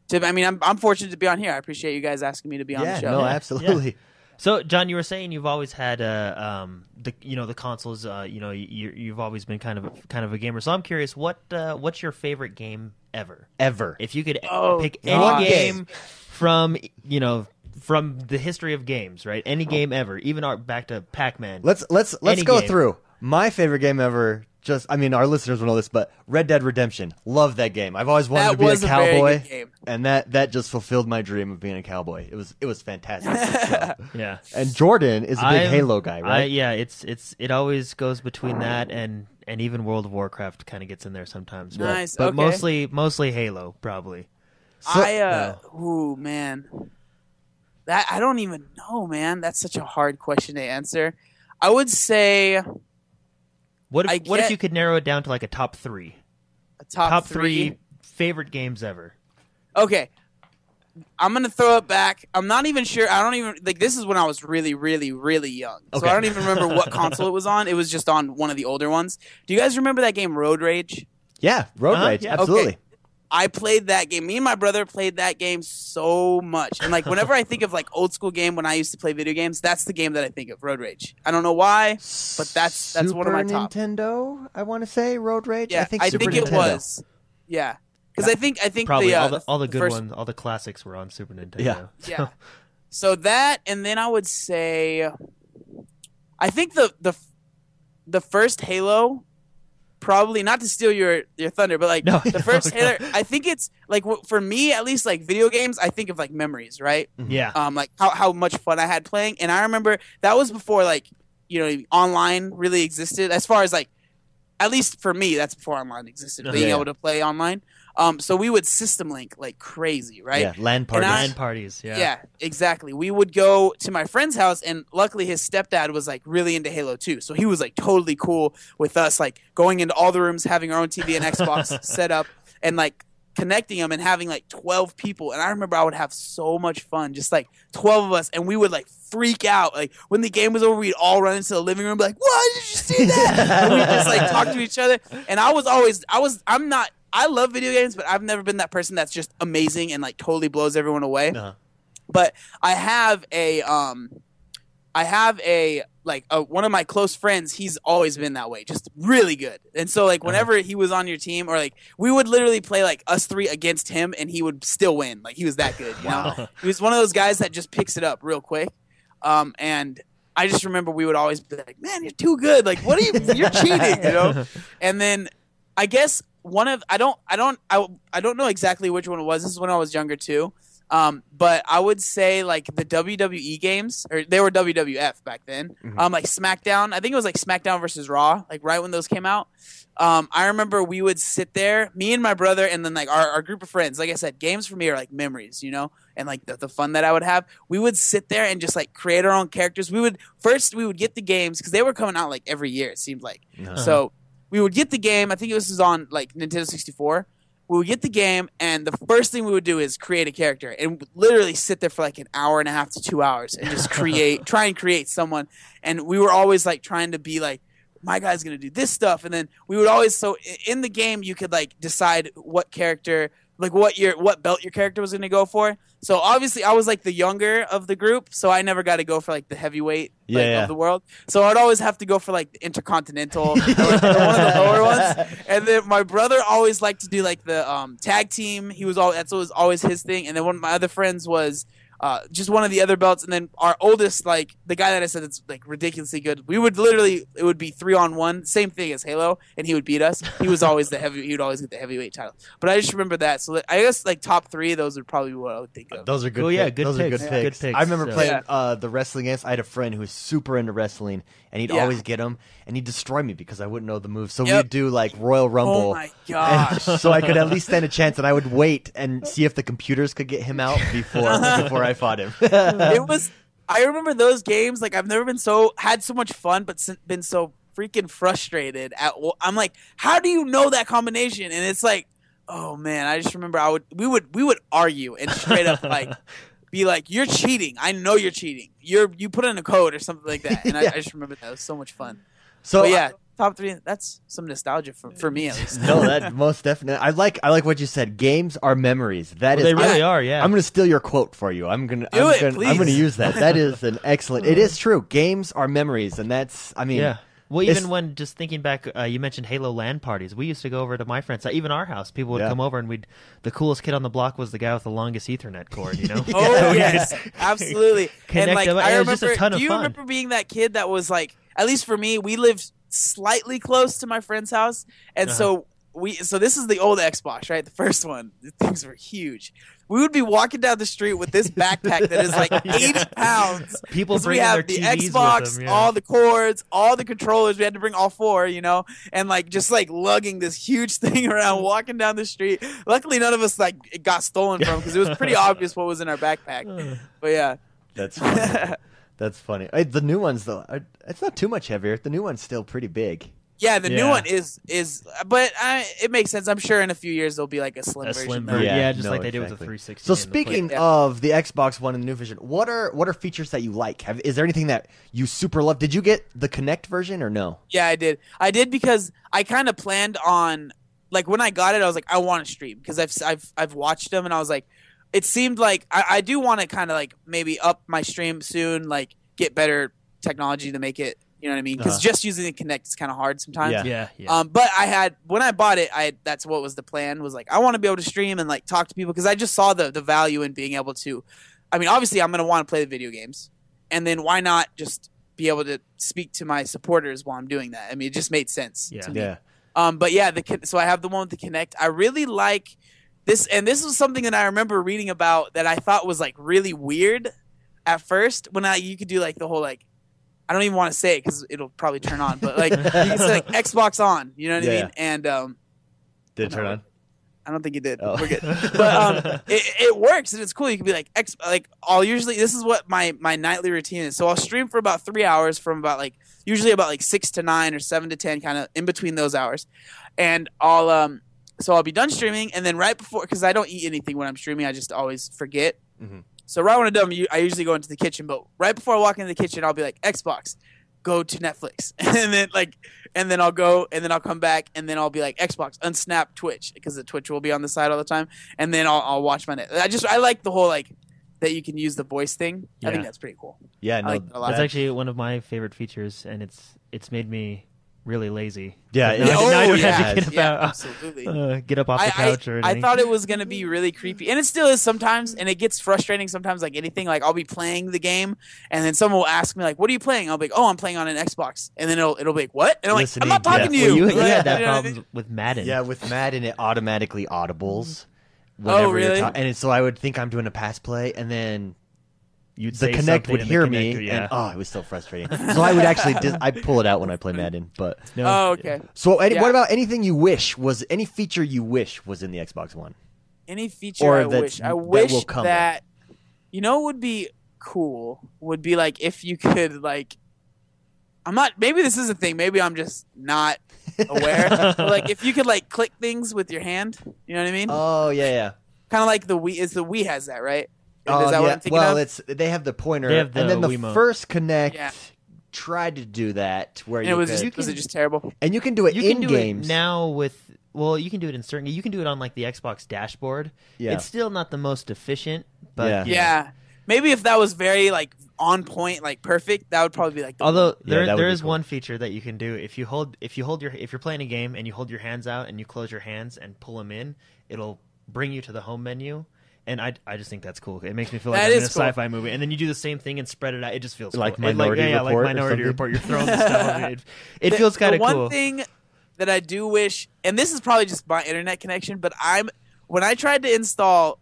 F: to, I mean, I'm, I'm fortunate to be on here. I appreciate you guys asking me to be on
B: Yeah,
F: the show.
B: no, absolutely.
D: So, John, you were saying you've always had uh, um, the you know the consoles. Uh, you know, you, you've always been kind of kind of a gamer. So, I'm curious, what uh, what's your favorite game ever?
B: Ever.
D: If you could
F: Oh,
D: pick
B: God.
D: any game from you know from the history of games, right? Any game ever, even our, back to Pac-Man.
B: Let's let's let's
D: Any
B: go
D: game.
B: through my favorite game ever. Just, I mean, our listeners will know this, but Red Dead Redemption. Love that game. I've always wanted
F: That
B: to be
F: was
B: a
F: a very
B: cowboy,
F: good game.
B: and that that just fulfilled my dream of being a cowboy. It was it was fantastic.
F: *laughs*
B: So-
D: yeah.
B: and Jordan is a big
D: I'm-
B: Halo guy,
D: I,
B: right?
D: yeah, it's it's it always goes between that and and even World of Warcraft kind of gets in there sometimes. but-
F: Nice,
D: but
F: okay.
D: mostly mostly Halo probably.
B: So-
F: I uh, ooh man, that I don't even know, man. That's such a hard question to answer. I would say a
D: What if,
F: I
D: what if
F: get-
D: you could narrow it down to like a top three?
F: top,
D: top three favorite games ever.
F: Okay, I'm gonna throw it back. I'm not even sure. I don't even like. This is when I was really, really, really young, so I don't even remember
D: *laughs*
F: what console it was on. It was just on one of the older ones. Do you guys remember that game Road Rage?
B: yeah, Road
D: Uh-huh,
B: Rage,
D: yeah.
B: absolutely.
F: Okay. I played that game. Me and my brother played that game so much. And like whenever I think of like old school game when I used to play video games, that's the game that I think of, Road Rage. I don't know why, but that's that's one of my top.
B: Nintendo, I want to say Road Rage.
F: Yeah,
B: I think, Super
F: it
B: Nintendo.
F: was. Yeah, because I think I think
D: Probably
F: the, uh,
D: all the all the good
F: first-
D: ones, all the classics were on Super Nintendo. *laughs*
B: Yeah.
F: Yeah. So that, and then I would say, I think the the the first Halo, probably not to steal your your thunder, but like
D: No,
F: the
D: no,
F: first
D: no.
F: Halo, I think it's like w- for me at least, like video games, I think of like memories, right?
D: yeah.
F: Um, like how how much fun I had playing, and I remember that was before like you know online really existed as far as like at least for me that's before online existed
D: Yeah,
F: being
B: yeah.
F: able to play online um so we would system link like crazy right
B: Yeah, land
F: And
B: parties.
F: I-
D: Land parties. Yeah.
F: yeah. exactly. We would go to my friend's house, and luckily his stepdad was like really into Halo 2. So he was like totally cool with us, like going into all the rooms, having our own TV and Xbox set up, and like connecting them and having like 12 people. And I remember I would have so much fun, just like 12 of us, and we would like freak out. Like when the game was over, we'd all run into the living room, be like, What? Did you see that? and we just like talk to each other. And I was always, I was, I'm not. I love video games, but I've never been that person that's just amazing and like totally blows everyone away
D: Uh-huh.
F: but I have a um I have a like a, one of my close friends he's always been that way just really good and so like whenever he was on your team or like we would literally play like us three against him and he would still win like he was that good you know he was one of those guys that just picks it up real quick um and I just remember we would always be like man you're too good like what are you you're cheating
B: *laughs*
D: *laughs*
F: you know and then I guess one of I don't I don't I, I don't know exactly which one it was. This is when I was younger too. Um, but I would say like the WWE games, or they were WWF back then. Um, like SmackDown, I think it was like SmackDown versus Raw, like right when those came out. Um, I remember we would sit there, me and my brother, and then like our, our group of friends. Like I said, games for me are like memories, you know, and like the, the fun that I would have. We would sit there and just like create our own characters. We would first we would get the games because they were coming out like every year. It seemed like
B: Uh-huh.
F: so we would get the game. I think this was on like Nintendo 64. We would get the game, and the first thing we would do is create a character and literally sit there for like an hour and a half to two hours and
B: *laughs*
F: just create, try and create someone. And we were always like trying to be like, my guy's gonna do this stuff, and then we would always so i- in the game you could like decide what character, like what your what belt your character was gonna go for. So obviously I was like the younger of the group, so I never got to go for like the heavyweight like,
B: Yeah, yeah.
F: of the world. So I'd always have to go for like the intercontinental, or, like, one of
B: *laughs*
F: the lower ones. And then my brother always liked to do like the um, tag team. He was all that's was always his thing. And then one of my other friends was uh, just one of the other belts. And then our oldest, like the guy that I said that's like ridiculously good. We would literally it would be three on one, same thing as Halo, and he would beat us. He was always the heavy. He would always get the heavyweight title. But I just remember that. So like, I guess like top three, those would probably be what I would think of.
B: Those are good.
D: Oh, yeah,
B: pick-
D: good
B: Those
D: picks.
B: are good
D: Yeah.
B: picks.
D: Good picks,
B: I remember
D: so-
B: playing
F: Yeah.
B: uh, the wrestling games. I had a friend who was super into wrestling, and he'd
F: Yeah.
B: always get him, and he'd destroy me because I wouldn't know the moves. So
F: Yep.
B: we'd do like Royal Rumble.
F: Oh my
B: and
F: gosh.
B: so I could at least stand a chance, and I would wait and see if the computers could get him out
F: *laughs*
B: before before I fought him. *laughs*
F: it was i remember those games like i've never been so had so much fun but s- been so freaking frustrated at wh- i'm like how do you know that combination and it's like oh man i just remember i would we would we would argue and straight
B: *laughs*
F: up like be like you're cheating i know you're cheating you're you put in a code or something like that
B: *laughs*
F: and I, I just remember that it was so much fun
B: So
F: but yeah
B: I-
F: top three that's some nostalgia for, for me at least
B: no, that most definitely. I like I like what you said. Games are memories. That is,
D: they really
F: Yeah.
D: are. Yeah.
B: I'm gonna steal your quote for you. I'm gonna
F: Do
B: I'm
F: it,
B: gonna I'm gonna
F: please.
B: use that. That is an excellent. It is true. Games are memories, and that's I mean
D: yeah. Well,
B: it's-
D: even when just thinking back, uh, you mentioned Halo LAN parties. We used to go over to my friend's, even our house. People would
B: Yeah.
D: come over, and we'd. The coolest kid on the block was the guy with the longest Ethernet cord.
B: *laughs*
D: You
F: *laughs*
D: know.
F: Oh yes, absolutely.
D: connect
F: and like
D: them up.
F: I
D: It was
F: remember,
D: just a ton
F: do
D: of
F: you
D: fun.
F: remember being that kid that was like, at least for me, we lived slightly close to my friend's house, and
D: Uh-huh.
F: so we, so this is the old Xbox, right? The first one, the things were huge. We would be walking down the street with this backpack that is
D: *laughs*
F: like eighty pounds.
D: *laughs* People
F: 'cause we
D: bringing
F: have
D: their
F: the
D: TVs with
F: Xbox,
D: them, yeah.
F: all the cords, all the controllers. We had to bring all four, you know, and like just like lugging this huge *laughs* thing
D: Mm-hmm.
F: around, walking down the street. Luckily, none of us like it got stolen from because it
D: *laughs*
F: was pretty obvious what was in our
D: Uh.
F: backpack. But yeah,
B: that's funny. that's funny. I, the new ones though, I, it's not too much heavier. The new one's still pretty big.
F: Yeah, the
D: Yeah.
F: new one is is, but I, it makes sense. I'm sure in a few years there'll be like a slim
D: A
F: version.
D: slim
F: though.
D: version. Yeah, just like they did
B: do
D: with the 360
B: So
D: and the Play-
B: speaking
F: Yeah.
B: of the Xbox One and the new Vision, what are what are features that you like? Have, is there anything that you super love? Did you get the Connect version or no?
F: Yeah, I did. I did because I kind of planned on like when I got it, I was like, I want to stream because I've I've I've watched them and I was like, it seemed like I, I do want to kind of like maybe up my stream soon, like get better technology to make it. You know what I mean? Because
D: Uh-huh.
F: just using the Kinect is kind of hard sometimes.
B: Yeah.
D: yeah, yeah.
F: Um, but I had when I bought it, I that's what was the plan was like I want to be able to stream and like talk to people because I just saw the the value in being able to. I mean, obviously, I'm gonna want to play the video games, and then why not just be able to speak to my supporters while I'm doing that? I mean, it just made sense.
D: Yeah.
F: to me.
B: Yeah.
F: Um, but yeah, the Kin- so I have the one with the Kinect. I really like this, and this was something that I remember reading about that I thought was like really weird at first when I you could do like the whole like I don't even want to say it because it'll probably turn on, but like you can
B: *laughs*
F: say like Xbox on, you know what I
B: Yeah.
F: mean? And um,
B: Did it turn on?
F: I don't think it did.
B: Oh. *laughs*
F: We're good. But um, it, it works and it's cool. You can be like X. Like I'll usually this is what my my nightly routine is. So I'll stream for about three hours from about like usually about like six to nine or seven to ten, kind of in between those hours, and I'll um. So I'll be done streaming, and then right before, because I don't eat anything when I'm streaming, I just always forget.
B: Mhm.
F: So right when I'm done, you- I usually go into the kitchen. But right before I walk into the kitchen, I'll be like Xbox, go to Netflix, *laughs* and then like and then I'll go, and then I'll come back, and then I'll be like Xbox, unsnap Twitch because the Twitch will be on the side all the time, and then I'll, I'll watch my net. I just I like the whole like that you can use the voice thing. I
D: Yeah.
F: think that's pretty cool.
B: Yeah,
F: I
B: no.
F: like that a lot.
D: That's actually one of my favorite features, and it's it's made me really lazy.
B: Yeah,
D: Now I-
B: it-
D: now I
B: Oh,
D: don't
B: yeah.
D: have to get up, *laughs*
F: yeah,
D: out-
F: absolutely.
D: uh, get up off the
F: I,
D: couch or
F: I,
D: anything. *laughs*
F: I thought it was gonna be really creepy, and it still is sometimes, and it gets frustrating sometimes. Like anything, like I'll be playing the game, and then someone will ask me like, "What are you playing?" I'll be like, "Oh, I'm playing on an Xbox," and then it'll it'll be like, "What?" And I'm like, "I'm not talking
B: yeah.
F: to you."
D: Well, you,
F: Like,
D: you
F: *laughs*
D: had
F: you
D: that
F: know what I
D: problem
F: mean?
D: with Madden.
B: Yeah, with Mm-hmm. Oh, Madden, it automatically audibles. Whenever you're
F: really?
B: ta- and it- so I would think I'm doing a pass play, and then
D: You'd
B: the
D: say
B: Connect
D: something
B: would
D: and
B: hear
D: the Kinect
B: me.
D: would- Yeah.
B: And, oh, it was so frustrating. so I would actually dis- I pull it out when I play Madden. But
D: No.
F: Oh, okay.
B: so any,
F: Yeah.
B: what about anything you wish was any feature you wish was in the Xbox One?
F: any feature
B: Or
F: I
B: that's-
F: wish. I
B: that
F: wish
B: will come.
F: that you know what would be cool would be like if you *laughs* could like I'm not maybe this is a thing, maybe I'm just not aware. but like if you could like click things with your hand, you know what I mean?
B: Oh yeah, yeah.
F: kind of like the Wii is the Wii has that, right?
B: Oh,
F: is that
B: yeah.
F: what I'm thinking
B: well,
F: of?
B: it's they have the pointer,
D: They have
B: and then the
D: the Wiimote.
B: first Connect
F: Yeah.
B: tried to do that where
F: And
B: you
F: it was
B: could,
F: just, was it just terrible?
B: and you can do it
D: you
B: in
D: can do
B: games
D: it now with well you can do it in certain you can do it on like the xbox dashboard
B: Yeah.
D: it's still not the most efficient but
B: Yeah.
D: you
F: Yeah.
D: know.
F: Maybe if that was very like on point, like perfect, that would probably be like the
D: although there,
B: that would
D: there
B: be
D: is
B: cool.
D: one feature that you can do if you hold if you hold your if you're playing a game and you hold your hands out and you close your hands and pull them in it'll bring you to the home menu and I, I just think that's cool. It makes me feel like
F: That
D: I'm in a
F: is cool.
D: sci-fi movie, and then you do the same thing and spread it out. It just feels
B: Like
D: cool. And
B: Minority
D: yeah, yeah,
B: Report or
D: like Minority
B: something?
D: Report. You're throwing the stuff.
B: *laughs*
D: on It, it
F: The-
D: feels kind
F: the
D: of cool.
F: One thing that I do wish, and this is probably just my internet connection, but I'm when I tried to install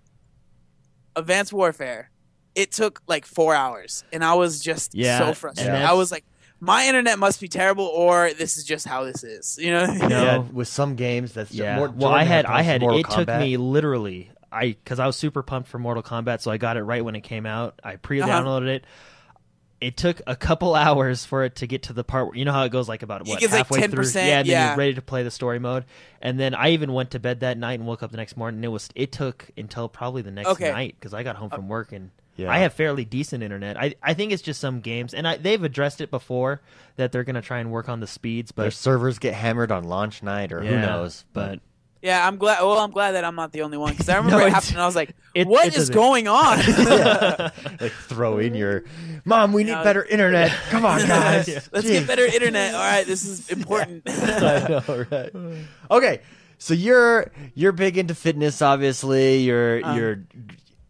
F: Advanced Warfare, it took like four hours, and I was just
D: Yeah,
F: so
D: and
F: frustrated.
D: that's-
F: I was like, my internet must be terrible, or this is just how this is. You know?
D: No.
B: Yeah, with some games that's
D: Yeah.
B: More,
D: well, I
B: Jordan
D: had, I
B: points to
D: had.
B: Mortal
D: It took
B: Kombat.
D: me literally, I because I was super pumped for Mortal Kombat, so I got it right when it came out. I pre-downloaded it. It took a couple *laughs* hours for it to get to the part where you know how it goes, like about
F: It
D: what
F: gets, like,
D: halfway through,
F: 10%,
D: yeah, and then
F: yeah.
D: you're ready to play the story mode. And then I even went to bed that night and woke up the next morning. and It was it took until probably the next
F: Okay.
D: night because I got home from work and.
B: Yeah.
D: I have fairly decent internet. I, I think it's just some games, and I, they've addressed it before that they're going to try and work on the speeds. But
B: Their servers get hammered on launch night, or who
D: Yeah,
B: knows? But
F: *laughs* Yeah, I'm glad. Well, I'm glad that I'm not the only
D: *laughs*
F: one because I remember it
D: it's-
F: happened, and I was like,
D: it-
F: "What
D: it
F: is
D: doesn't- *laughs*
F: going on?" *laughs*
B: like throw in your mom. We need
F: Yeah.
B: better internet. Come on,
D: *laughs*
B: guys.
F: Let's get better internet. All right, this is important.
B: I *laughs* know, right? Okay, so you're you're big into fitness, obviously. You're you're.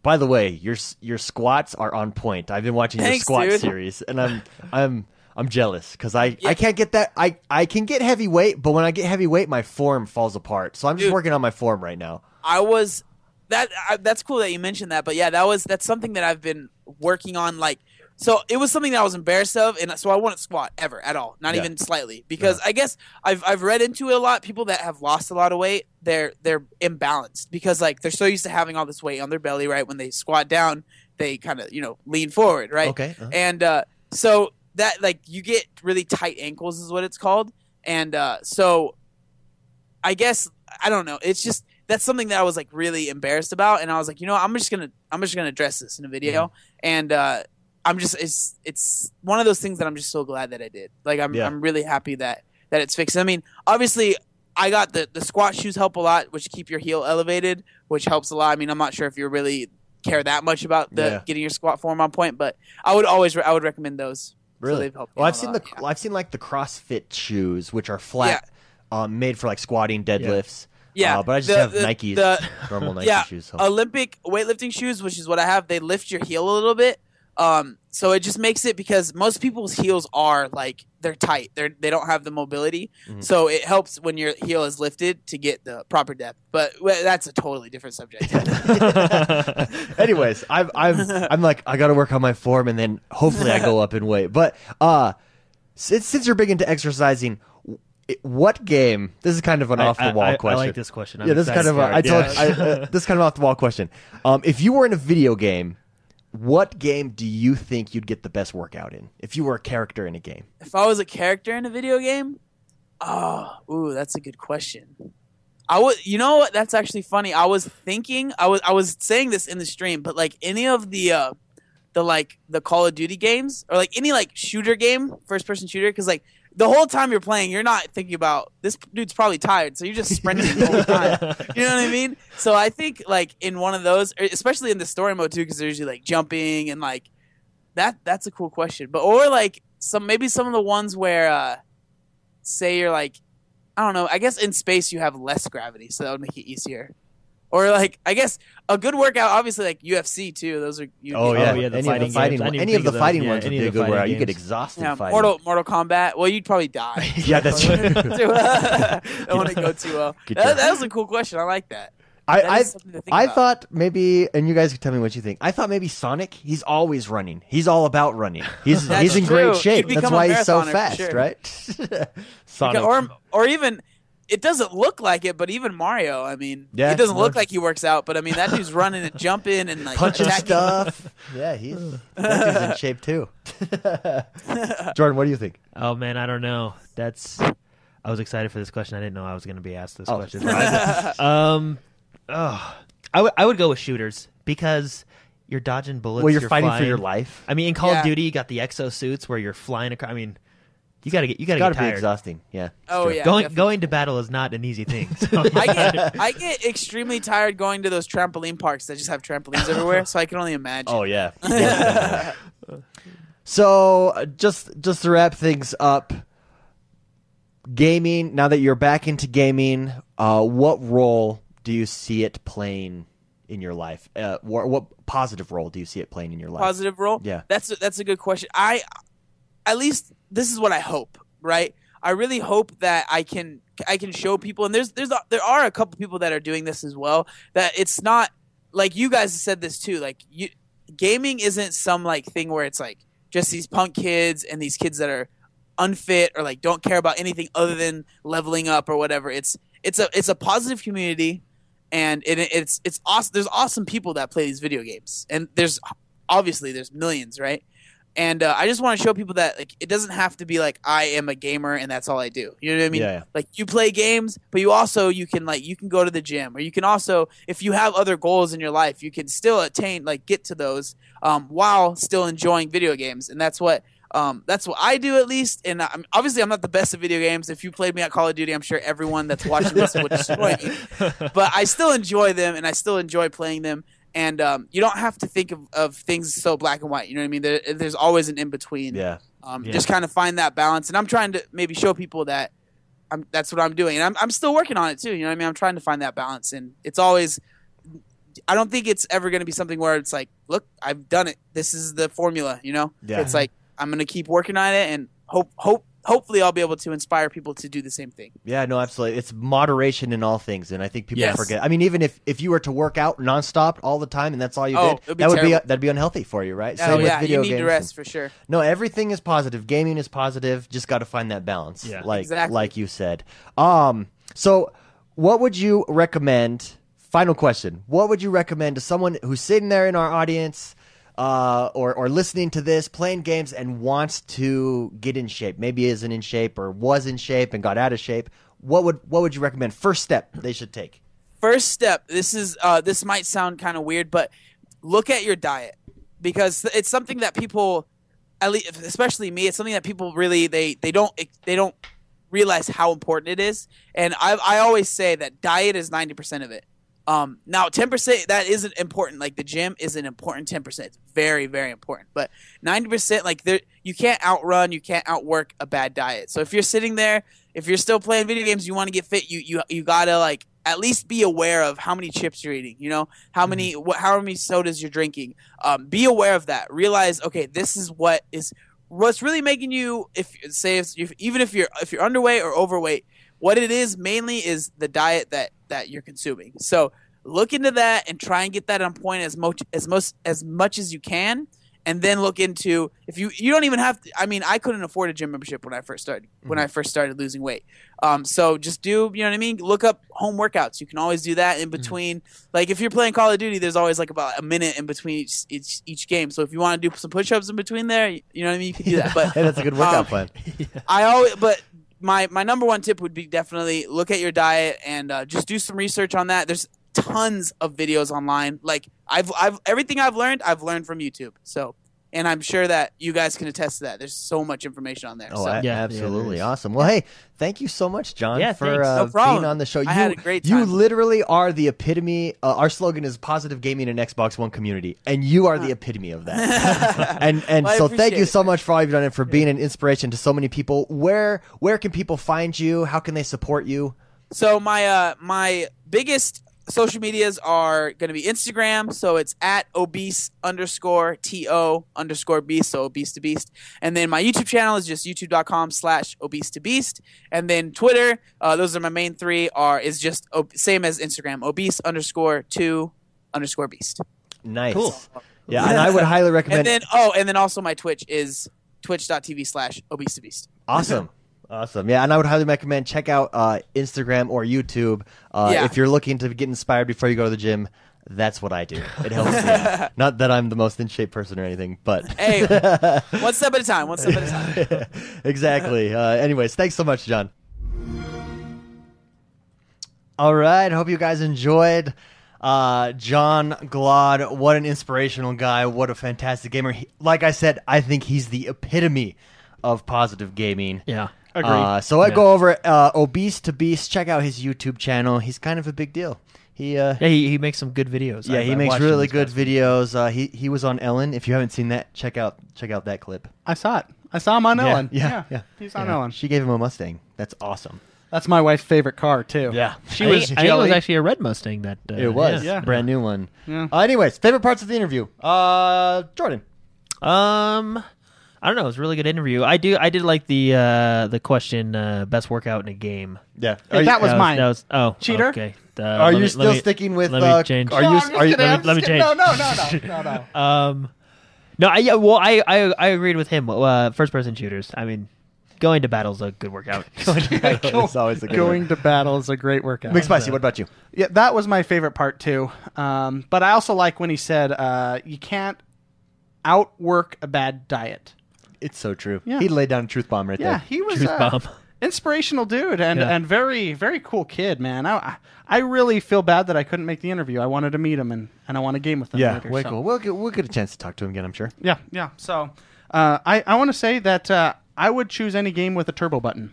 B: By the way, your s- your squats are on point. I've been watching your
F: Thanks,
B: squat
F: dude.
B: series, and I'm I'm I'm jealous because I
F: Yeah.
B: I can't get that. I I can get heavy weight, but when I get heavy *laughs* weight, my form falls apart. So I'm just
F: Dude.
B: working on my form right now.
F: I was that I, that's cool that you mentioned that, but yeah, that was that's something that I've been working on. Like, so it was something that I was embarrassed of, and so I wouldn't squat ever at all, not
B: Yeah.
F: even slightly, because I guess I've I've read into it a lot. People that have lost a lot of weight, they're they're imbalanced because like they're so used to having all this weight on their belly, right? When they squat down, they kind of you know lean forward, right?
B: Okay. uh-huh.
F: and uh, so that like you get really tight ankles is what it's called and uh, so i guess i don't know it's just that's something that i was like really embarrassed about and i was like you know i'm just gonna i'm just gonna address this in a video and uh, i'm just it's it's one of those things that i'm just so glad that i did like i'm,
B: Yeah.
F: I'm really happy that that it's fixed i mean obviously I got the the squat shoes help a lot, which keep your heel elevated, which helps a lot. I mean, I'm not sure if you really care that much about the
A: Yeah.
F: getting your squat form on point, but I would always re- I would recommend those. So
A: Really?
F: they've helped me
A: well,
F: out
A: I've
F: a
A: seen
F: lot,
A: the
F: yeah.
A: I've seen like the CrossFit shoes, which are flat, um, made for like squatting, deadlifts.
F: Yeah.
A: uh, but I just
F: The-
A: have
F: the-
A: Nikes, *laughs* Oh.
F: the- *laughs*
A: normal Nike
F: yeah,
A: shoes. so-
F: Olympic weightlifting shoes, which is what I have, they lift your heel a little bit. Um, so it just makes it because most people's heels are like they're tight. They're they don't have the mobility.
A: Mhm.
F: So it helps when your heel is lifted to get the proper depth. But well, that's a totally
A: *laughs*
F: different subject.
A: Anyways, I'm I'm I'm like I got to work on my form, and then hopefully I go up in weight. But uh, since since you're big into exercising, w- it- what game? This is kind of an
D: I-
A: off the
D: I- I-
A: wall
D: I
A: question.
D: like this question. I'm
A: yeah, this is
D: excited
A: kind of a,
D: for it.
A: I told
D: Yeah.
A: I, uh, this is kind of off the wall question. Um, if you were in a video game, what game do you think you'd get the best workout in? If you were a character in a game,
F: if I was a character in a video game, oh, ooh, that's a good question. I would, you know what? That's actually funny. I was thinking, I was, I was saying this in the stream, but like any of the, uh, the like the Call of Duty games or like any like shooter game, first person shooter, because like the whole time you're playing, you're not thinking about this dude's probably tired, so you're just sprinting the whole
D: *laughs*
F: time. You know what I mean? So I think like in one of those, or especially in the story mode too, because they're usually like jumping and like that. That's a cool question, but or like some maybe some of the ones where uh say you're like I don't know. I guess in space you have less gravity, so that would make it easier. Or like I guess a good workout, obviously like UFC too. Those are you
A: Oh yeah,
D: yeah, the
A: any
D: fighting
A: of the fighting,
D: games. I
A: one-
D: didn't
A: any of
D: think
A: the
D: of those.
A: fighting
D: Yeah,
A: ones would
D: any
A: be a
D: of the
A: good
D: fighting
A: workout. You get
D: games.
A: exhausted
F: yeah,
A: fighting.
F: Mortal Mortal Kombat. Well, you'd
A: *laughs*
F: probably die.
A: yeah,
D: *laughs*
A: that's true.
F: *laughs* that wouldn't go too well.
A: Good
F: That,
A: job.
F: that was a cool question. I like that.
A: I,
F: That
A: I,
F: is something to think
A: I
F: about.
A: thought maybe, and you guys can tell me what you think. I thought maybe Sonic. He's always running. He's all about
F: *laughs*
A: running. He's
F: That's
A: he's in
F: true.
A: great shape.
F: Could
A: That's
F: become a
A: why he's so
F: marathoner for
A: fast,
F: sure.
A: right? Sonic.
F: Or or even it doesn't look like it, but even Mario. I mean,
A: Yeah,
F: it doesn't
A: well-
F: look like he works out, but I mean that dude's running and jumping and like
A: punching
F: attacking. *laughs*
A: stuff. yeah, he's that dude's in shape too. Jordan, what do you think?
D: Oh man, I don't know. That's I was excited for this question. I didn't know I was going to be asked this
A: Oh,
D: question. *laughs* um, oh, I would I would go with shooters because you're dodging bullets.
A: well, you're, fighting for
D: flying.
A: your life.
D: I mean, in Call
F: Yeah.
D: of Duty, you got the exo suits where you're flying across. I mean, you gotta get you gotta,
A: Got to
D: get
A: be
D: tired.
A: exhausting. Yeah.
F: Oh yeah,
D: going
F: definitely.
D: going to battle is not an easy thing. *laughs* So.
F: I get I get extremely tired going to those trampoline parks that just have trampolines everywhere, so I can only imagine.
A: Oh yeah. so uh, just just to wrap things up, gaming. Now that you're back into gaming, uh, what role do you see it playing in your life? Uh, wha- what positive role do you see it playing in your life?
F: positive role?
A: Yeah.
F: that's a, that's a good question. I at least this is what I hope, right? I really hope that I can I can show people, and there's there's a, there are a couple people that are doing this as well. That it's not like you guys said this too. Like you, gaming isn't some like thing where it's like just these punk kids and these kids that are unfit or like don't care about anything other than leveling up or whatever. It's it's a it's a positive community, and it, it's it's awesome. There's awesome people that play these video games, and there's obviously there's millions, right? And uh, I just want to show people that like it doesn't have to be like I am a gamer and that's all I do. You know what I mean?
A: Yeah, yeah.
F: Like you play games, but you also you can like you can go to the gym or you can also if you have other goals in your life, you can still attain like get to those um, while still enjoying video games. And that's what um, that's what I do at least. And I'm, obviously, I'm not the best at video games. If you played me at Call of Duty, I'm sure everyone that's watching this would destroy me. But I still enjoy them, and I still enjoy playing them. And um, you don't have to think of, of things so black and white. You know what I mean? There, there's always an in between.
A: Yeah.
F: Um,
D: Yeah.
F: Just kind of find that balance. And I'm trying to maybe show people that I'm, that's what I'm doing. And I'm, I'm still working on it too. You know what I mean? I'm trying to find that balance. And it's always, I don't think it's ever going to be something where it's like, look, I've done it. This is the formula, you know?
A: Yeah.
F: It's like, I'm going to keep working on it and hope, hope, hopefully I'll be able to inspire people to do the same thing.
A: Yeah, no, absolutely. It's moderation in all things, and I think people
F: Yes.
A: forget. I mean, even if, if you were to work out nonstop all the time, and that's all you
F: Oh,
A: did,
F: it'd be
A: that would be
F: terrible.
A: that'd be unhealthy for you, right?
F: oh, yeah.
A: video
F: You
A: games
F: need to
A: and-
F: rest for sure.
A: No, everything is positive. Gaming is positive. Just got to find that balance.
D: Yeah.
A: Like
F: Exactly.
A: like you said. Um so what would you recommend final question. What would you recommend to someone who's sitting there in our audience uh, or, or listening to this, playing games, and wants to get in shape. Maybe isn't in shape, or was in shape and got out of shape. What would what would you recommend? First step they should take.
F: first step this is uh, this might sound kind of weird but look at your diet because it's something that people at least especially me it's something that people really they they don't they don't realize how important it is. And I, I always say that diet is 90% of it. Um, now, 10%, that isn't important. Like the gym is an important 10%. It's very, very important. But 90%, like there, you can't outrun, you can't outwork a bad diet. So if you're sitting there, if you're still playing video games, you want to get fit, you, you, you gotta like at least be aware of how many chips you're eating, you know, how many, what, how many sodas you're drinking. Um, be aware of that. Realize, okay, this is what is what's really making you if say if, if even if you're if you're underweight or overweight what it is mainly is the diet that that you're consuming so look into that and try and get that on point as much as most as much as you can and then look into if you you don't even have to i mean i couldn't afford a gym membership when i first started when i first started losing weight um, so just do you know what i mean look up home workouts you can always do that in between like if you're playing call of duty there's always like about a minute in between each each, each game so if you want to do some push-ups in between there you know what i mean you can do that but
B: Hey, that's a good workout
F: um,
B: plan.
F: I always, but my my number one tip would be definitely look at your diet and uh, just do some research on that. There's tons of videos online. Like I've I've everything I've learned, I've learned from YouTube. So, and I'm sure that you guys can attest to that. There's so much information on there.
B: Oh,
F: so.
B: a-
D: Yeah,
B: absolutely
D: yeah, there
B: awesome. Well, hey, thank you so much, John,
D: Yeah,
B: for
D: thanks. No
B: uh, being
F: problem.
B: on the show. You,
F: I had a great
B: You
F: time.
B: literally are the epitome. Uh, our slogan is "Positive Gaming and Xbox One Community," and you are the epitome of that.
F: *laughs*
B: and and
F: Well, I
B: so thank
F: appreciate
B: you
F: it.
B: so much for all you've done and for being an inspiration to so many people. Where where can people find you? How can they support you?
F: So my uh my biggest social medias are going to be Instagram. So it's at obese underscore to underscore beast. So obese to beast. And then my YouTube channel is just youtube.com slash obese to beast. And then Twitter. Uh, those are my main three. Are is just ob- same as Instagram. Obese underscore to underscore beast.
B: Nice.
D: Cool.
B: Yeah, and I would highly recommend.
F: And then oh, and then also my Twitch is twitch.tv slash obese to beast.
B: Awesome. Awesome. Yeah, and I would highly recommend check out uh, Instagram or YouTube uh,
F: Yeah.
B: if you're looking to get inspired before you go to the gym. That's what I do. It helps me.
F: *laughs*
B: out. Not that I'm the most in shape person or anything, but *laughs*
F: Hey, one step at a time. One step at a time.
B: exactly. Uh, anyways, thanks so much, John. All right. Hope you guys enjoyed. Uh, John Glod, what an inspirational guy. What a fantastic gamer. He, like I said, I think he's the epitome of positive gaming.
D: *laughs* Yeah.
C: Agreed.
B: Uh, so I
D: Yeah.
B: go over uh, obese to beast. Check out his YouTube channel. He's kind of a big deal. He uh,
D: Yeah, he, he makes some good videos.
B: yeah,
D: I-
B: he
D: I
B: makes
D: watched him
B: really
D: this
B: good
D: past-
B: videos. Uh, he he was on Ellen. If you haven't seen that, check out check out that clip.
C: I saw it. I saw him on Ellen.
B: Yeah, yeah, yeah.
C: He's on
B: Yeah.
C: Ellen.
B: She gave him a Mustang. That's awesome.
C: That's my wife's favorite car too.
D: She was. I think it was actually a red Mustang that uh,
B: It was
D: yeah.
C: Yeah.
B: brand new one.
C: Yeah.
B: Uh, anyways, favorite parts of the interview. Uh, Jordan.
D: Um, I don't know. It was a really good interview. I do. I did like the uh, the question uh, best workout in a game.
B: Yeah.
C: Hey, that
D: *laughs*
C: was mine.
D: That was oh
C: Cheater?
D: Okay. Uh,
B: Are
D: let
B: you
D: me- let
B: still
D: me-
B: sticking with?
D: Let me
B: uh,
D: change.
B: Are you?
C: No, I'm just
B: are you?
C: kidding,
B: let
C: I'm
B: me-
D: let me
C: just kidding.
D: change.
C: No, no, no, no,
B: *laughs*
C: no, no.
D: Um, no, I yeah, well, I, I I agreed with him. Uh, first person shooters. I mean, going to battle's a
B: *laughs*
D: good workout.
B: It's always a good
C: Going
B: one.
C: to battle is a great workout.
B: McSpicy. What about you?
C: Yeah, that was my favorite part too. Um, but I also like when he said, uh, "You can't outwork a bad diet."
B: It's so true.
C: Yeah.
B: He laid down a truth bomb right
C: Yeah,
B: there.
C: he was
D: Truth
C: uh,
D: bomb.
C: inspirational dude and
D: Yeah.
C: and very very cool kid, man. I I- I really feel bad that I couldn't make the interview. I wanted to meet him and and I want to game with him.
B: Yeah,
C: later,
B: way
C: so.
B: cool. We'll get, we'll get a chance to talk to him again, I'm sure. *laughs*
C: Yeah, yeah. So uh, I I want to say that uh, I would choose any game with a turbo button.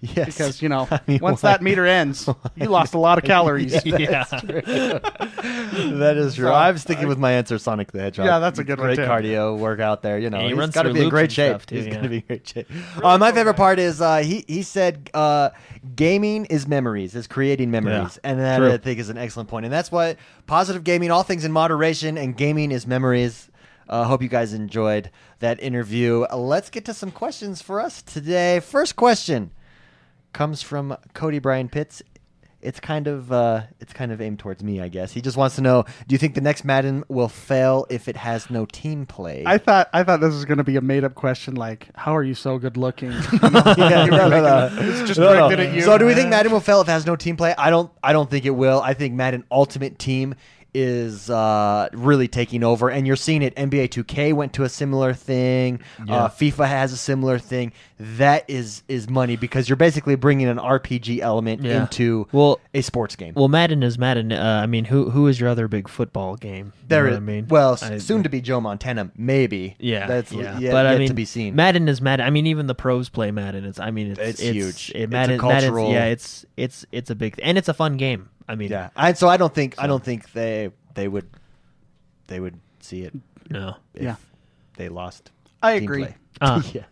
B: Yes.
C: Because you know,
B: I mean,
C: once
B: why-
C: that meter ends, you lost a lot of calories.
B: *laughs*
C: yeah.
D: yeah.
C: *laughs*
B: that is true. I'm sticking with my answer, Sonic the Hedgehog.
C: uh, Yeah, that's a good one,
B: Great
C: too.
B: cardio workout there. You know,
D: he
B: he's
D: runs
B: got to
D: through
B: be in
D: loops
B: great
D: and
B: shape.
D: stuff, too,
B: he's going
D: yeah.
B: to be in great shape. uh, my favorite part is uh, he he said uh, gaming is memories, is creating memories, and that
D: True.
B: I think is an excellent point. And that's what positive gaming, all things in moderation, and gaming is memories. Uh, hope you guys enjoyed that interview. Uh, Let's get to some questions for us today. First question comes from Cody Bryan Pitts. It's kind of uh, it's kind of aimed towards me, I guess. He just wants to know: Do you think the next Madden will fail if it has no team play? *laughs*
C: I thought I thought this was going to be a made up question, like "How are you so good
B: *laughs*
C: looking?" *laughs*
B: Yeah,
C: You were
B: no, no, no.
C: making- it's just
B: No, no.
C: directed at you.
B: So, do we think Madden will fail if it has no team play? I don't. I don't think it will. I think Madden Ultimate Team is uh, really taking over, and you're seeing it. NBA 2K went to a similar thing. Uh, FIFA has a similar thing. That is is money because you're basically bringing an RPG element
D: Yeah.
B: into
D: Well-
B: a sports game.
D: Well, Madden is Madden. Uh, I mean, who who is your other big football game? You
B: There
D: know
B: is
D: what I mean,
B: well, s-
D: I-
B: soon to be Joe Montana, maybe.
D: Yeah,
B: that's
D: yeah.
B: yet-
D: but I
B: yet
D: mean,
B: to be seen.
D: Madden is Madden. I mean, even the pros play Madden. It's I mean, it's,
B: It's huge. It's
D: It,
B: a
D: Madden,
B: cultural-
D: Madden's, yeah, it's it's it's a big and it's a fun game. I mean,
B: yeah, I, so I don't think I don't think they they would they would see it. *laughs*
D: no,
B: If
C: Yeah.
B: they lost.
C: I
B: team
C: agree.
B: play.
D: Uh,
B: yeah.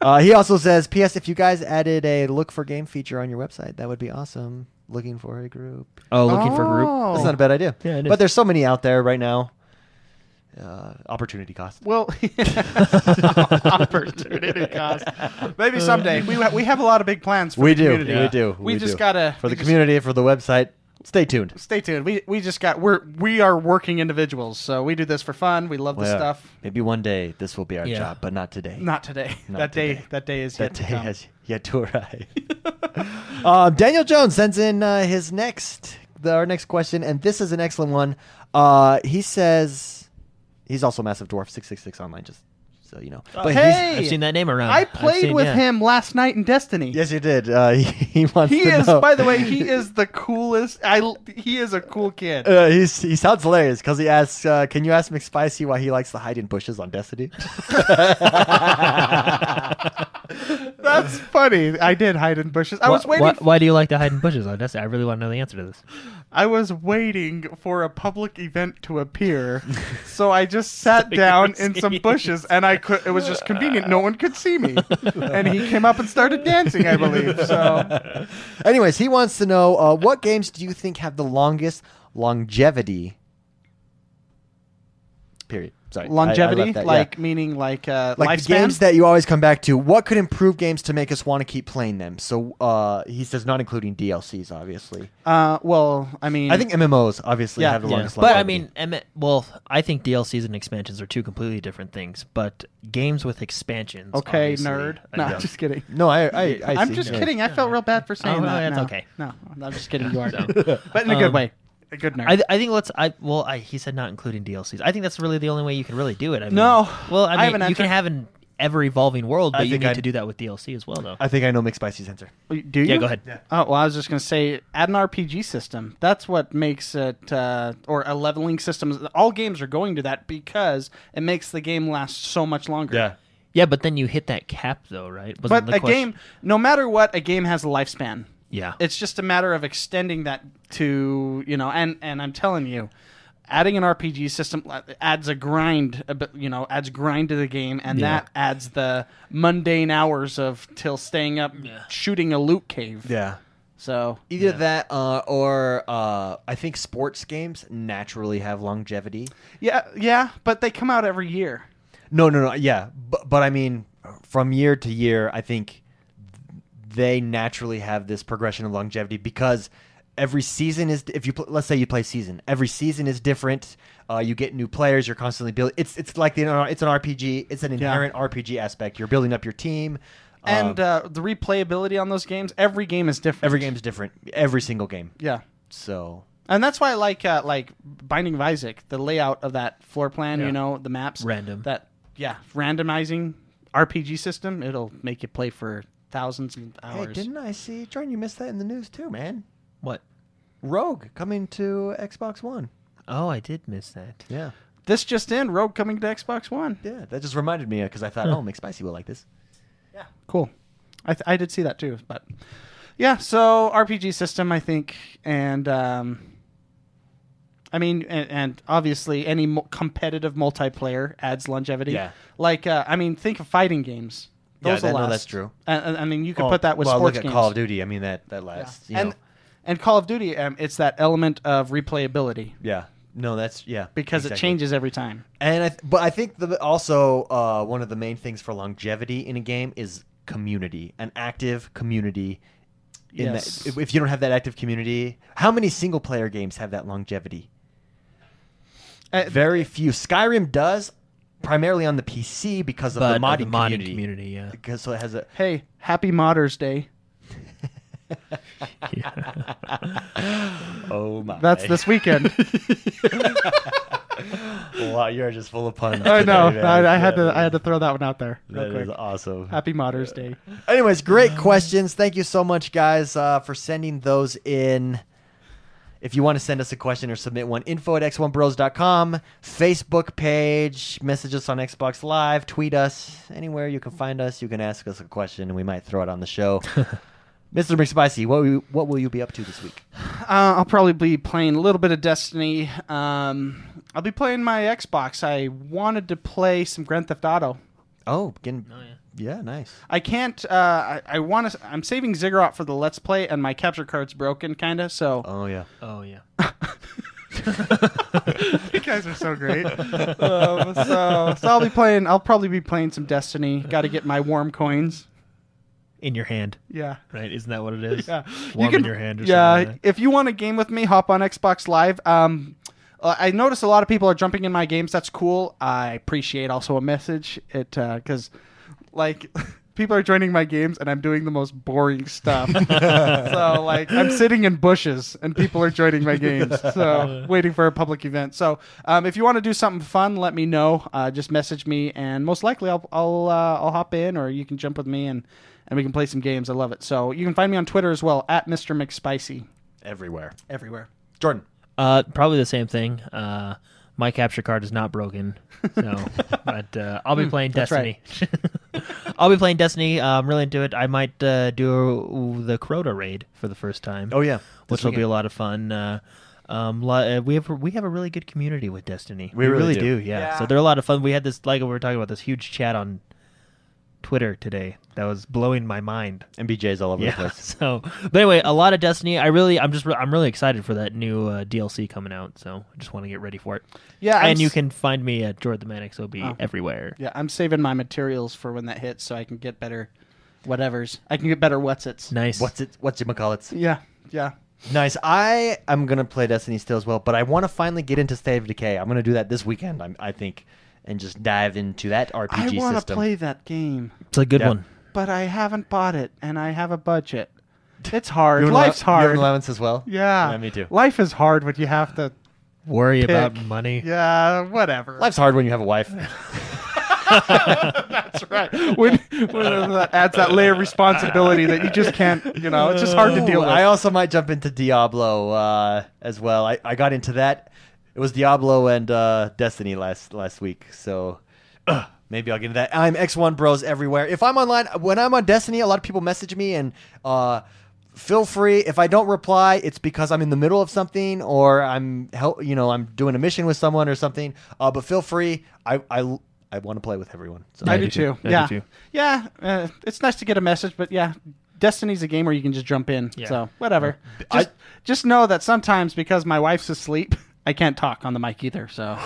B: Uh, he also says, "P.S. If you guys added a look for game feature on your website, that would be awesome. Looking for a group.
D: oh, looking for group.
B: That's not a bad idea.
D: Yeah, it
B: but
D: is.
B: there's so many out there right now. Uh, opportunity cost.
C: Well, *laughs* opportunity cost. Maybe someday we ha- we have a lot of big plans. For
B: We
C: the
B: do.
C: Community.
B: We do.
C: We,
B: we
C: just
B: do.
C: gotta
B: for
C: we
B: the
C: just-
B: community for the website. Stay tuned.
C: Stay tuned. We we just got we're we are working individuals, so we do this for fun. We love this
B: Well,
C: stuff.
B: Maybe one day this will be our
D: Yeah.
B: job, but not today. *laughs*
C: Not today.
B: Not
C: that day.
B: today.
C: That day is
B: that
C: yet
B: day
C: to come.
B: has *laughs* yet to arrive. *laughs* um, Daniel Jones sends in uh, his next, the, our next question, and this is an excellent one. Uh, he says he's also massive dwarf six six six online, just so you know. But he's-
C: Oh, Hey!
D: I've seen that name around.
C: I
D: I've
C: played
D: seen-
C: with
D: yeah.
C: him last night in Destiny.
B: yes, you did. Uh, *laughs* he, he wants.
C: He
B: to
C: is.
B: know-
C: By the way,
B: *laughs*
C: *laughs* he is the coolest. I. l- He is a cool kid.
B: Uh, he's, he sounds hilarious because he asks, uh, "Can you ask McSpicy why he likes to hide in bushes on
C: *laughs*
B: Destiny?" *laughs*
C: That's funny. I did hide in bushes. I
D: Why-
C: was waiting.
D: Why, why do you like to hide in bushes? I just, I really want to know the answer to this.
C: I was waiting for a public event to appear, so I just sat down in some bushes, and I could. It was just convenient; no one could see me. And he came up and started dancing, I believe. So
B: Anyways, he wants to know uh, what games do you think have the longest longevity? Period. Sorry, I- I left
C: longevity,
B: that, yeah.
C: like meaning like uh,
B: like
C: lifespan.
B: the games that you always come back to. What could improve games to make us want to keep playing them? So uh, he says, not including DLCs, obviously.
C: uh, well, I mean,
B: I think MMOs obviously
C: Yeah,
B: have the
C: yeah.
B: longest.
D: But I
B: longevity.
D: mean, em- well, I think DLCs and expansions are two completely different things. But games with expansions.
C: okay,
D: obviously,
C: nerd.
D: I
C: No,
D: don't-
C: I'm just kidding.
B: no, I, I, I
C: I'm
B: see.
C: just
B: Yeah.
C: kidding. I felt real bad for saying
D: Oh, no,
C: that.
D: that's
C: no.
D: okay.
C: No, I'm just kidding. You are, but in a good
D: Um,
C: way. A good nerd.
D: I, I think let's I well I he said not including DLCs. I think that's really the only way you can really do it. I mean,
C: No.
D: well
C: I
D: I
C: have
D: mean
C: an
D: you can
C: answer.
D: have an ever evolving world,
B: I
D: but you
B: think
D: need
B: I-
D: to do that with DLC as well though.
B: I think I know McSpicy's answer.
C: Do you?
D: Yeah, go ahead. Yeah.
C: Oh well, I was just gonna say, add an RPG system. That's what makes it, uh, or a leveling system. All games are going to that because it makes the game last so much longer.
D: yeah, but then you hit that cap though, right?
C: But
D: Wasn't the
C: a
D: question-
C: game, no matter what, a game has a lifespan.
D: Yeah.
C: It's just a matter of extending that to you know, and and I'm telling you, adding an RPG system uh, adds a grind, a bit, you know, adds grind to the game, and that adds the mundane hours of till staying up shooting a loot cave.
B: Yeah.
C: So
B: Either that, uh, or uh, I think sports games naturally have longevity.
C: Yeah, yeah, but they come out every year.
B: No, no, no. Yeah, but but I mean, from year to year, I think they naturally have this progression of longevity because every season is. If you pl- let's say you play season, every season is different. Uh, you get new players. You're constantly building. It's it's like the uh, it's an RPG. It's an inherent RPG aspect. You're building up your team.
C: And uh, the replayability on those games, every game is different.
B: every game's different. Every single game.
C: yeah.
B: So
C: And that's why I like uh, like Binding of Isaac, the layout of that floor plan, you know, the maps,
D: Random.
C: That yeah, randomizing RPG system, it'll make you play for thousands of hours.
B: hey, didn't I see Jordan? You missed that in the news too, man.
D: what?
B: Rogue coming to Xbox One.
D: Oh, I did miss that.
B: Yeah.
C: This just in, Rogue coming to Xbox One.
B: Yeah, that just reminded me because I thought, oh, McSpicy will like this.
C: Cool. I th- I did see that too, but yeah. So RPG system, I think, and um, I mean, and, and obviously any mo- competitive multiplayer adds longevity.
B: Yeah.
C: Like, uh, I mean, think of fighting games.
B: Yeah,
C: Those will
B: that- no,
C: last.
B: that's true.
C: And, and- I mean, you could
B: Well,
C: put that with
B: well,
C: sports
B: look
C: games.
B: at Call of Duty. I mean, that that
C: Yeah.
B: lasts. You
C: And
B: know.
C: and Call of Duty, um, it's that element of replayability
B: yeah. No, that's yeah.
C: because it
B: exactly.
C: changes every time.
B: And I, th- but I think the also uh, one of the main things for longevity in a game is community, an active community. In
C: Yes.
B: that, if- if you don't have that active community, how many single player games have that longevity?
C: Uh,
B: Very few. Skyrim does primarily on the PC because of
D: But uh,
B: the modding,
D: modding
B: community.
D: community, yeah.
B: Because so it has a
C: Hey, happy Modders Day.
B: Oh my!
C: That's
B: *laughs*
C: this
D: *laughs*
C: weekend.
B: Wow, you're just full of puns. *laughs*
C: I know.
B: today, man.
C: I, I had
B: That
C: to. I had
B: is-
C: to throw that one out there real
B: That
C: quick.
B: is awesome.
C: Happy Mother's Day.
B: Anyways, great questions. Thank you so much, guys, uh, for sending those in. If you want to send us a question or submit one, info at x1bros.com, Facebook page, message us on Xbox Live, tweet us, anywhere you can find us. You can ask us a question, and we might throw it on the *laughs* show. Mr. McSpicy, what will you, what will you be up to this week?
C: Uh, I'll probably be playing a little bit of Destiny. Um, I'll be playing my Xbox. I wanted to play some Grand Theft Auto.
B: Oh, getting, yeah. nice.
C: I can't. Uh, I, I want to. I'm saving Ziggurat for the Let's Play, and my capture card's broken, kind of. So
B: Oh yeah.
D: Oh yeah.
C: *laughs* you guys are so great. *laughs* um, so, so I'll be playing. I'll probably be playing some Destiny. Got to get my warm coins.
D: In your hand,
C: Yeah.
D: right? Isn't that what it
C: *laughs*
D: is?
C: Yeah.
D: Warm in your hand or
C: yeah,
D: something like
C: if you want to game with me, hop on Xbox Live. Um, uh, I notice a lot of people are jumping in my games. That's cool. I appreciate also a message it because, like, *laughs* people are joining my games and I'm doing the most boring stuff. so like, I'm sitting in bushes and people are joining my games. So waiting for a public event. So um, if you want to do something fun, let me know. Uh, just message me and most likely I'll I'll uh, I'll hop in or you can jump with me and and we can play some games. I love it. So you can find me on Twitter as well at Mr. McSpicy.
B: Everywhere.
C: Everywhere.
B: Jordan.
D: Uh, probably the same thing. Uh, my capture card is not broken,
B: *laughs*
D: so but uh, I'll
B: Hmm,
D: be playing Destiny. I'll be playing Destiny. *laughs* Uh, I'm really into it. I might uh, do the Crota raid for the first time.
B: Oh yeah.
D: which will be a lot of fun. Uh, um, lo- uh, we have we have a really good community with Destiny.
B: We really do.
D: yeah.
F: Yeah.
D: So they're a lot of fun. We had this like we were talking about this huge chat on Twitter today that was blowing my mind.
B: MBJ's all over the
D: Yeah.
B: place.
D: *laughs* So, but anyway, a lot of Destiny. I really, I'm just, re- I'm really excited for that new uh, DLC coming out. So I just want to get ready for it.
C: Yeah, I'm
D: and you
C: s- Oh.
D: can find me at Jordan the Man XOB everywhere.
C: Yeah, I'm saving my materials for when that hits, so I can get better, whatever's. I can get better what's its.
D: Nice.
B: What's it? What's it? McCallits.
C: Yeah, yeah.
B: Nice. I am gonna play Destiny still as well, but I want to finally get into State of Decay. I'm gonna do that this weekend. I'm, I think, and just dive into that RPG
C: I want to
B: system.
C: play that game,
D: It's a good
B: Yeah.
D: one.
C: but I haven't bought it, and I have
B: *laughs*
C: a budget. It's hard.
B: You have an
C: Life's
B: allow- you have
C: hard.
B: an allowance as well.
C: *laughs* yeah.
B: me too.
C: Life is hard when you have to.
D: Worry about
C: Pick.
D: money.
C: Yeah, whatever.
B: Life's hard when you have a wife.
C: That's right. When, *laughs* when that adds that layer of responsibility that you just can't, you know, *laughs* it's just hard to deal
B: Ooh,
C: with.
B: I also might jump into Diablo uh, as well. I, I got into that. It was Diablo and uh, Destiny last last week, so ugh, maybe I'll get into that. I'm X1 Bros everywhere. If I'm online, when I'm on Destiny, a lot of people message me and uh, feel free. If I don't reply, it's because I'm in the middle of something or I'm help, you know, I'm doing a mission with someone or something. Uh, but feel free. I I, I want to play with everyone. So
C: I
D: I
C: do
D: do
C: too.
D: too. I
C: Yeah,
D: do too.
C: yeah. Uh, it's nice to get a message, but yeah, Destiny's a game where you can just jump in.
D: Yeah.
C: So whatever.
B: I-
C: Just, just know that sometimes because my wife's asleep, *laughs* I can't talk on the mic either. So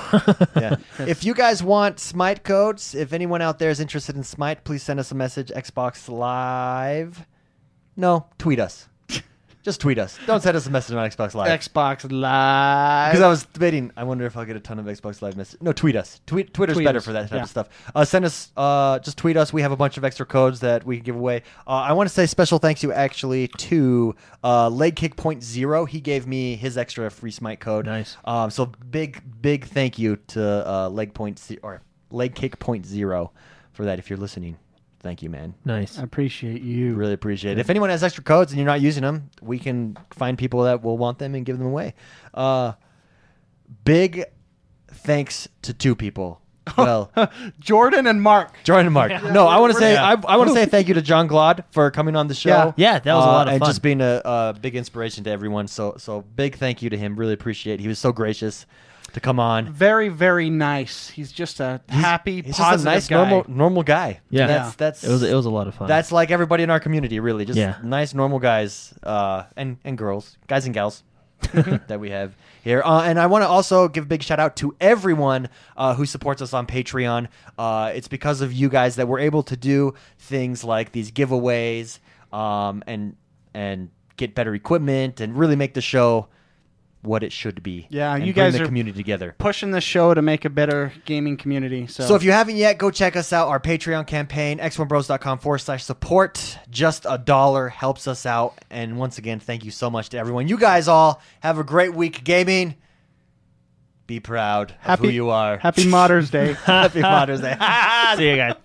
B: yeah. If you guys want Smite codes, if anyone out there is interested in Smite, please send us a message. Xbox Live. No, tweet us. Just tweet us. Don't send us a message on Xbox Live.
C: Xbox
B: Because I
C: Live.
B: was debating, I wonder if I'll get a ton of Xbox Live messages. No, tweet us. Tweet, Twitter's
C: Tweet
B: better
C: us,
B: for that type
C: yeah.
B: of stuff. Uh, send us, uh, just tweet us. We have a bunch of extra codes that we can give away. Uh, I want to say special thanks you actually to uh, Leg Kick Point Zero. He gave me his extra free Smite code.
D: Nice.
B: Um, so big, big thank you to uh, Leg Point Zero or Leg Kick Point Zero for that. If you're listening, thank you, man.
D: Nice.
C: I appreciate you.
B: Really appreciate it. If anyone has extra codes and you're not using them, we can find people that will want them and give them away. Uh, big thanks to two
C: *laughs*
B: people. Well,
C: Jordan and Mark.
B: Jordan and Mark. No, I want to say I,
D: Yeah.
B: I want to say thank you to John Glod for coming on the show.
D: Yeah. Yeah, that was a
B: Uh,
D: lot of
B: and
D: fun.
B: just being a, a big inspiration to everyone. So so big thank you to him. Really appreciate. It. He was so gracious to come on.
C: Very, very nice. He's just a happy,
B: He's
C: positive
B: just a nice
C: guy.
B: normal normal guy.
D: Yeah.
B: that's that's
D: It was it was a lot of fun.
B: That's like everybody in our community, really. Just
D: Yeah.
B: nice, normal guys uh, and and girls, guys and
D: *laughs*
B: gals that we have here. Uh, and I want to also give a big shout out to everyone uh, who supports us on Patreon. Uh, it's because of you guys that we're able to do things like these giveaways um, and and get better equipment and really make the show
A: what it should be.
C: Yeah,
A: and
C: you
A: bring
C: guys
A: the
C: are-
A: community together.
C: Pushing the show to make a better gaming community. So,
A: So if you haven't yet, go check us out. Our Patreon campaign, x1bros.com forward slash support. Just a dollar helps us out. And once again, thank you so much to everyone. You guys all have a great week gaming. Be proud of
C: Happy-
A: who you are.
C: happy Mother's Day.
A: Happy Mother's Day.
D: *laughs* See you guys.